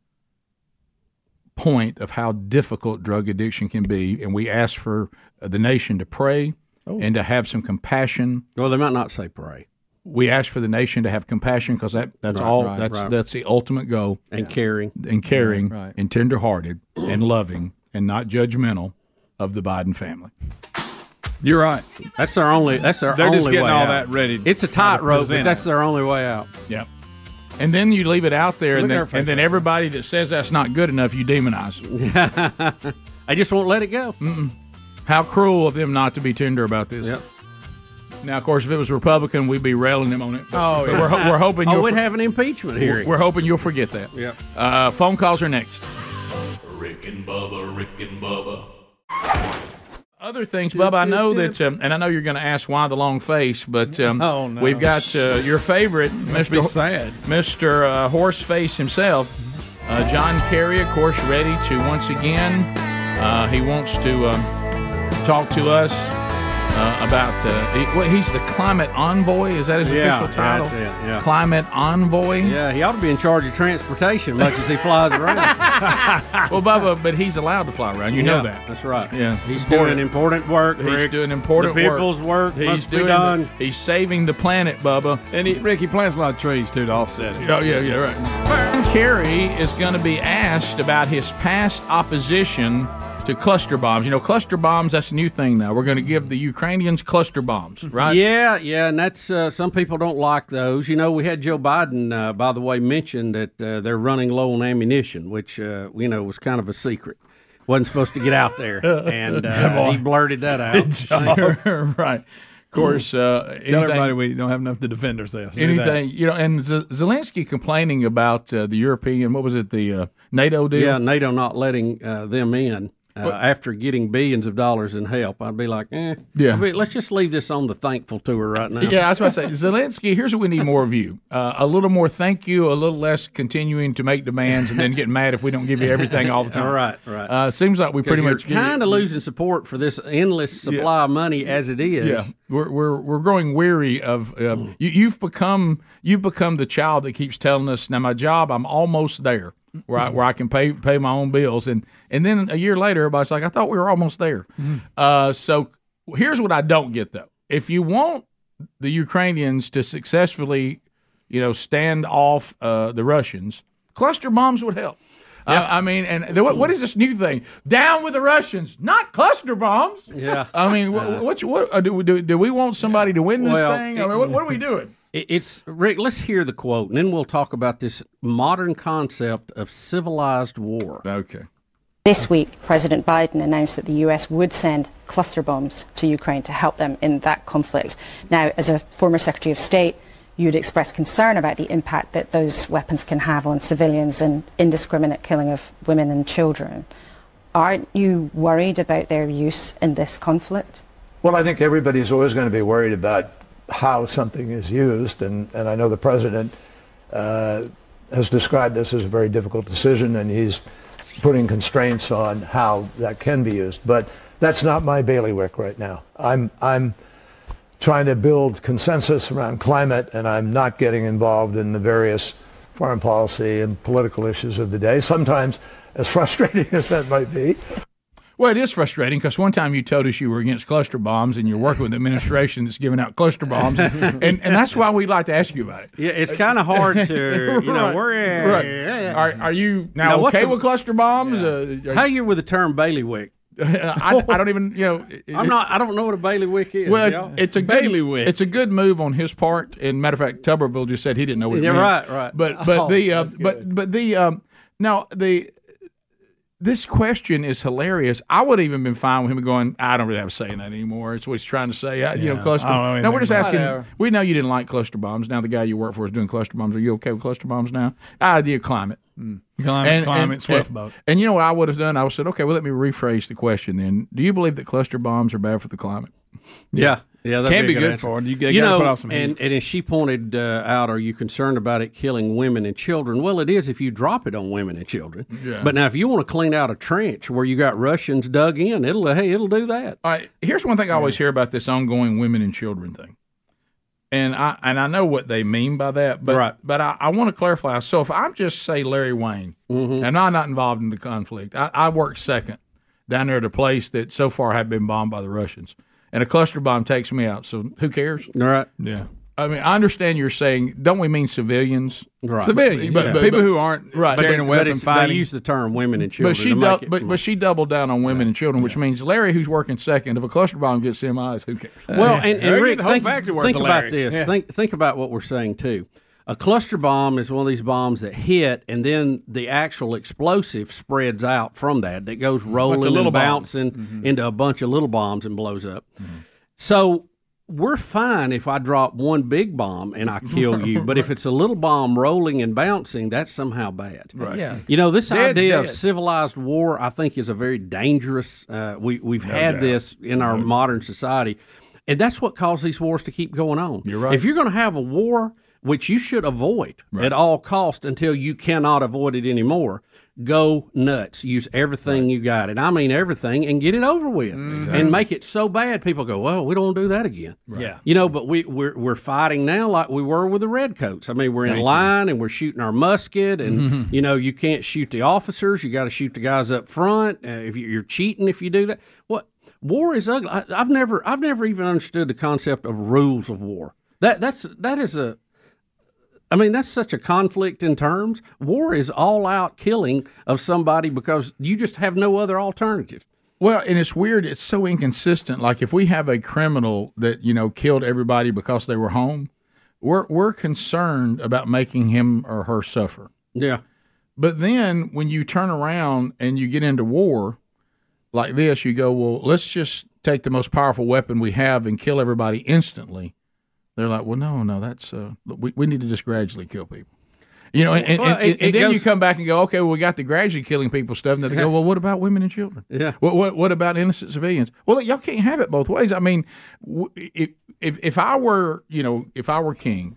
S1: point of how difficult drug addiction can be. And we ask for uh, the nation to pray
S2: Oh.
S1: and to have some compassion.
S2: Well, they might not say pray.
S1: We ask for the nation to have compassion because that, that's
S2: Right,
S1: all
S2: right,
S1: that's
S2: right.
S1: that's the ultimate goal
S2: and caring
S1: and caring
S2: Right, right.
S1: and tenderhearted and loving and not judgmental of the Biden family.
S10: You're right.
S2: That's their only. That's their.
S1: They're
S2: only
S1: just getting
S2: way
S1: all
S2: out.
S1: that ready.
S2: It's a tightrope,
S1: present
S2: but
S1: it.
S2: that's their only way out.
S1: Yep. And then you leave it out there,
S2: Look
S1: and then,
S2: out for
S1: and then everybody that says that's not good enough, you demonize.
S2: I just won't let it go.
S1: Mm-mm. How cruel of them not to be tender about this. Yep. Now, of course, if it was Republican, we'd be railing them on it.
S2: Oh,
S1: but
S2: yeah.
S1: we're, ho- we're hoping
S2: Oh,
S1: you'll
S2: we'd have an impeachment
S1: we're-
S2: hearing.
S1: We're hoping you'll forget that.
S2: Yep.
S1: Uh, phone calls are next.
S3: Rick and Bubba, Rick and Bubba.
S1: Other things, Bub. I know that, um, and I know you're going to ask why the long face, but um,
S10: Oh, no.
S1: we've got uh, your favorite,
S10: Must
S1: Mr.
S10: be
S1: Ho-
S10: sad.
S1: Mr. Uh, Horseface himself, uh, John Kerry, of course, ready to once again. Uh, he wants to um, talk to us uh, about. Uh, he, well, he's the climate envoy. Is that his
S2: Yeah,
S1: official title?
S2: that's it, yeah.
S1: Climate envoy.
S2: Yeah, he ought to be in charge of transportation, much as he flies around.
S1: well, Bubba, but he's allowed to fly around. You know
S2: Yeah,
S1: that.
S2: That's right.
S1: Yeah,
S2: he's
S1: important.
S2: doing important work.
S1: He's
S2: Rick.
S1: doing important
S2: The
S1: work.
S2: people's work.
S1: He's
S2: must
S1: doing
S2: be done.
S1: The, he's saving the planet, Bubba.
S4: And he, Rick, he plants a lot of trees too to offset it.
S1: Oh yeah, yeah, right. Kerry is going to be asked about his past opposition to cluster bombs. You know, cluster bombs—that's a new thing now. We're going to give the Ukrainians cluster bombs, right?
S2: Yeah, yeah, and that's uh, some people don't like those. You know, we had Joe Biden, uh, by the way, mention that uh, they're running low on ammunition, which uh, you know was kind of a secret. wasn't supposed to get out there, and
S1: Come
S2: uh,
S1: on.
S2: he blurted that out.
S1: right. Of course, uh,
S10: Tell
S1: anything-
S10: everybody we don't have enough to defend ourselves. Do that.
S1: Anything you know, and Z- Zelensky complaining about uh, the European. What was it? The uh, NATO deal.
S2: Yeah, NATO not letting uh, them in uh,
S1: But-
S2: after getting billions of dollars in help. I'd be like, eh,
S1: Yeah.
S2: I mean, let's just leave this on the thankful tour right now.
S1: Yeah, I was about to say, Zelensky, here's what we need more of you. Uh, a little more thank you, a little less continuing to make demands and then getting mad if we don't give you everything all the time.
S2: Right, right.
S1: Uh, seems like we pretty much
S2: kind of losing support for this endless supply of money as it is.
S1: Yeah, we're, we're, we're growing weary of um, you, you've become you've become the child that keeps telling us now my job I'm almost there where I, where I can pay pay my own bills and and then a year later everybody's like I thought we were almost there. Uh, so here's what I don't get though: if you want the Ukrainians to successfully, you know, stand off uh, the Russians, cluster bombs would help. Uh, I mean, and th- what, what is this new thing? Down with the Russians, not cluster bombs.
S2: Yeah.
S1: I mean, what, what, what uh, do, we- do, do we want somebody to win this
S2: Well,
S1: thing? I mean, what, what are we doing?
S2: It- It's Rick. Let's hear the quote, and then we'll talk about this modern concept of civilized war.
S1: Okay.
S6: This week, President Biden announced that the US would send cluster bombs to Ukraine to help them in that conflict. Now, as a former Secretary of State, you'd express concern about the impact that those weapons can have on civilians and indiscriminate killing of women and children. Aren't you worried about their use in this conflict?
S25: Well, I think everybody's always going to be worried about how something is used, and, and I know the president uh, has described this as a very difficult decision, and he's putting constraints on how that can be used. But that's not my bailiwick right now. I'm I'm trying to build consensus around climate, and I'm not getting involved in the various foreign policy and political issues of the day. Sometimes, as frustrating as that might be,
S1: Well, it is frustrating because one time you told us you were against cluster bombs and you're working with the administration that's giving out cluster bombs, and, and that's why we like to ask you about it.
S2: Yeah, it's kind of hard to, you know,
S1: Right,
S2: worry.
S1: right. Are, are you now,
S2: Now, what's
S1: okay
S2: the-
S1: with cluster bombs? Uh,
S2: How you with the term bailiwick?
S1: I, I don't even, you know.
S2: I'm not. I don't know what a bailiwick is.
S1: Well,
S2: y'all.
S1: it's a good, it's a good move on his part. And matter of fact, Tuberville just said he didn't know what it
S2: Yeah,
S1: meant.
S2: right, right.
S1: But but
S2: Oh,
S1: the uh, but but the um, now the this question is hilarious. I would have even been fine with him going. I don't really have a say in that anymore. It's what he's trying to say. I, you know,
S10: Yeah,
S1: cluster.
S10: I don't know
S1: No,
S10: anything
S1: we're just
S10: about
S1: asking.
S10: it. Whatever.
S1: We know you didn't like cluster bombs. Now the guy you work for is doing cluster bombs. Are you okay with cluster bombs now? I did climate.
S10: Mm. Climate, climate, swift boat.
S1: And you know what I would have done? I would have said, okay, well, let me rephrase the question then. Do you believe that cluster bombs are bad for the climate?
S2: Yeah, yeah, that'd
S10: Can't be
S2: a
S10: good
S2: answer.
S10: for it. You gotta- gotta
S2: know,
S10: put off some
S2: and, and as she pointed uh, out, are you concerned about it killing women and children? Well, it is if you drop it on women and children.
S1: Yeah.
S2: But now, if you want to clean out a trench where you got Russians dug in, it'll hey, it'll do that.
S1: All right. Here's one thing I always hear about this ongoing women and children thing, and I and I know what they mean by that, but but I, I want to clarify. So if I'm just say Larry Wayne, and I'm not involved in the conflict, I, I work second down there at a place that so far have been bombed by the Russians, and a cluster bomb takes me out. So who cares?
S2: All right.
S10: Yeah.
S1: I mean, I understand you're saying. Don't we mean civilians?
S2: Right.
S1: Civilians, but,
S2: Yeah.
S1: but-
S2: People
S1: but-
S2: who aren't
S1: right.
S2: carrying
S1: But
S2: a weapon,
S1: it's- they
S2: fighting.
S1: use
S2: the term women and
S1: But she, dou- but, but she doubled down on women and children, which means Larry, who's working second, if a cluster bomb gets him eyes, who cares?
S13: Uh,
S2: Well, and, and Rick,
S1: the whole
S2: think,
S1: factory worth
S2: think
S1: of
S2: about
S1: Larry's.
S2: this.
S1: Yeah.
S2: Think think about what we're saying too. A cluster bomb is one of these bombs that hit, and then the actual explosive spreads out from that. That goes rolling
S13: little
S2: and
S13: bombs. Mm-hmm.
S2: bouncing into a bunch of little bombs and blows up. So we're fine if I drop one big bomb and I kill you, but if it's a little bomb rolling and bouncing, that's somehow bad.
S13: Right. Yeah.
S2: You know this
S13: Dead's
S2: idea of
S13: dead.
S2: civilized war, I think, is a very dangerous. Uh, we we've had
S13: doubt.
S2: this in our modern society, and that's what caused these wars to keep going on. You're right. If you're going to have a war, which you should avoid at all cost until you cannot avoid it anymore, go nuts. Use everything you got, and I mean everything, and get it over with, and make it so bad people go, "Well, we don't wanna do that again."
S13: Yeah.
S2: You know, but we we're, we're fighting now like we were with the redcoats. I mean, we're in
S13: Thank you.
S2: line and we're shooting our musket, and
S13: Mhm.
S2: you know you can't shoot the officers. You got to shoot the guys up front. Uh, if you- you're cheating, if you do that, what war is ugly. I, I've never I've never even understood the concept of rules of war. That that's that is a I mean, that's such a conflict in terms. War is all out killing of somebody because you just have no other alternative.
S1: Well, and it's weird. It's so inconsistent. Like if we have a criminal that you know killed everybody because they were home, we're we're concerned about making him or her suffer.
S2: Yeah.
S1: But then when you turn around and you get into war like this, you go, well, let's just take the most powerful weapon we have and kill everybody instantly. They're like, well, no, no, that's uh, we we need to just gradually kill people. You know, and, and,
S13: Well,
S1: and,
S13: it-
S1: and
S13: it
S1: then you
S13: goes-
S1: come back and go, okay, well, we got the gradually killing people stuff. And they go, well, what about women and children?
S2: Yeah.
S1: What what, what about innocent civilians? Well, look, y'all can't have it both ways. I mean, w- if if if I were you know if I were king,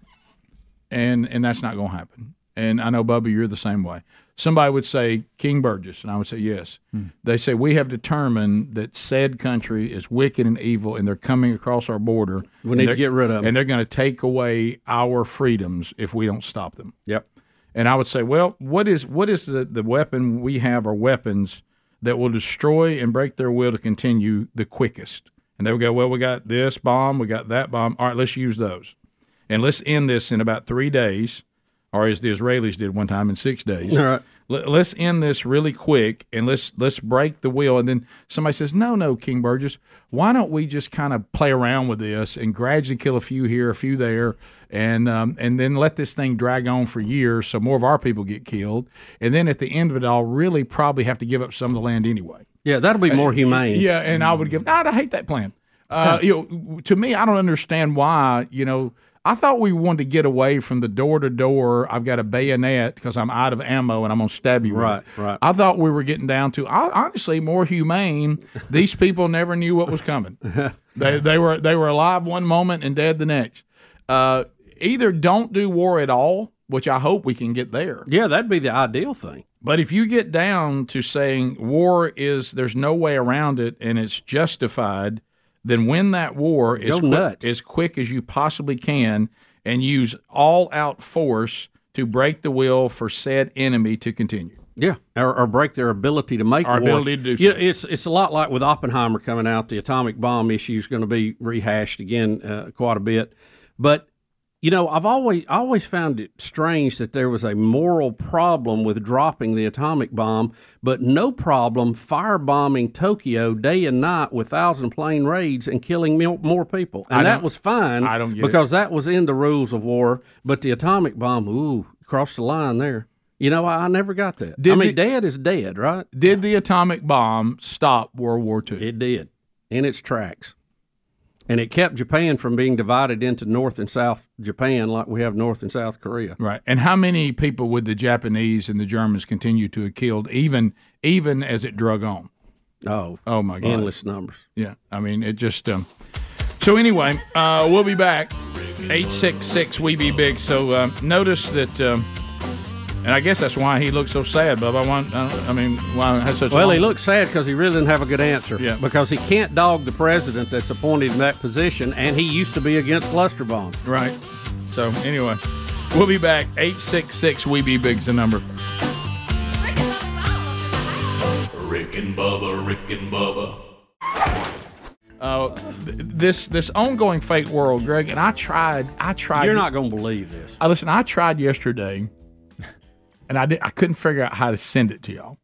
S1: and and that's not going to happen. And I know, Bubba, you're the same way. Somebody would say King Burgess, and I would say yes.
S2: Hmm.
S1: They say we have determined that said country is wicked and evil, and they're coming across our border.
S2: We
S1: and
S2: need to
S1: they're-
S2: get rid of 'em.
S1: and they're going to take away our freedoms if we don't stop them.
S2: Yep.
S1: And I would say, well, what is what is the, the weapon we have or weapons that will destroy and break their will to continue the quickest? And they would go, well, we got this bomb, we got that bomb. All right, let's use those, and let's end this in about three days, or as the Israelis did one time in six days.
S2: All right.
S1: Let, us end this really quick and let's let's break the wheel. And then somebody says, "No, no, King Burgess, why don't we just kind of play around with this and gradually kill a few here, a few there, and um, and then let this thing drag on for years so more of our people get killed, and then at the end of it all, really probably have to give up some of the land anyway." Uh,
S2: Yeah, that'll be more humane.
S1: Yeah, and I would give. I'd hate that plan. Uh, you know, to me, I don't understand why. You know, I thought we wanted to get away from the door to door. I've got a bayonet because I'm out of ammo and I'm gonna stab you. Right, right. I thought we were getting down to hon- honestly more humane. These people never knew what was coming. they they were they were alive one moment and dead the next. Uh, either don't do war at all, which I hope we can get there.
S2: Yeah, that'd be the ideal thing.
S1: But if you get down to saying war is there's no way around it and it's justified, then win that war
S2: Go
S1: as,
S2: nuts.
S1: as quick as you possibly can and use all out force to break the will for said enemy to continue.
S2: Yeah, or, or break their ability to make
S1: Our
S2: war.
S1: ability to do
S2: You know, it's it's a lot like with Oppenheimer coming out. The atomic bomb issue is going to be rehashed again uh, quite a bit. But you know, I've always I always found it strange that there was a moral problem with dropping the atomic bomb, but no problem firebombing Tokyo day and night with thousand plane raids and killing mil- more people. And
S1: I
S2: that
S1: don't-
S2: was fine.
S1: I don't get it.
S2: because that was in the rules of war. But the atomic bomb, ooh, crossed the line there. You know, I, I never got that. I
S1: Did
S2: mean,
S1: the-
S2: dead is dead, right?
S1: Did the atomic bomb stop World War II?
S2: It did, in its tracks. And it kept Japan from being divided into North and South Japan like we have North and South Korea.
S1: Right. And how many people would the Japanese and the Germans continue to have killed even even as it drug on?
S2: Oh,
S1: oh my God.
S2: endless numbers.
S1: Yeah, I mean, it just. Um, so anyway, uh, we'll be back. Eight six six, we be big. So um, notice that, um, and I guess that's why he looks so sad, Bub. I want. I, I mean, why had such.
S2: well,
S1: long-
S2: he looks sad because he really didn't have a good answer. Yeah. Because he can't dog the president that's appointed in that position, and he used to be against cluster bombs.
S1: Right. So anyway, we'll be back. Eight six six, we be big's the number.
S3: Rick and Bubba, Rick and Bubba.
S1: uh, th- this this ongoing fake world, Greg. And I tried, I tried.
S2: You're not going to believe this.
S1: I listen. I tried yesterday, and I did, I couldn't figure out how to send it to y'all.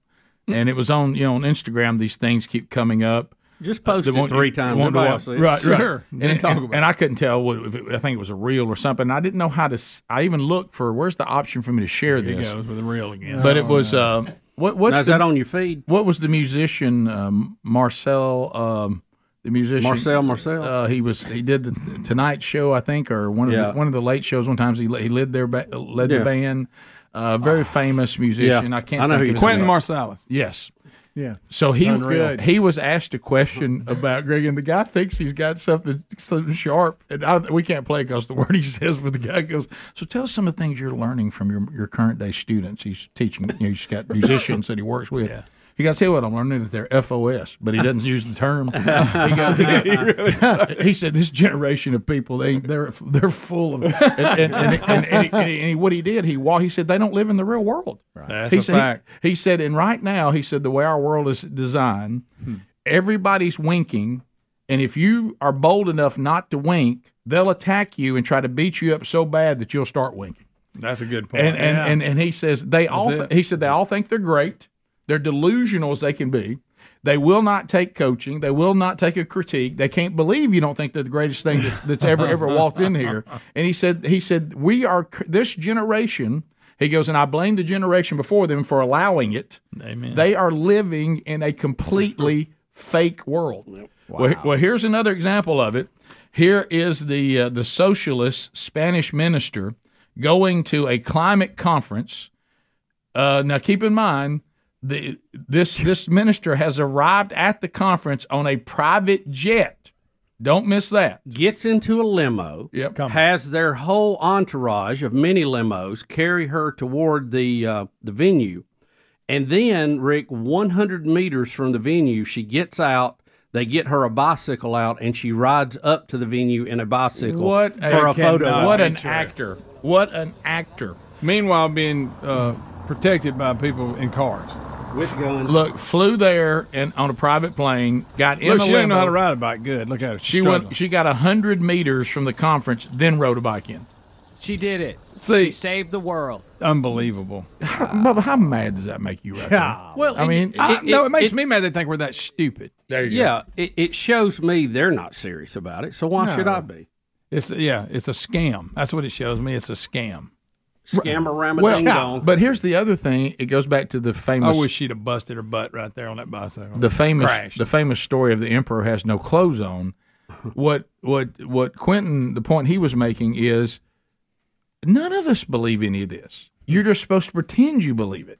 S1: And it was on you know on Instagram. These things keep coming up.
S2: Just post
S1: Uh, They
S2: it
S1: want-
S2: three times.
S1: want to
S2: Everybody
S1: wa-
S2: will see it.
S1: Right,
S2: Sure.
S1: right.
S2: Then
S1: And,
S2: talk
S1: and-
S2: about
S1: and I couldn't tell what if it, I think it was a reel or something. I didn't know how to. s- I even looked for where's the option for me to share
S2: There
S1: this.
S2: goes with the reel again.
S1: But it
S2: Oh,
S1: was
S2: no.
S1: um, what what's
S2: Now, is
S1: the-
S2: that on your feed?
S1: What was the musician um, Marcel? Um, the musician
S2: Marcel, Marcel.
S1: Uh, he was he did the Tonight Show, I think, or one of
S2: Yeah.
S1: the, one of the late shows. One times he he led their ba- led
S2: Yeah.
S1: the band. Uh, very famous musician.
S2: Yeah.
S1: I can't.
S2: I know
S1: think
S2: who
S1: of
S2: you-
S1: his
S2: Quentin
S1: name.
S2: Marsalis.
S1: Yes.
S2: Yeah.
S1: So he
S2: Sounds
S1: was
S2: good.
S1: good. He was asked a question about Greg, and the guy thinks he's got something something sharp, and I, we can't play because the word he says. But the guy goes, "So tell us some of the things you're learning from your your current day students." He's teaching. You know, he's got musicians that he works with. He goes, "Tell you what I'm learning that they're FOS," but he doesn't use the term. he, goes, "Uh-huh."
S4: He
S1: he said, "This generation of people, they they're they're full of." And, and, and, and, and, he- and he- and he- what he did, he wa- he said they don't live in the real world.
S4: That's
S1: he
S4: a
S1: said, he-
S4: fact.
S1: He, said, and right now, he said the way our world is designed,
S10: Hmm.
S1: everybody's winking, and if you are bold enough not to wink, they'll attack you and try to beat you up so bad that you'll start winking.
S10: That's a good point.
S1: And and,
S10: Yeah.
S1: and and he says they
S10: That's
S1: all
S10: it.
S1: he said they all think they're great. They're delusional as they can be. They will not take coaching. They will not take a critique. They can't believe you don't think they're the greatest thing that's, that's ever ever walked in here. And he said he said we are c- this generation. He goes and I blame the generation before them for allowing it.
S10: Amen.
S1: They are living in a completely fake world. Well, well, here's another example of it. Here is the uh, the socialist Spanish minister going to a climate conference. Uh, now, keep in mind the this this minister has arrived at the conference on a private jet. Don't miss that.
S2: Gets into a limo.
S1: Yep.
S2: Has their whole entourage of mini limos carry her toward the uh, the venue, and then Rick, 100 meters from the venue, she gets out. They get her a bicycle out, and she rides up to the venue in a bicycle
S1: What a-
S2: for a photo.
S1: What an
S2: op.
S1: actor! What an actor!
S4: Meanwhile, being uh, protected by people in cars.
S2: With guns.
S1: Look, flew there and on a private plane. Got in
S4: Look,
S1: a
S4: she didn't know
S1: limo.
S4: how to ride a bike. Good. Look at her.
S1: She went. She got hundred meters from the conference, then rode a bike in.
S12: She did it.
S1: See-
S12: she saved the world.
S4: Unbelievable.
S1: Bubba, how mad does that make you right
S4: Yeah.
S1: there?
S2: Well,
S1: I
S2: it-
S1: mean,
S4: I-
S2: It-
S4: no,
S2: it-
S4: it makes
S2: it-
S4: me mad they think we're that stupid.
S1: There you
S2: yeah, it, it shows me they're not serious about it. So why should I be?
S4: It's
S1: uh,
S4: yeah, it's a scam. That's what it shows me. It's a scam.
S2: Scamorama
S1: well,
S2: ding dong.
S1: but here's the other thing. It goes back to the famous
S4: I wish she'd have busted her butt right there on that bicycle.
S1: the famous
S4: Crashed.
S1: the famous story of the emperor has no clothes on. What what what Quentin the point he was making is none of us believe any of this. You're just supposed to pretend you believe it.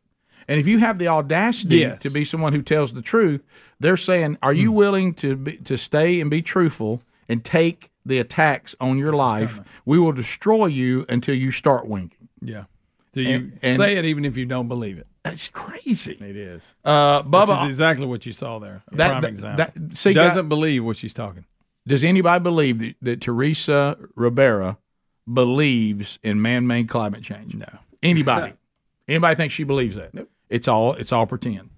S1: And if you have the audacity
S4: Yes. Hmm.
S1: to be someone who tells the truth, they're saying, "Are you willing to be, to stay and be truthful and take the attacks on your life? We will destroy you until you start winking."
S4: yeah. Do you
S1: And- and-
S4: say it even if you don't believe it?
S1: That's crazy.
S4: It is.
S1: Uh,
S4: Which
S1: Bubba,
S4: is exactly what you saw there. A
S1: That-
S4: prime
S1: that-
S4: example.
S1: that- see,
S4: doesn't
S1: guy-
S4: believe what she's talking.
S1: Does anybody believe that, that Teresa Ribera believes in man-made climate change? No. Anybody? anybody think she believes that? Nope. It's all it's all pretend.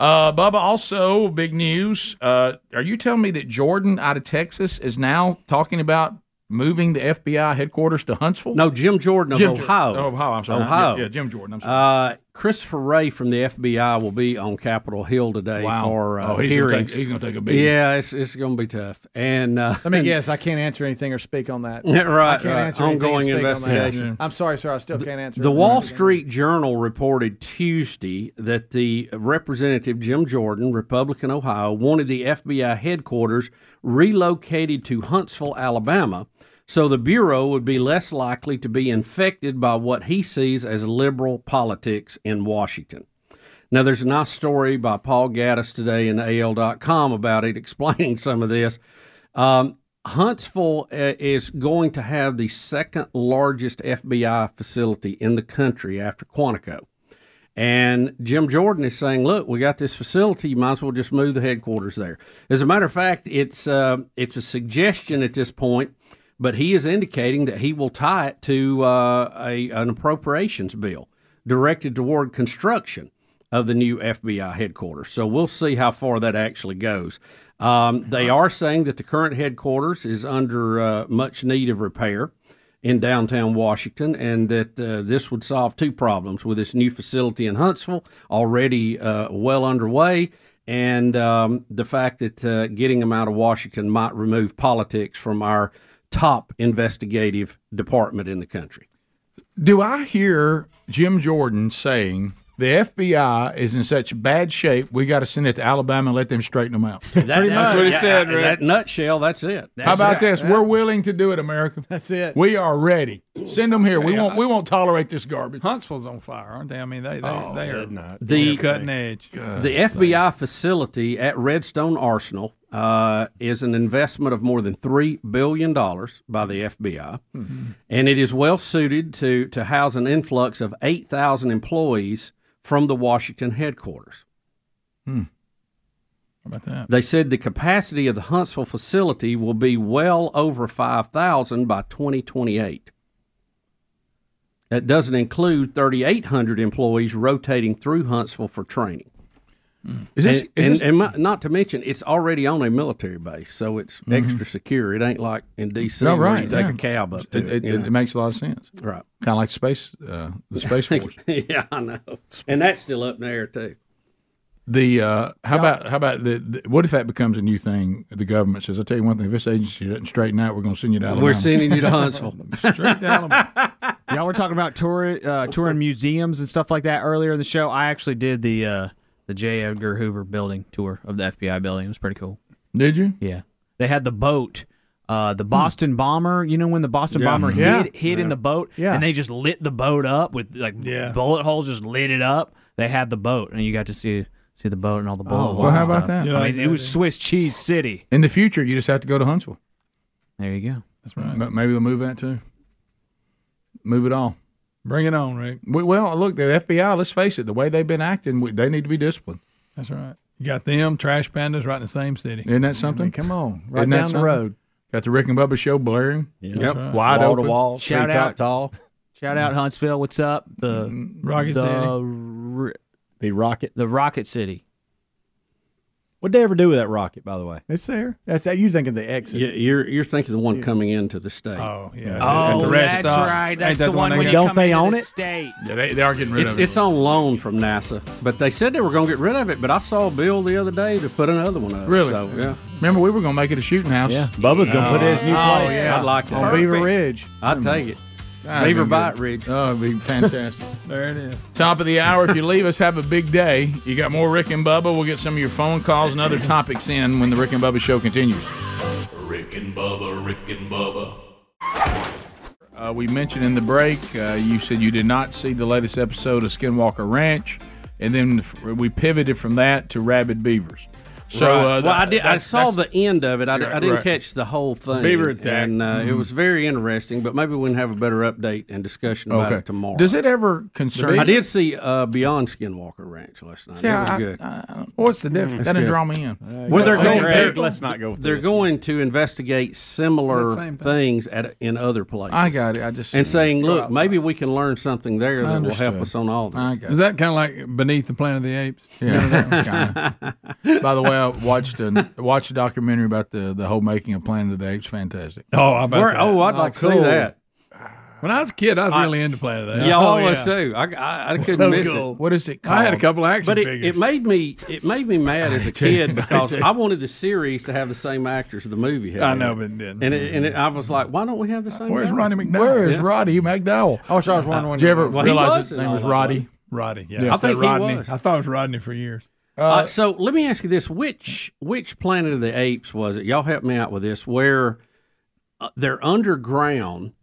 S1: Uh, Bubba, also big news. Uh, are you telling me that Jordan out of Texas is now talking about moving the FBI headquarters to Huntsville?
S2: No, Jim Jordan of
S1: Jim Jordan.
S2: Ohio.
S1: Oh, Ohio, I'm sorry.
S2: Ohio.
S1: Yeah, yeah, Jim Jordan, I'm
S2: sorry. Uh, Christopher Ray from the FBI will be on Capitol Hill today
S1: Wow.
S2: for uh,
S1: Oh, he's gonna
S2: hearings.
S1: take- he's gonna take a beating.
S2: Yeah, it's, it's going to be tough. And uh,
S5: Let me guess. I can't answer anything or speak on that.
S2: Yeah, right,
S5: I can't
S2: right.
S5: answer anything or
S2: Ongoing
S5: speak on that.
S2: investigation.
S5: I'm sorry, sir. I still can't answer.
S2: The
S5: it. Mm-hmm.
S2: Wall Street Journal reported Tuesday that the representative Jim Jordan, Republican Ohio, wanted the FBI headquarters relocated to Huntsville, Alabama, so the bureau would be less likely to be infected by what he sees as liberal politics in Washington. Now, there's a nice story by Paul Gaddis today in AL.com about it explaining some of this. Um, Huntsville uh, is going to have the second largest FBI facility in the country after Quantico. And Jim Jordan is saying, "Look, we got this facility. You might as well just move the headquarters there." As a matter of fact, it's uh, it's a suggestion at this point, but he is indicating that he will tie it to uh, a an appropriations bill directed toward construction of the new FBI headquarters. So we'll see how far that actually goes. Um, they are saying that the current headquarters is under uh, much need of repair in downtown Washington, and that uh, this would solve two problems with this new facility in Huntsville, already uh, well underway, and um, the fact that uh, getting them out of Washington might remove politics from our top investigative department in the country.
S1: Do I hear Jim Jordan saying the FBI is in such bad shape, we got to send it to Alabama and let them straighten them out?
S2: that's what he said, right? That nutshell, that's it.
S1: How about this? We're willing to do it, America.
S10: That's it.
S1: We are ready. Send them here. We won't. We won't tolerate this garbage.
S10: Huntsville's on fire, aren't they? I mean, they they,
S1: Oh,
S10: they are not.
S2: The-
S10: cutting edge.
S2: The FBI facility at Redstone Arsenal uh, is an investment of more than three billion dollars by the FBI,
S13: Mhm.
S2: and it is well suited to to house an influx of eight thousand employees from the Washington headquarters.
S10: How about that?
S2: They said the capacity of the Huntsville facility will be well over five thousand by twenty twenty eight. That doesn't include 3,800 employees rotating through Huntsville for training.
S1: Um, Is this-
S2: and,
S1: is this-
S2: and- and my- not to mention, it's already on a military base, so it's
S1: Mhm.
S2: extra secure. It ain't like in D.C.
S1: No,
S2: where
S1: Oh, right,
S2: you take
S1: yeah.
S2: a cab up.
S1: It-
S2: To it,
S1: it-
S2: you
S1: it
S2: know.
S1: makes a lot of sense.
S2: Right.
S1: Kind of like space, uh, the space force.
S2: yeah, I know. And that's still up in the air too.
S1: The uh, how about how about the, the what if that becomes a new thing? The government says, "I tell you one thing: if this agency doesn't straighten out, we're going to send you to Alabama.
S2: We're sending you to Huntsville.
S1: Straight to Alabama.
S12: Y'all were talking about tour, uh, touring museums and stuff like that earlier in the show. I actually did the uh, the J. Edgar Hoover building tour of the FBI building. It was pretty cool.
S1: Did you? Hmm.
S12: Yeah. They had the boat, uh, the Boston bomber. You know when the Boston
S11: Yeah.
S12: bomber
S11: Yeah.
S12: hid, hid in
S11: Yeah.
S12: the boat,
S11: Yeah.
S12: and they just lit the boat up with like bullet holes, just lit it up. They had the boat, and you got to see see the boat and all the bullet
S1: Oh, well,
S12: holes.
S1: how
S12: and
S1: about
S12: stuff.
S1: that?
S12: I mean, it was Swiss cheese city.
S1: In the future, you just have to go to Huntsville.
S12: There you go.
S1: That's right. maybe they'll move that too. Move it all.
S10: Bring it on, Rick.
S1: We, well, look, the FBI. Let's face it: the way they've been acting, we, they need to be disciplined.
S10: That's right. You got them trash pandas right in the same city.
S1: Isn't that something?
S10: come on,
S1: Isn't that something? Got the Rick and Bubba show blaring.
S10: Yeah. That's right.
S1: Wide
S10: Wall to
S1: open.
S10: wall,
S12: Shout out, Shout out Huntsville. What's up? The
S10: Rocket
S12: the,
S10: City.
S12: The rocket. The rocket city.
S11: What'd they ever do with that rocket, by the way?
S5: It's there. That's that. You think of the exit?
S2: You- You're you're thinking the one coming into the state. Oh
S10: yeah.
S12: Oh, that's right. That's the one. When you
S2: Don't
S12: come
S2: they
S12: into
S2: own
S12: the
S2: it?
S12: State.
S1: Yeah, they, they are getting rid
S2: It's,
S1: of it.
S2: it's on loan from NASA, but they said they were going to get rid of it. But I saw a bill the other day to put another one up.
S1: Really?
S2: So, yeah.
S1: Remember, we were going to make it a shooting house. Yeah.
S11: Bubba's gonna put it in his new
S2: Oh, place. yeah.
S1: I'd like
S2: On
S1: that.
S2: Beaver
S1: Ridge.
S2: I'd take it.
S1: That'd
S2: Beaver
S1: be
S2: Bite
S1: good.
S2: Ridge.
S1: Oh, it'd be fantastic.
S10: there it is.
S1: Top of the hour. If you leave us, have a big day. You got more Rick and Bubba. We'll get some of your phone calls and other topics in when the Rick and Bubba show continues.
S3: Rick and Bubba, Rick and Bubba,
S1: Uh, we mentioned in the break, uh, you said you did not see the latest episode of Skinwalker Ranch, and then f- we pivoted from that to rabid beavers. So,
S2: Right.
S1: uh,
S2: well, I did. I
S1: that's-
S2: saw
S1: that's-
S2: the end of it. I, di-
S1: Right,
S2: I didn't
S1: right.
S2: catch the whole thing.
S1: Beaver attack.
S2: And, uh, It
S1: Mhm.
S2: was very interesting, but maybe we can have a better update and discussion about
S1: Okay.
S2: it tomorrow.
S1: Does it ever concern-
S2: I did see uh, Beyond Skinwalker Ranch last night.
S1: See,
S2: that was
S1: I-
S2: good.
S1: I- I don't- what's the difference?
S2: That's
S1: That didn't
S2: good.
S1: draw me in.
S2: Well, they're
S1: Let's
S2: going.
S1: not go
S2: They're,
S1: through Let's not go through
S2: They're
S1: this.
S2: going to investigate similar
S1: That same thing.
S2: things at in other places.
S1: I got it. I just-
S2: and saying,
S1: Go
S2: look,
S1: outside.
S2: maybe we can learn something there that will help
S1: Understood.
S2: us on all this.
S1: I got
S10: Is that kind of like Beneath the Planet of the Apes?
S1: Yeah. Kinda. By the way, I watched a watched a documentary about the the whole making of Planet of the Apes. Fantastic.
S10: Oh, I bet.
S2: Where- oh, I'd like to see that.
S10: When I was a kid, I was
S2: I-
S10: really into Planet of the Apes.
S2: Yeah, I was too. I, I, I couldn't
S10: So
S2: miss
S10: cool.
S2: it.
S10: Oh, What is it I had a called? couple action
S2: but it,
S10: figures.
S2: It made me it made me mad as a
S10: tell you,
S2: kid
S10: I
S2: because
S10: tell
S2: I wanted the series to have the same actors the movie had.
S10: I
S2: in
S10: know, but it didn't.
S2: And it, and it, I was like, why don't we have the same?
S10: Where's
S2: guys?
S10: Roddy McDowell?
S1: Where is
S2: Yeah.
S1: Roddy McDowell?
S10: I wish I was wondering.
S1: Did you ever
S2: Well, he
S1: realize
S2: was uh,
S1: his
S2: in
S1: name
S2: all
S1: was
S2: that,
S1: Rodney?
S2: wasn't
S10: Roddy. Yeah,
S2: I
S10: I
S2: think he
S10: Rodney.
S2: was.
S10: I thought it was Rodney for years.
S2: Uh, so let me ask you this: which which Planet of the Apes was it? Y'all help me out with this. Where uh, they're underground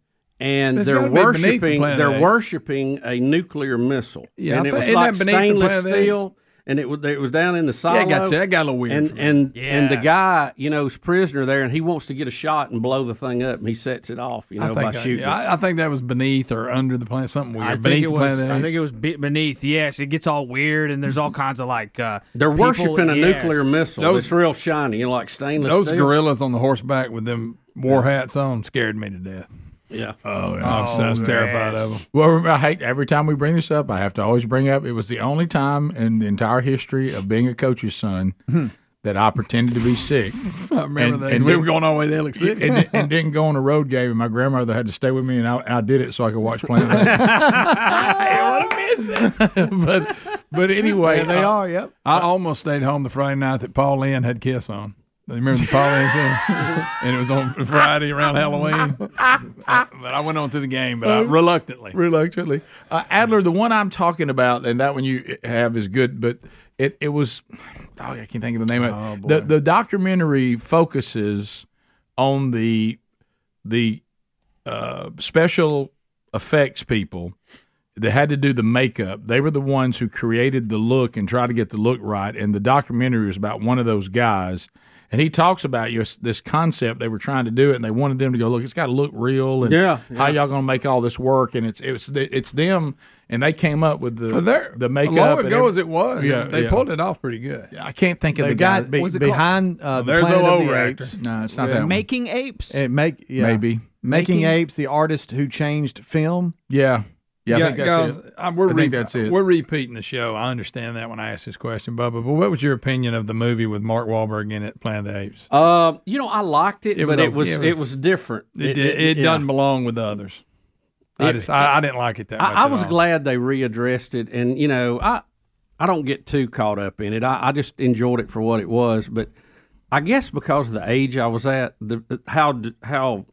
S2: and
S10: It's
S2: they're
S10: gotta be beneath the
S2: worshiping
S10: Planet of
S2: they're
S10: the Apes.
S2: worshiping a nuclear missile.
S10: Yeah, I
S2: and it
S10: thought-
S2: was
S10: isn't
S2: like
S10: that beneath the Planet
S2: stainless
S10: of the
S2: steel. And it was, it was down in the silo.
S10: Yeah, it got- that got a little weird for
S2: And
S10: me.
S2: and, and the
S10: Yeah.
S2: guy, you know, is prisoner there, and he wants to get a shot and blow the thing up, and he sets it off, you know,
S10: I think
S2: by
S10: I-
S2: shooting.
S10: yeah,
S2: it.
S10: I, I think that was beneath or under the planet, something weird.
S12: I
S10: beneath
S12: think, it
S10: the
S12: was,
S10: planet.
S12: I think it was be- beneath. Yes, it gets all weird, and there's all kinds of like. Uh,
S2: They're
S12: people-
S2: worshiping a
S12: yes.
S2: nuclear missile.
S10: Those-
S2: it's real shiny, you know, like stainless
S10: Those
S2: steel.
S10: gorillas on the horseback with them war hats on scared me to death.
S2: Yeah.
S10: Oh, yeah. I was, I was terrified of them.
S1: Well, remember, I hate every time we bring this
S10: Hmm.
S1: up. I have to always bring up. It was the only time in the entire history of being a coach's son that I pretended to be sick.
S4: I remember that. We were going all the way to Ellick City.
S1: and, and didn't go on a road game. And my grandmother had to stay with me, and I, I did it so I could watch Planet. of the but but anyway,
S4: There they
S1: uh,
S4: are. Yep. I almost stayed home the Friday night that Paul Lynn had Kiss on. You remember the Paul Lynn song? and it was on Friday around Halloween. I- but I went on to the game, but I,
S1: Uh,
S4: Uh-huh. reluctantly.
S1: Reluctantly, uh, Adler. The one I'm talking about, and that one you have is good, but it it was. Oh, I can't think of the name
S4: Oh,
S1: of it. The the documentary focuses on the the uh, special effects people that had to do the makeup. They were the ones who created the look and tried to get the look right. And the documentary was about one of those guys. And he talks about your, this concept they were trying to do it, and they wanted them to go look. It's got to look real, and
S4: Yeah,
S1: how
S4: yeah.
S1: y'all gonna make all this work? And it's it's it's them, and they came up with the
S4: For their-
S1: the makeup
S4: long
S1: and
S4: ago
S1: every-
S4: as it was,
S1: Yeah,
S4: they
S1: yeah.
S4: pulled it off pretty good.
S1: I can't think of
S4: They
S1: the
S4: got
S1: guy.
S4: be-
S1: was
S5: behind, uh, the
S4: there's
S5: Planet
S4: old
S5: of the
S4: actor.
S5: Apes.
S1: No, it's
S5: Yeah.
S12: Making apes.
S5: It make yeah.
S1: Maybe.
S5: making,
S12: Making-
S5: apes. The artist who changed film.
S1: Yeah,
S4: guys, I- we're re- We're
S5: We're
S4: repeating the show. I understand that when I asked this question, Bubba. But what was your opinion of the movie with Mark Wahlberg in it, Planet of the Apes?
S2: Uh, you know, I liked it, but it was, it was different.
S4: It, did- it
S2: yeah.
S4: doesn't belong with the others. I
S2: It-
S4: just I, I didn't like it that much.
S2: I, I
S4: at
S2: was
S4: all.
S2: glad they readdressed it, and you know, I I don't get too caught up in it. I, I just enjoyed it for what it was, but I guess because of the age I was at, the the- how d- how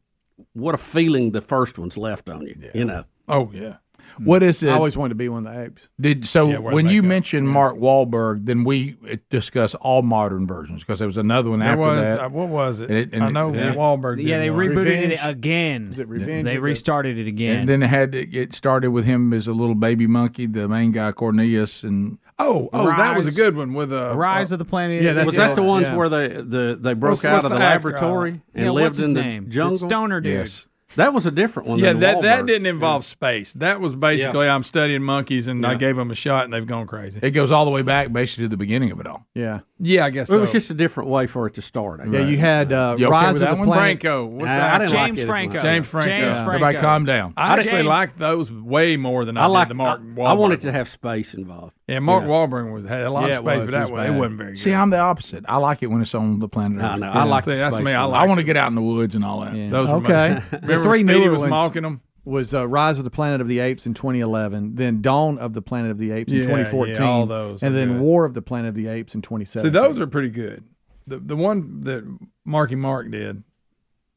S2: what a feeling the first one's left on you. You know.
S4: Oh yeah.
S1: What is it?
S5: I always wanted to be one of the apes.
S1: Did so
S5: Yeah, where
S1: when
S5: they
S1: you mentioned Mark Wahlberg, then we uh, discuss all modern versions because there was another one
S4: There
S1: after
S4: was-
S1: that.
S4: uh, what was it?
S1: And and
S4: I know Wahlberg
S12: Yeah, they rebooted it again.
S5: Is it
S12: They restarted it again.
S1: And then it had it- it started with him as a little baby monkey, the main guy Cornelius, and
S4: Oh, oh, that was a
S12: Rise-
S4: good one with uh,
S12: Rise
S4: uh,
S12: of the Planet.
S2: Yeah, was that the ones where they the they broke
S4: What's-
S2: out
S4: what's
S2: of the,
S4: the actor, uh,
S2: laboratory and
S4: Yeah,
S2: lived
S4: what's his
S2: in
S4: name?
S2: the
S4: The
S2: jungle?
S4: stoner dude. Yes.
S2: That was a different one.
S4: Yeah,
S2: than
S4: that that
S2: Wahlberg.
S4: didn't involve space. That was basically I'm studying monkeys and I
S1: Yeah.
S4: gave them a shot and they've gone crazy.
S1: it goes all the way back basically to the beginning of it all.
S5: Yeah.
S4: Yeah, I guess
S2: It was
S4: so.
S2: just a different way for it to start. I
S4: Yeah,
S2: guess.
S4: you had, uh,
S2: You okay
S4: Rise
S2: with
S4: of
S2: that
S4: the
S2: one?
S4: Planet- Franco. What's
S2: Nah,
S4: that?
S2: I didn't like
S4: James
S2: it as
S4: Franco.
S2: much.
S4: James Franco. James Franco.
S1: Everybody calm down.
S4: I actually
S1: James-
S4: liked those way more than I,
S2: I like
S4: did the Mark
S2: I,
S4: Wahlberg.
S2: I wanted to have space involved.
S4: Yeah, Mark
S2: You know.
S4: Wahlberg was had a lot
S2: Yeah,
S4: of
S2: it
S4: space,
S2: was.
S4: but
S2: It
S4: that
S2: was
S4: one, it
S2: bad.
S4: wasn't very good.
S1: See, I'm the opposite. I like it when it's on the planet Earth.
S2: I know. I like
S4: See,
S2: the
S4: that's
S2: space
S4: me. I
S2: one.
S4: like
S1: want to get out in the woods and all that.
S4: Those were my-
S5: okay.
S4: Remember when Speedy was mocking them?
S5: Was uh, Rise of the Planet of the Apes in 2011, then Dawn of the Planet of the Apes in
S4: Yeah, yeah,
S5: 2014,
S4: all those
S5: and
S4: were
S5: then
S4: good.
S5: War of the Planet of the Apes in
S4: See,
S5: 2017.
S4: those are pretty good. The the one that Marky Mark did,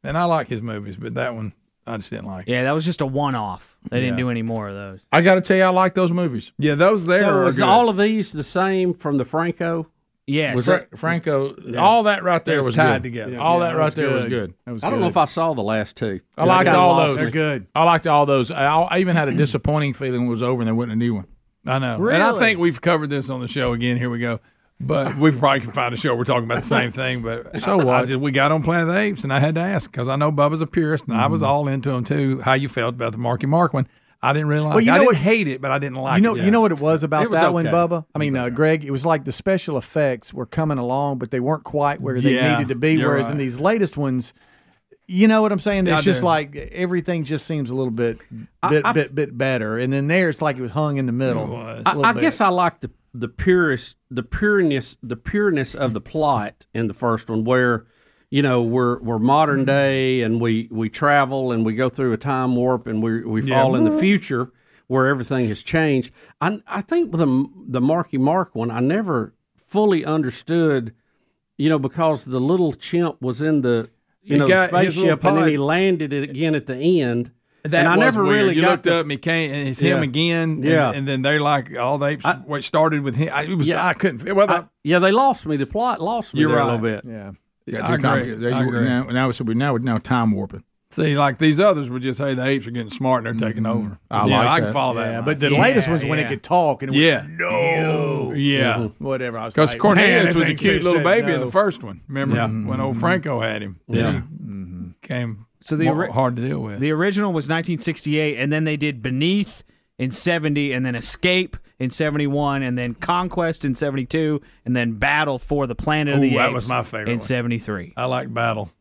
S4: and I like his movies, but that one I just didn't like.
S12: Yeah, that was just a one-off. They didn't
S4: Yeah.
S12: do any more of those.
S1: I got to tell you, I like those movies.
S4: Yeah, those there
S2: So
S4: are
S2: was
S4: good.
S2: all of these the same from the Franco?
S12: Yes.
S2: Was
S1: Fra-
S2: it-
S1: Franco, all that right there
S2: It
S1: was, tied together. all that, right there was good.
S2: I don't know if I saw the last two.
S1: I liked
S2: got
S1: all
S2: lost.
S1: those. I liked all those. I, I even had a disappointing feeling when it was over and there wasn't a new one.
S4: I know. And I think we've covered this on the show again. Here we go. But we probably can find a show. We're talking about the same thing. But
S1: So
S4: I- I
S1: what?
S4: just- we got on Planet of the Apes, and I had to ask because I know Bubba's a purist, and I was
S2: Mm-hmm.
S4: all into him too. How you felt about the Marky Mark one? I didn't really like.
S5: Well, you
S4: it. I
S5: know
S4: didn't
S5: what-
S4: hate it, but I didn't like
S5: you know,
S4: it.
S5: you know what it was about
S4: It was
S5: that one,
S4: okay.
S5: Bubba. I mean, uh, Greg, it was like the special effects were coming along, but they weren't quite where they
S4: Yeah,
S5: needed to be.
S4: you're
S5: Whereas in
S4: right.
S5: these latest ones, you know what I'm saying?
S4: I
S5: It's just
S4: do.
S5: like everything just seems a little bit,
S2: I-
S5: bit,
S2: I-
S5: bit, bit better. And then there, it's like it was hung in the middle. a little
S2: I, I
S5: bit.
S2: guess I like the the purest the pureness the pureness of the plot in the first one where you know we're we're
S4: Mm-hmm.
S2: modern day and we we travel and we go through a time warp and we we
S4: Yeah.
S2: fall in the future where everything has changed. I I think with the the Marky Mark one I never fully understood you know because the little chimp was in the you
S4: He
S2: know
S4: got his little
S2: spaceship and then
S4: pod.
S2: he landed it again at the end.
S4: That
S2: and I
S4: was
S2: never
S4: weird.
S2: really
S4: you
S2: got
S4: looked
S2: the-
S4: up and he came and it's him
S2: Yeah.
S4: again. and-
S2: Yeah.
S4: and, then they're like all the apes. what started with him? I, it was I couldn't. Well,
S2: I- yeah, they lost me. The plot lost me
S4: You're
S2: there a
S4: right.
S2: little bit.
S5: Yeah,
S1: Yeah,
S4: I
S1: too
S4: agree.
S1: complicated. There
S4: I
S1: you-
S4: agree.
S1: Now, now, so we now now time warping.
S4: See, like these others were just, hey, the apes are getting smart and they're taking over.
S1: Mm-hmm. I
S4: yeah,
S1: like
S4: I can
S1: that.
S4: follow that.
S5: Yeah,
S4: line.
S5: but the latest one's when it could talk and it
S4: yeah,
S5: went, no,
S4: yeah,
S5: whatever. I was
S4: Because
S5: like, man,
S4: Cornelius
S5: that
S4: was a
S5: thing said
S4: cute little baby in
S5: no. Mm-hmm.
S4: the first one. Remember
S5: Yeah.
S4: when old Franco had him? Then
S12: Yeah.
S4: he
S5: Mm-hmm.
S4: came
S12: So the
S4: more
S12: ori-
S4: hard to deal with.
S12: The original was 1968, and then they did Beneath in 70, and then Escape in 71, and then Conquest in 72, and then Battle for the Planet of
S4: Ooh,
S12: the
S4: that
S12: Apes
S4: was my favorite
S12: in
S4: one.
S12: 73.
S4: I like Battle.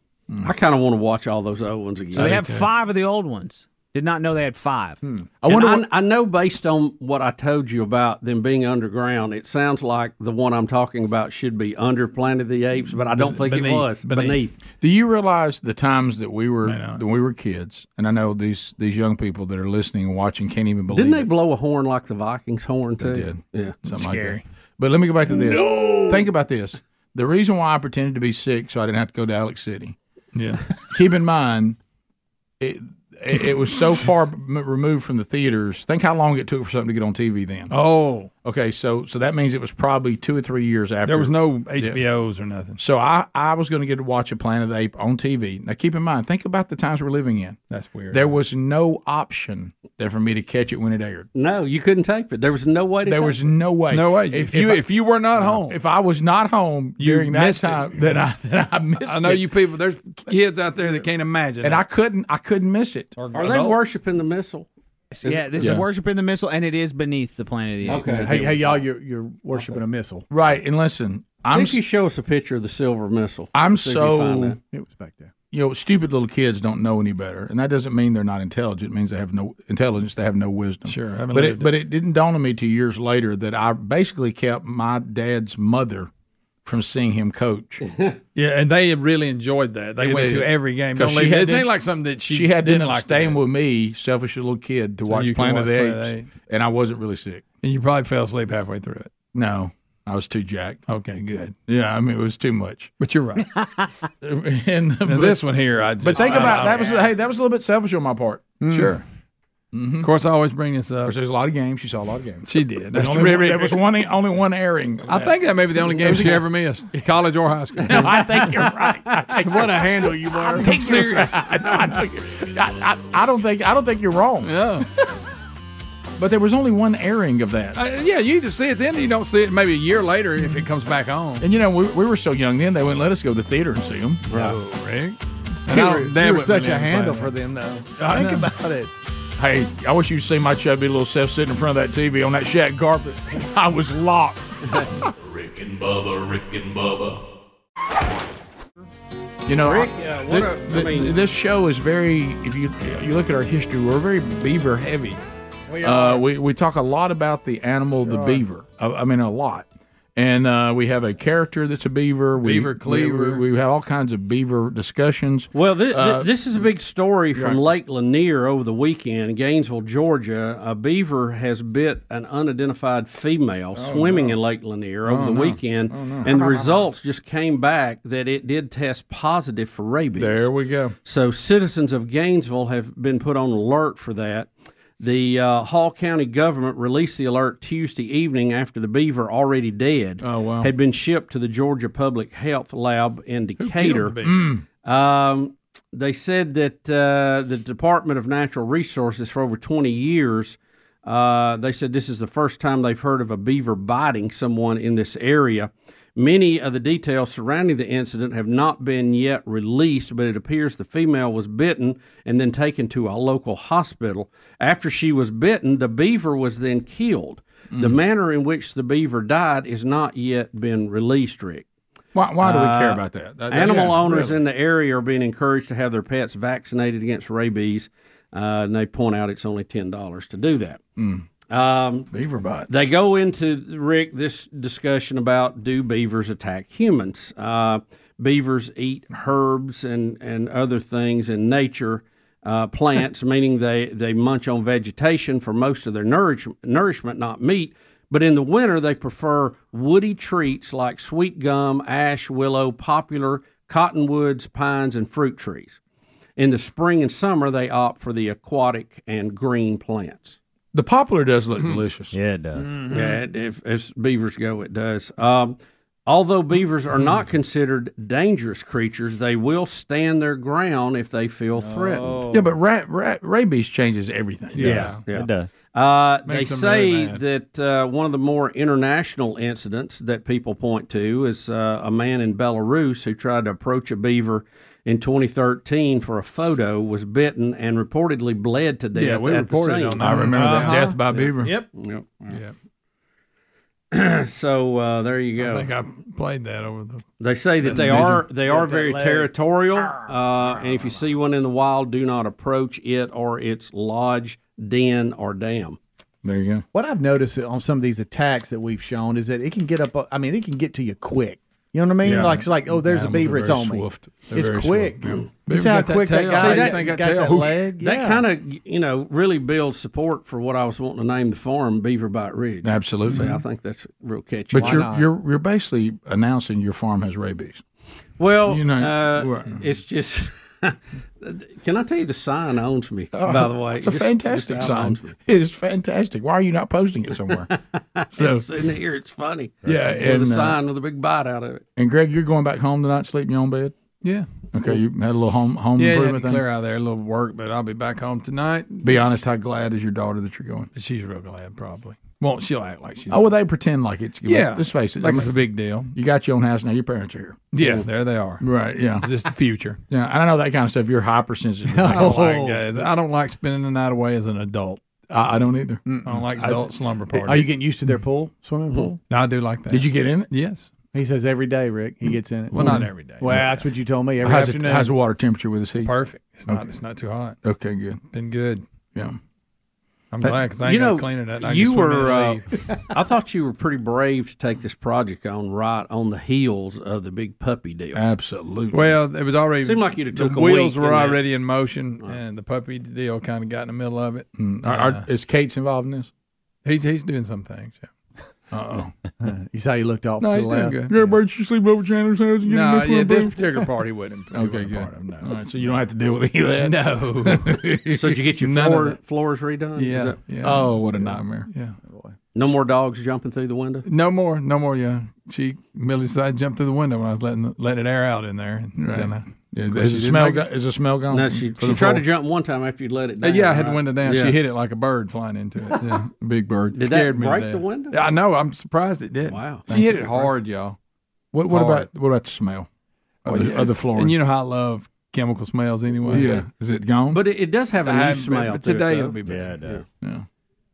S2: I kind of want to watch all those old ones again.
S12: So they have five of the old ones. Did not know they had five.
S2: I wonder. I, I know based on what I told you about them being underground, it sounds like the one I'm talking about should be under Planet of the Apes, but I don't think it was beneath.
S1: Do you realize the times that we were that we were kids, and I know these these young people that are listening and watching can't even believe
S2: Didn't
S1: it.
S2: they blow a horn like the Vikings horn too?
S1: They did.
S2: Yeah,
S1: something like that. But let me go back to this. Think about this. The reason why I pretended to be sick so I didn't have to go to Alex City.
S4: Yeah.
S1: Keep in mind, it it, it was so far m- removed from the theaters. Think how long it took for something to get on TV then.
S4: Oh.
S1: okay. So so that means it was probably two or three years after.
S4: There was no
S1: Yeah.
S4: HBOs or nothing.
S1: So I, I was going to get to watch a Planet of the Ape on TV. Now keep in mind, think about the times we're living in.
S4: That's weird.
S1: There was no option there for me to catch it when it aired.
S2: No, you couldn't tape it. There was no way. to
S1: There
S2: tape
S1: was
S2: it.
S1: no way.
S2: No way.
S1: If,
S2: If
S1: you
S2: I-
S1: if you were not home, if I was not home
S4: You
S1: during that
S4: missed it.
S1: time, then I then I missed.
S4: I know
S1: it.
S4: you people. There's kids out there that can't imagine.
S1: and I couldn't I couldn't miss it.
S2: Are they worshiping the missile?
S12: yeah, this
S1: Yeah.
S12: is worship in the missile, and it is beneath the planet of the apes.
S5: Hey, hey, y'all, you're you're worshiping a missile.
S1: Right, and listen, I'm
S2: if you show us a picture of the silver missile.
S1: I'm
S2: See if you find
S1: so
S2: that.
S5: It was back there.
S1: You know, stupid little kids don't know any better, and that doesn't mean they're not intelligent. It means they have no intelligence. They have no wisdom.
S4: Sure, I haven't
S1: but
S4: lived
S1: it,
S4: it.
S1: but it didn't dawn on me two years later that I basically kept my dad's mother from seeing him coach.
S4: Yeah, and they really enjoyed that. They
S1: Yeah,
S4: went
S1: they
S4: to
S1: did.
S4: every game.
S1: 'Cause she
S4: Don't leave
S1: had
S4: it. It
S1: to-
S4: ain't like something that she,
S1: she had
S4: didn't
S1: dinner
S4: like.
S1: staying
S4: that.
S1: with me, selfish little kid, to
S4: So
S1: watch
S4: you could
S1: Planet of
S4: watch
S1: the
S4: Planet of
S1: Apes,
S4: the Apes.
S1: and I wasn't really sick.
S4: And you probably fell asleep halfway through it.
S1: No, I was too jacked.
S4: Okay, good.
S1: Yeah, I mean it was too much.
S4: But you're right.
S1: and
S4: Now, this one here, I just,
S1: but think
S4: I-
S1: about
S4: I-
S1: that was hey that was a little bit selfish on my part.
S4: Sure. Of course, I always bring this up.
S1: there's a lot Mm-hmm. of games. She saw a lot of games.
S4: She did.
S1: There's
S4: That's
S1: only one- there was one only one airing.
S4: I think that may be the only game
S1: There's a
S4: she ever missed, college or high school.
S1: No, I think you're right. I think
S4: What a handle you are.
S1: I think you're
S4: Serious.
S1: right. No, I, think you're- I, I, I don't think I don't think you're wrong.
S4: Yeah.
S1: but there was only one airing of that.
S4: Uh, yeah, you either see it then, or you don't see it maybe a year later if it comes back on.
S1: And you know, we, we were so young then, they wouldn't let us go to the theater and see them.
S4: Right. Oh, Rick.
S1: And I- Dad
S4: you were
S1: wouldn't
S4: such
S1: let
S4: a
S1: me
S4: handle
S1: play
S4: for them, though.
S1: I
S4: Think
S1: know.
S4: about it.
S1: Hey, I wish you'd seen my chubby little self sitting in front of that TV on that shag carpet. I was locked.
S3: Rick and Bubba, Rick and Bubba.
S1: You know,
S3: Rick,
S1: I-
S3: yeah,
S1: thi-
S3: what a-
S1: thi-
S3: I mean-
S1: this show is very. If you you look at our history, we're very beaver heavy.
S4: We
S1: uh, we we talk a lot about the animal, the beaver. I, I mean, a lot. And uh, we have a character that's a beaver. We,
S4: Beaver
S1: We,
S4: Cleaver.
S1: we, we have all kinds of beaver discussions.
S2: Well, this,
S1: Uh,
S2: this is a big story
S1: you're
S2: from
S1: right.
S2: Lake Lanier over the weekend, Gainesville, Georgia. A beaver has bit an unidentified female swimming in Lake Lanier over
S1: Oh,
S2: the
S1: no.
S2: weekend,
S1: Oh, no.
S2: and the results just came back that it did test positive for rabies.
S1: There we go.
S2: So citizens of Gainesville have been put on alert for that. The uh, Hall County government released the alert Tuesday evening after the beaver, already dead,
S1: Oh, wow.
S2: had been shipped to the Georgia Public Health Lab in Decatur.
S1: the beaver? Mm.
S2: Um, they said that uh, the Department of Natural Resources, for over 20 years, uh, they said this is the first time they've heard of a beaver biting someone in this area. Many of the details surrounding the incident have not been yet released, but it appears the female was bitten and then taken to a local hospital. After she was bitten, the beaver was then killed. The manner in which the beaver died is not yet been released, Rick.
S1: Why, why do we care
S2: Uh,
S1: about that? That- that-
S2: Animal
S1: yeah,
S2: owners
S1: really.
S2: in the area are being encouraged to have their pets vaccinated against rabies, uh, and they point out it's only ten dollars to do that.
S1: Mm-hmm.
S2: Um,
S1: beaver bite.
S2: They go into Rick this discussion about do beavers attack humans? Uh, beavers eat herbs and and other things in nature. Uh, plants, meaning they, they munch on vegetation for most of their nourish, nourishment, not meat. But in the winter, they prefer woody treats like sweet gum, ash, willow, poplar, cottonwoods, pines, and fruit trees. In the spring and summer, they opt for the aquatic and green plants.
S1: The poplar does look delicious.
S2: Yeah, it does. Yeah, it, if, as beavers go, it does. Um, although beavers are not considered dangerous creatures, they will stand their ground if they feel threatened.
S4: Oh.
S1: Yeah, but ra- ra- rabies changes everything.
S2: Yeah. Uh, they
S1: Makes them really
S2: say
S1: mad.
S2: that uh, one of the more international incidents that people point to is uh, a man in Belarus who tried to approach a beaver in 2013 for a photo, was bitten, and reportedly bled to death.
S1: Yeah, we
S2: at the
S1: reported
S2: scene.
S1: on that. I remember that. Uh-huh. Death by
S2: Yeah.
S1: beaver.
S2: Yep. yep. so uh, there you go.
S4: I think I played that over the.
S2: They say that
S4: That's
S2: they
S4: amazing.
S2: are they
S4: Got
S2: are
S4: that
S2: very
S4: leg. Ah.
S2: territorial, uh, and if you see one in the wild, do not approach it or its lodge, den, or dam.
S5: There you go. What I've noticed on some of these attacks that we've shown is that it can get up. I mean, it can get to you quick. You know what I mean?
S4: Yeah.
S5: Like it's like, oh, there's a
S4: Animals are
S5: beaver. It's
S4: very
S5: on
S4: swift.
S5: me.
S4: They're
S5: It's
S4: very
S5: quick.
S4: swift, yeah.
S5: You see how quick that guy got, that leg.
S2: That
S5: Yeah.
S2: kind of you know really builds support for what I was wanting to name the farm, Beaver Bite Ridge.
S1: Absolutely.
S2: So I think that's real catchy.
S1: But you're, you're you're basically announcing your farm has rabies.
S2: Well,
S1: You know,
S2: uh, it's just. Can I tell you the sign owns me? by the way,
S1: Oh, it's a
S2: Just-
S1: fantastic
S2: just
S1: sign.
S2: owns me.
S1: It is fantastic. Why are you not posting it somewhere? So-
S2: It's in here. It's funny.
S1: Yeah,
S2: with
S1: and,
S2: a
S1: uh,
S2: sign with a big bite out of it.
S1: and Greg, you're going back home tonight, sleep in your own bed.
S4: Yeah.
S1: Okay, you had a little home home
S4: yeah, I had
S1: improvement
S4: to
S1: thing.
S4: clear out there a little work, but I'll be back home tonight.
S1: Be honest, how glad is your daughter that you're going?
S4: She's real glad, probably. Won't she'll act like she?
S1: Oh, well, they pretend like it's
S4: Yeah.
S1: Let's face it,
S4: Like it's a big deal.
S1: You got your own house now. Your parents are here.
S4: Yeah, there they are.
S1: Right. Yeah.
S4: It's just the future.
S1: Yeah, I don't know that kind of stuff. You're hypersensitive.
S4: I don't like guys. I don't like spending the night away as an adult.
S1: I, I don't either.
S4: I don't like adult slumber parties.
S5: Are you getting used to their pool, swimming pool?
S4: No, I do like that.
S1: Did you get in it?
S4: Yes.
S5: He says every day, Rick. He gets in it.
S4: Well, not every day.
S5: Well, that's what you told me every
S1: how's, it-
S5: afternoon.
S1: how's the water temperature with us? Heat.
S4: Perfect. It's not.
S1: Okay.
S4: It's not too hot.
S1: Okay. Good.
S4: Been good.
S1: Yeah.
S4: I'm
S1: That-
S4: glad because I
S2: you
S4: ain't
S2: know,
S4: got cleaning it. I can
S2: you
S4: swim in
S2: were.
S4: the
S2: Uh,
S4: lake.
S2: I thought you were pretty brave to take this project on right on the heels of the big puppy deal.
S1: Absolutely.
S4: Well, it was already
S2: seemed like you'd have
S4: the
S2: took a
S4: wheels
S2: week
S4: were
S2: in that.
S4: already in motion, and the puppy deal kind of got in the middle of it. uh,
S1: Mm. Are- are- is Kate's involved in this?
S4: He's he's doing some things. Yeah.
S1: Uh
S5: oh. you saw he looked off
S4: No,
S5: to
S4: he's
S5: the left.
S4: doing good.
S1: Everybody should sleep over Chandler's house and get
S4: No,
S1: enough for
S4: yeah,
S1: a
S4: this
S1: booth.
S4: particular party wouldn't.
S1: Okay,
S4: good.
S1: good.
S4: Part of, no.
S1: All right, so you don't have to deal with any of that.
S4: No.
S2: so did you get your
S4: None of
S2: floor,
S4: that.
S2: floors redone? Is
S4: Yeah,
S2: that-
S4: yeah.
S1: Oh, what a nightmare!
S4: Yeah.
S2: No more dogs jumping through the window.
S4: No more, no more. Yeah, she Millie decided to jump through the window when I was letting the, letting it air out in there. And
S1: Right.
S4: then I,
S1: Yeah,
S4: Of course,
S1: is the
S4: she didn't
S1: smell
S4: make
S1: go-
S4: it.
S1: is the smell gone?
S2: No,
S1: from-
S2: she,
S1: from
S2: she
S1: the
S2: tried to
S1: floor?
S2: jump one time after you'd let it down.
S4: Uh, yeah, I had the
S2: right?
S4: window down.
S2: Yeah.
S4: She hit it like a bird flying into it. Yeah,
S1: big bird.
S2: Did that
S4: Scared me to
S2: break
S4: death.
S2: the window?
S4: Yeah, I know. I'm surprised it did.
S2: Wow.
S4: she
S1: Thank
S4: hit
S1: you.
S4: it hard, y'all.
S1: What? What
S4: Hard.
S1: about what about the smell? Of
S4: Well,
S1: the,
S4: yeah,
S1: of the flooring.
S4: And you know how I love chemical smells anyway.
S1: yeah. Is it gone?
S2: But it, it does have a
S4: I
S2: new
S4: haven't been-
S2: smell.
S4: but
S2: to it,
S4: today
S2: though.
S4: it'll be better. Yeah, it
S2: does.
S1: yeah.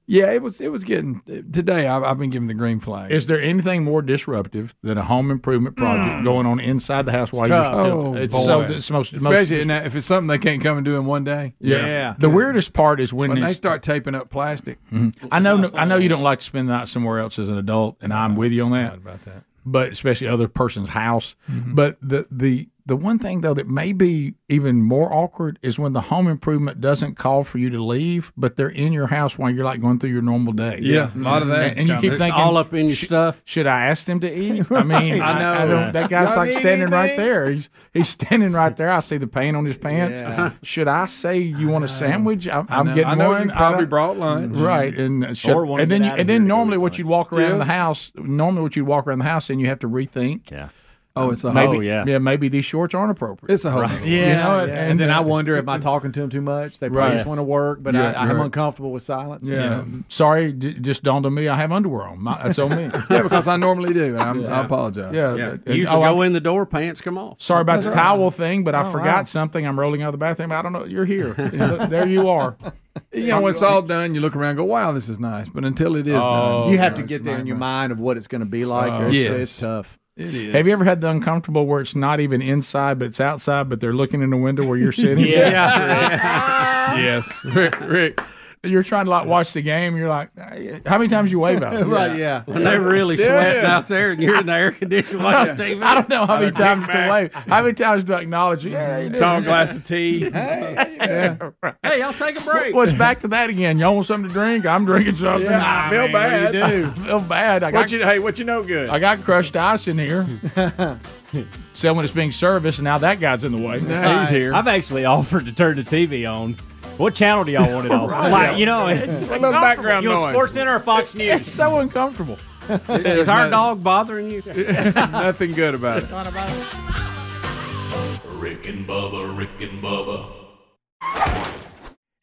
S4: Yeah, it was it was getting today. I've, I've been given the green flag.
S1: Is there anything more disruptive than a home improvement project going on inside the house while you're
S4: tough.
S1: still?
S4: Oh,
S1: it's
S4: boy.
S1: so it's most most,
S4: especially in that, if it's something they can't come and do in one day.
S1: The weirdest part is when,
S4: when they
S1: it's-
S4: start taping up plastic.
S1: Mhm. I know I know you don't like to spend the night somewhere else as an adult, and I'm with you on that.
S4: About that. Mm-hmm.
S1: But especially other person's house. But the the the one thing though that may be even more awkward is when the home improvement doesn't call for you to leave, but they're in your house while you're like going through your normal day.
S4: Yeah, a lot of that
S1: And, and you
S4: comes.
S1: keep
S4: It's
S1: thinking
S2: all up in your stuff.
S1: Should I ask them to eat? I mean, I,
S4: I know.
S1: I, don't. That guy's
S4: Y'all
S1: like
S4: need
S1: standing right
S4: anything?
S1: there. He's he's standing right there. I see the paint on his pants. Should I say you want a sandwich? I'm,
S4: I
S1: I'm
S4: know.
S1: getting
S4: I know
S1: one.
S4: you probably
S1: don't-
S4: brought lunch.
S1: right? And uh, should,
S12: wanna
S1: and then
S12: get
S1: you-
S12: out of
S1: and
S12: here
S1: then
S12: to
S1: normally
S12: get
S1: what you'd walk around the
S4: Yes.
S1: house. Normally what you'd walk around the house and you have to rethink. Yeah.
S4: Oh, it's a
S1: Maybe,
S4: whole,
S1: yeah. maybe these shorts aren't appropriate.
S4: it's a whole.
S5: Yeah,
S1: Right. You know,
S5: yeah.
S1: and-
S5: And,
S1: and
S5: then
S1: uh,
S5: I wonder, am I talking to them too much? They probably
S1: Right.
S5: just want to work, but
S1: Yeah,
S5: I, I'm
S1: right.
S5: uncomfortable with silence.
S1: Yeah. Sorry, d- just dawned on me. I have underwear on. My, that's on me.
S4: Yeah, because I normally do, and I'm, I apologize.
S1: Yeah.
S2: Yeah.
S1: And-
S2: You usually
S1: oh, I-
S2: go in the door, pants come off.
S1: Sorry about the
S4: That's right.
S1: towel thing, but I
S4: Oh,
S1: forgot
S4: wow.
S1: something. I'm rolling out of the bathroom. I don't know. You're here. there you are.
S4: You know, when it's all done, you look around, and go, "Wow, this is nice," but until it is
S1: Oh,
S4: done,
S5: You have to
S4: it's
S5: get there
S4: not
S5: in your
S4: right.
S5: mind of what it's going to be like. or it's,
S4: yes.
S5: it's tough.
S4: It is.
S1: Have you ever had the uncomfortable where it's not even inside, but it's outside, but they're looking in the window where you're sitting?
S4: Yes, Rick. Rick.
S1: You're trying to like watch the game. You're like, "Hey, how many times you wave at them?
S5: Right, yeah.
S2: When they really
S4: Yeah.
S2: sweating out there and you're in the air conditioning watching TV.
S1: I don't know how many times to wave. How many times to acknowledge you? Yeah, you did.
S4: Tall glass of tea.
S2: Hey, I'll take a break.
S1: Well, it's back to that again. Y'all want something to drink? I'm drinking something.
S4: I feel bad.
S1: I feel bad. I got,
S4: What you, hey, what you know good?
S1: I got crushed ice in here. Someone that's being serviced, and now that guy's in the way.
S4: Now he's here.
S12: I've actually offered to turn the TV on. What channel do y'all want it on? Like, Uh, you know, it's,
S4: a little background
S12: you know,
S4: noise.
S12: Sports Center or Fox
S1: It's
S12: News?
S1: so uncomfortable.
S2: Is
S4: There's
S2: our
S4: no-
S2: dog bothering you?
S4: Nothing good about it.
S3: Rick and Bubba, Rick and Bubba.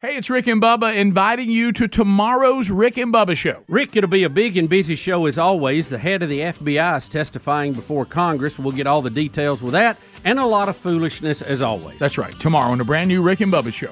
S1: Hey, it's Rick and Bubba inviting you to tomorrow's Rick and Bubba show.
S2: Rick, it'll be a big and busy show as always. The head of the FBI is testifying before Congress. We'll get all the details with that and a lot of foolishness as always.
S1: That's right, tomorrow on a brand new Rick and Bubba show.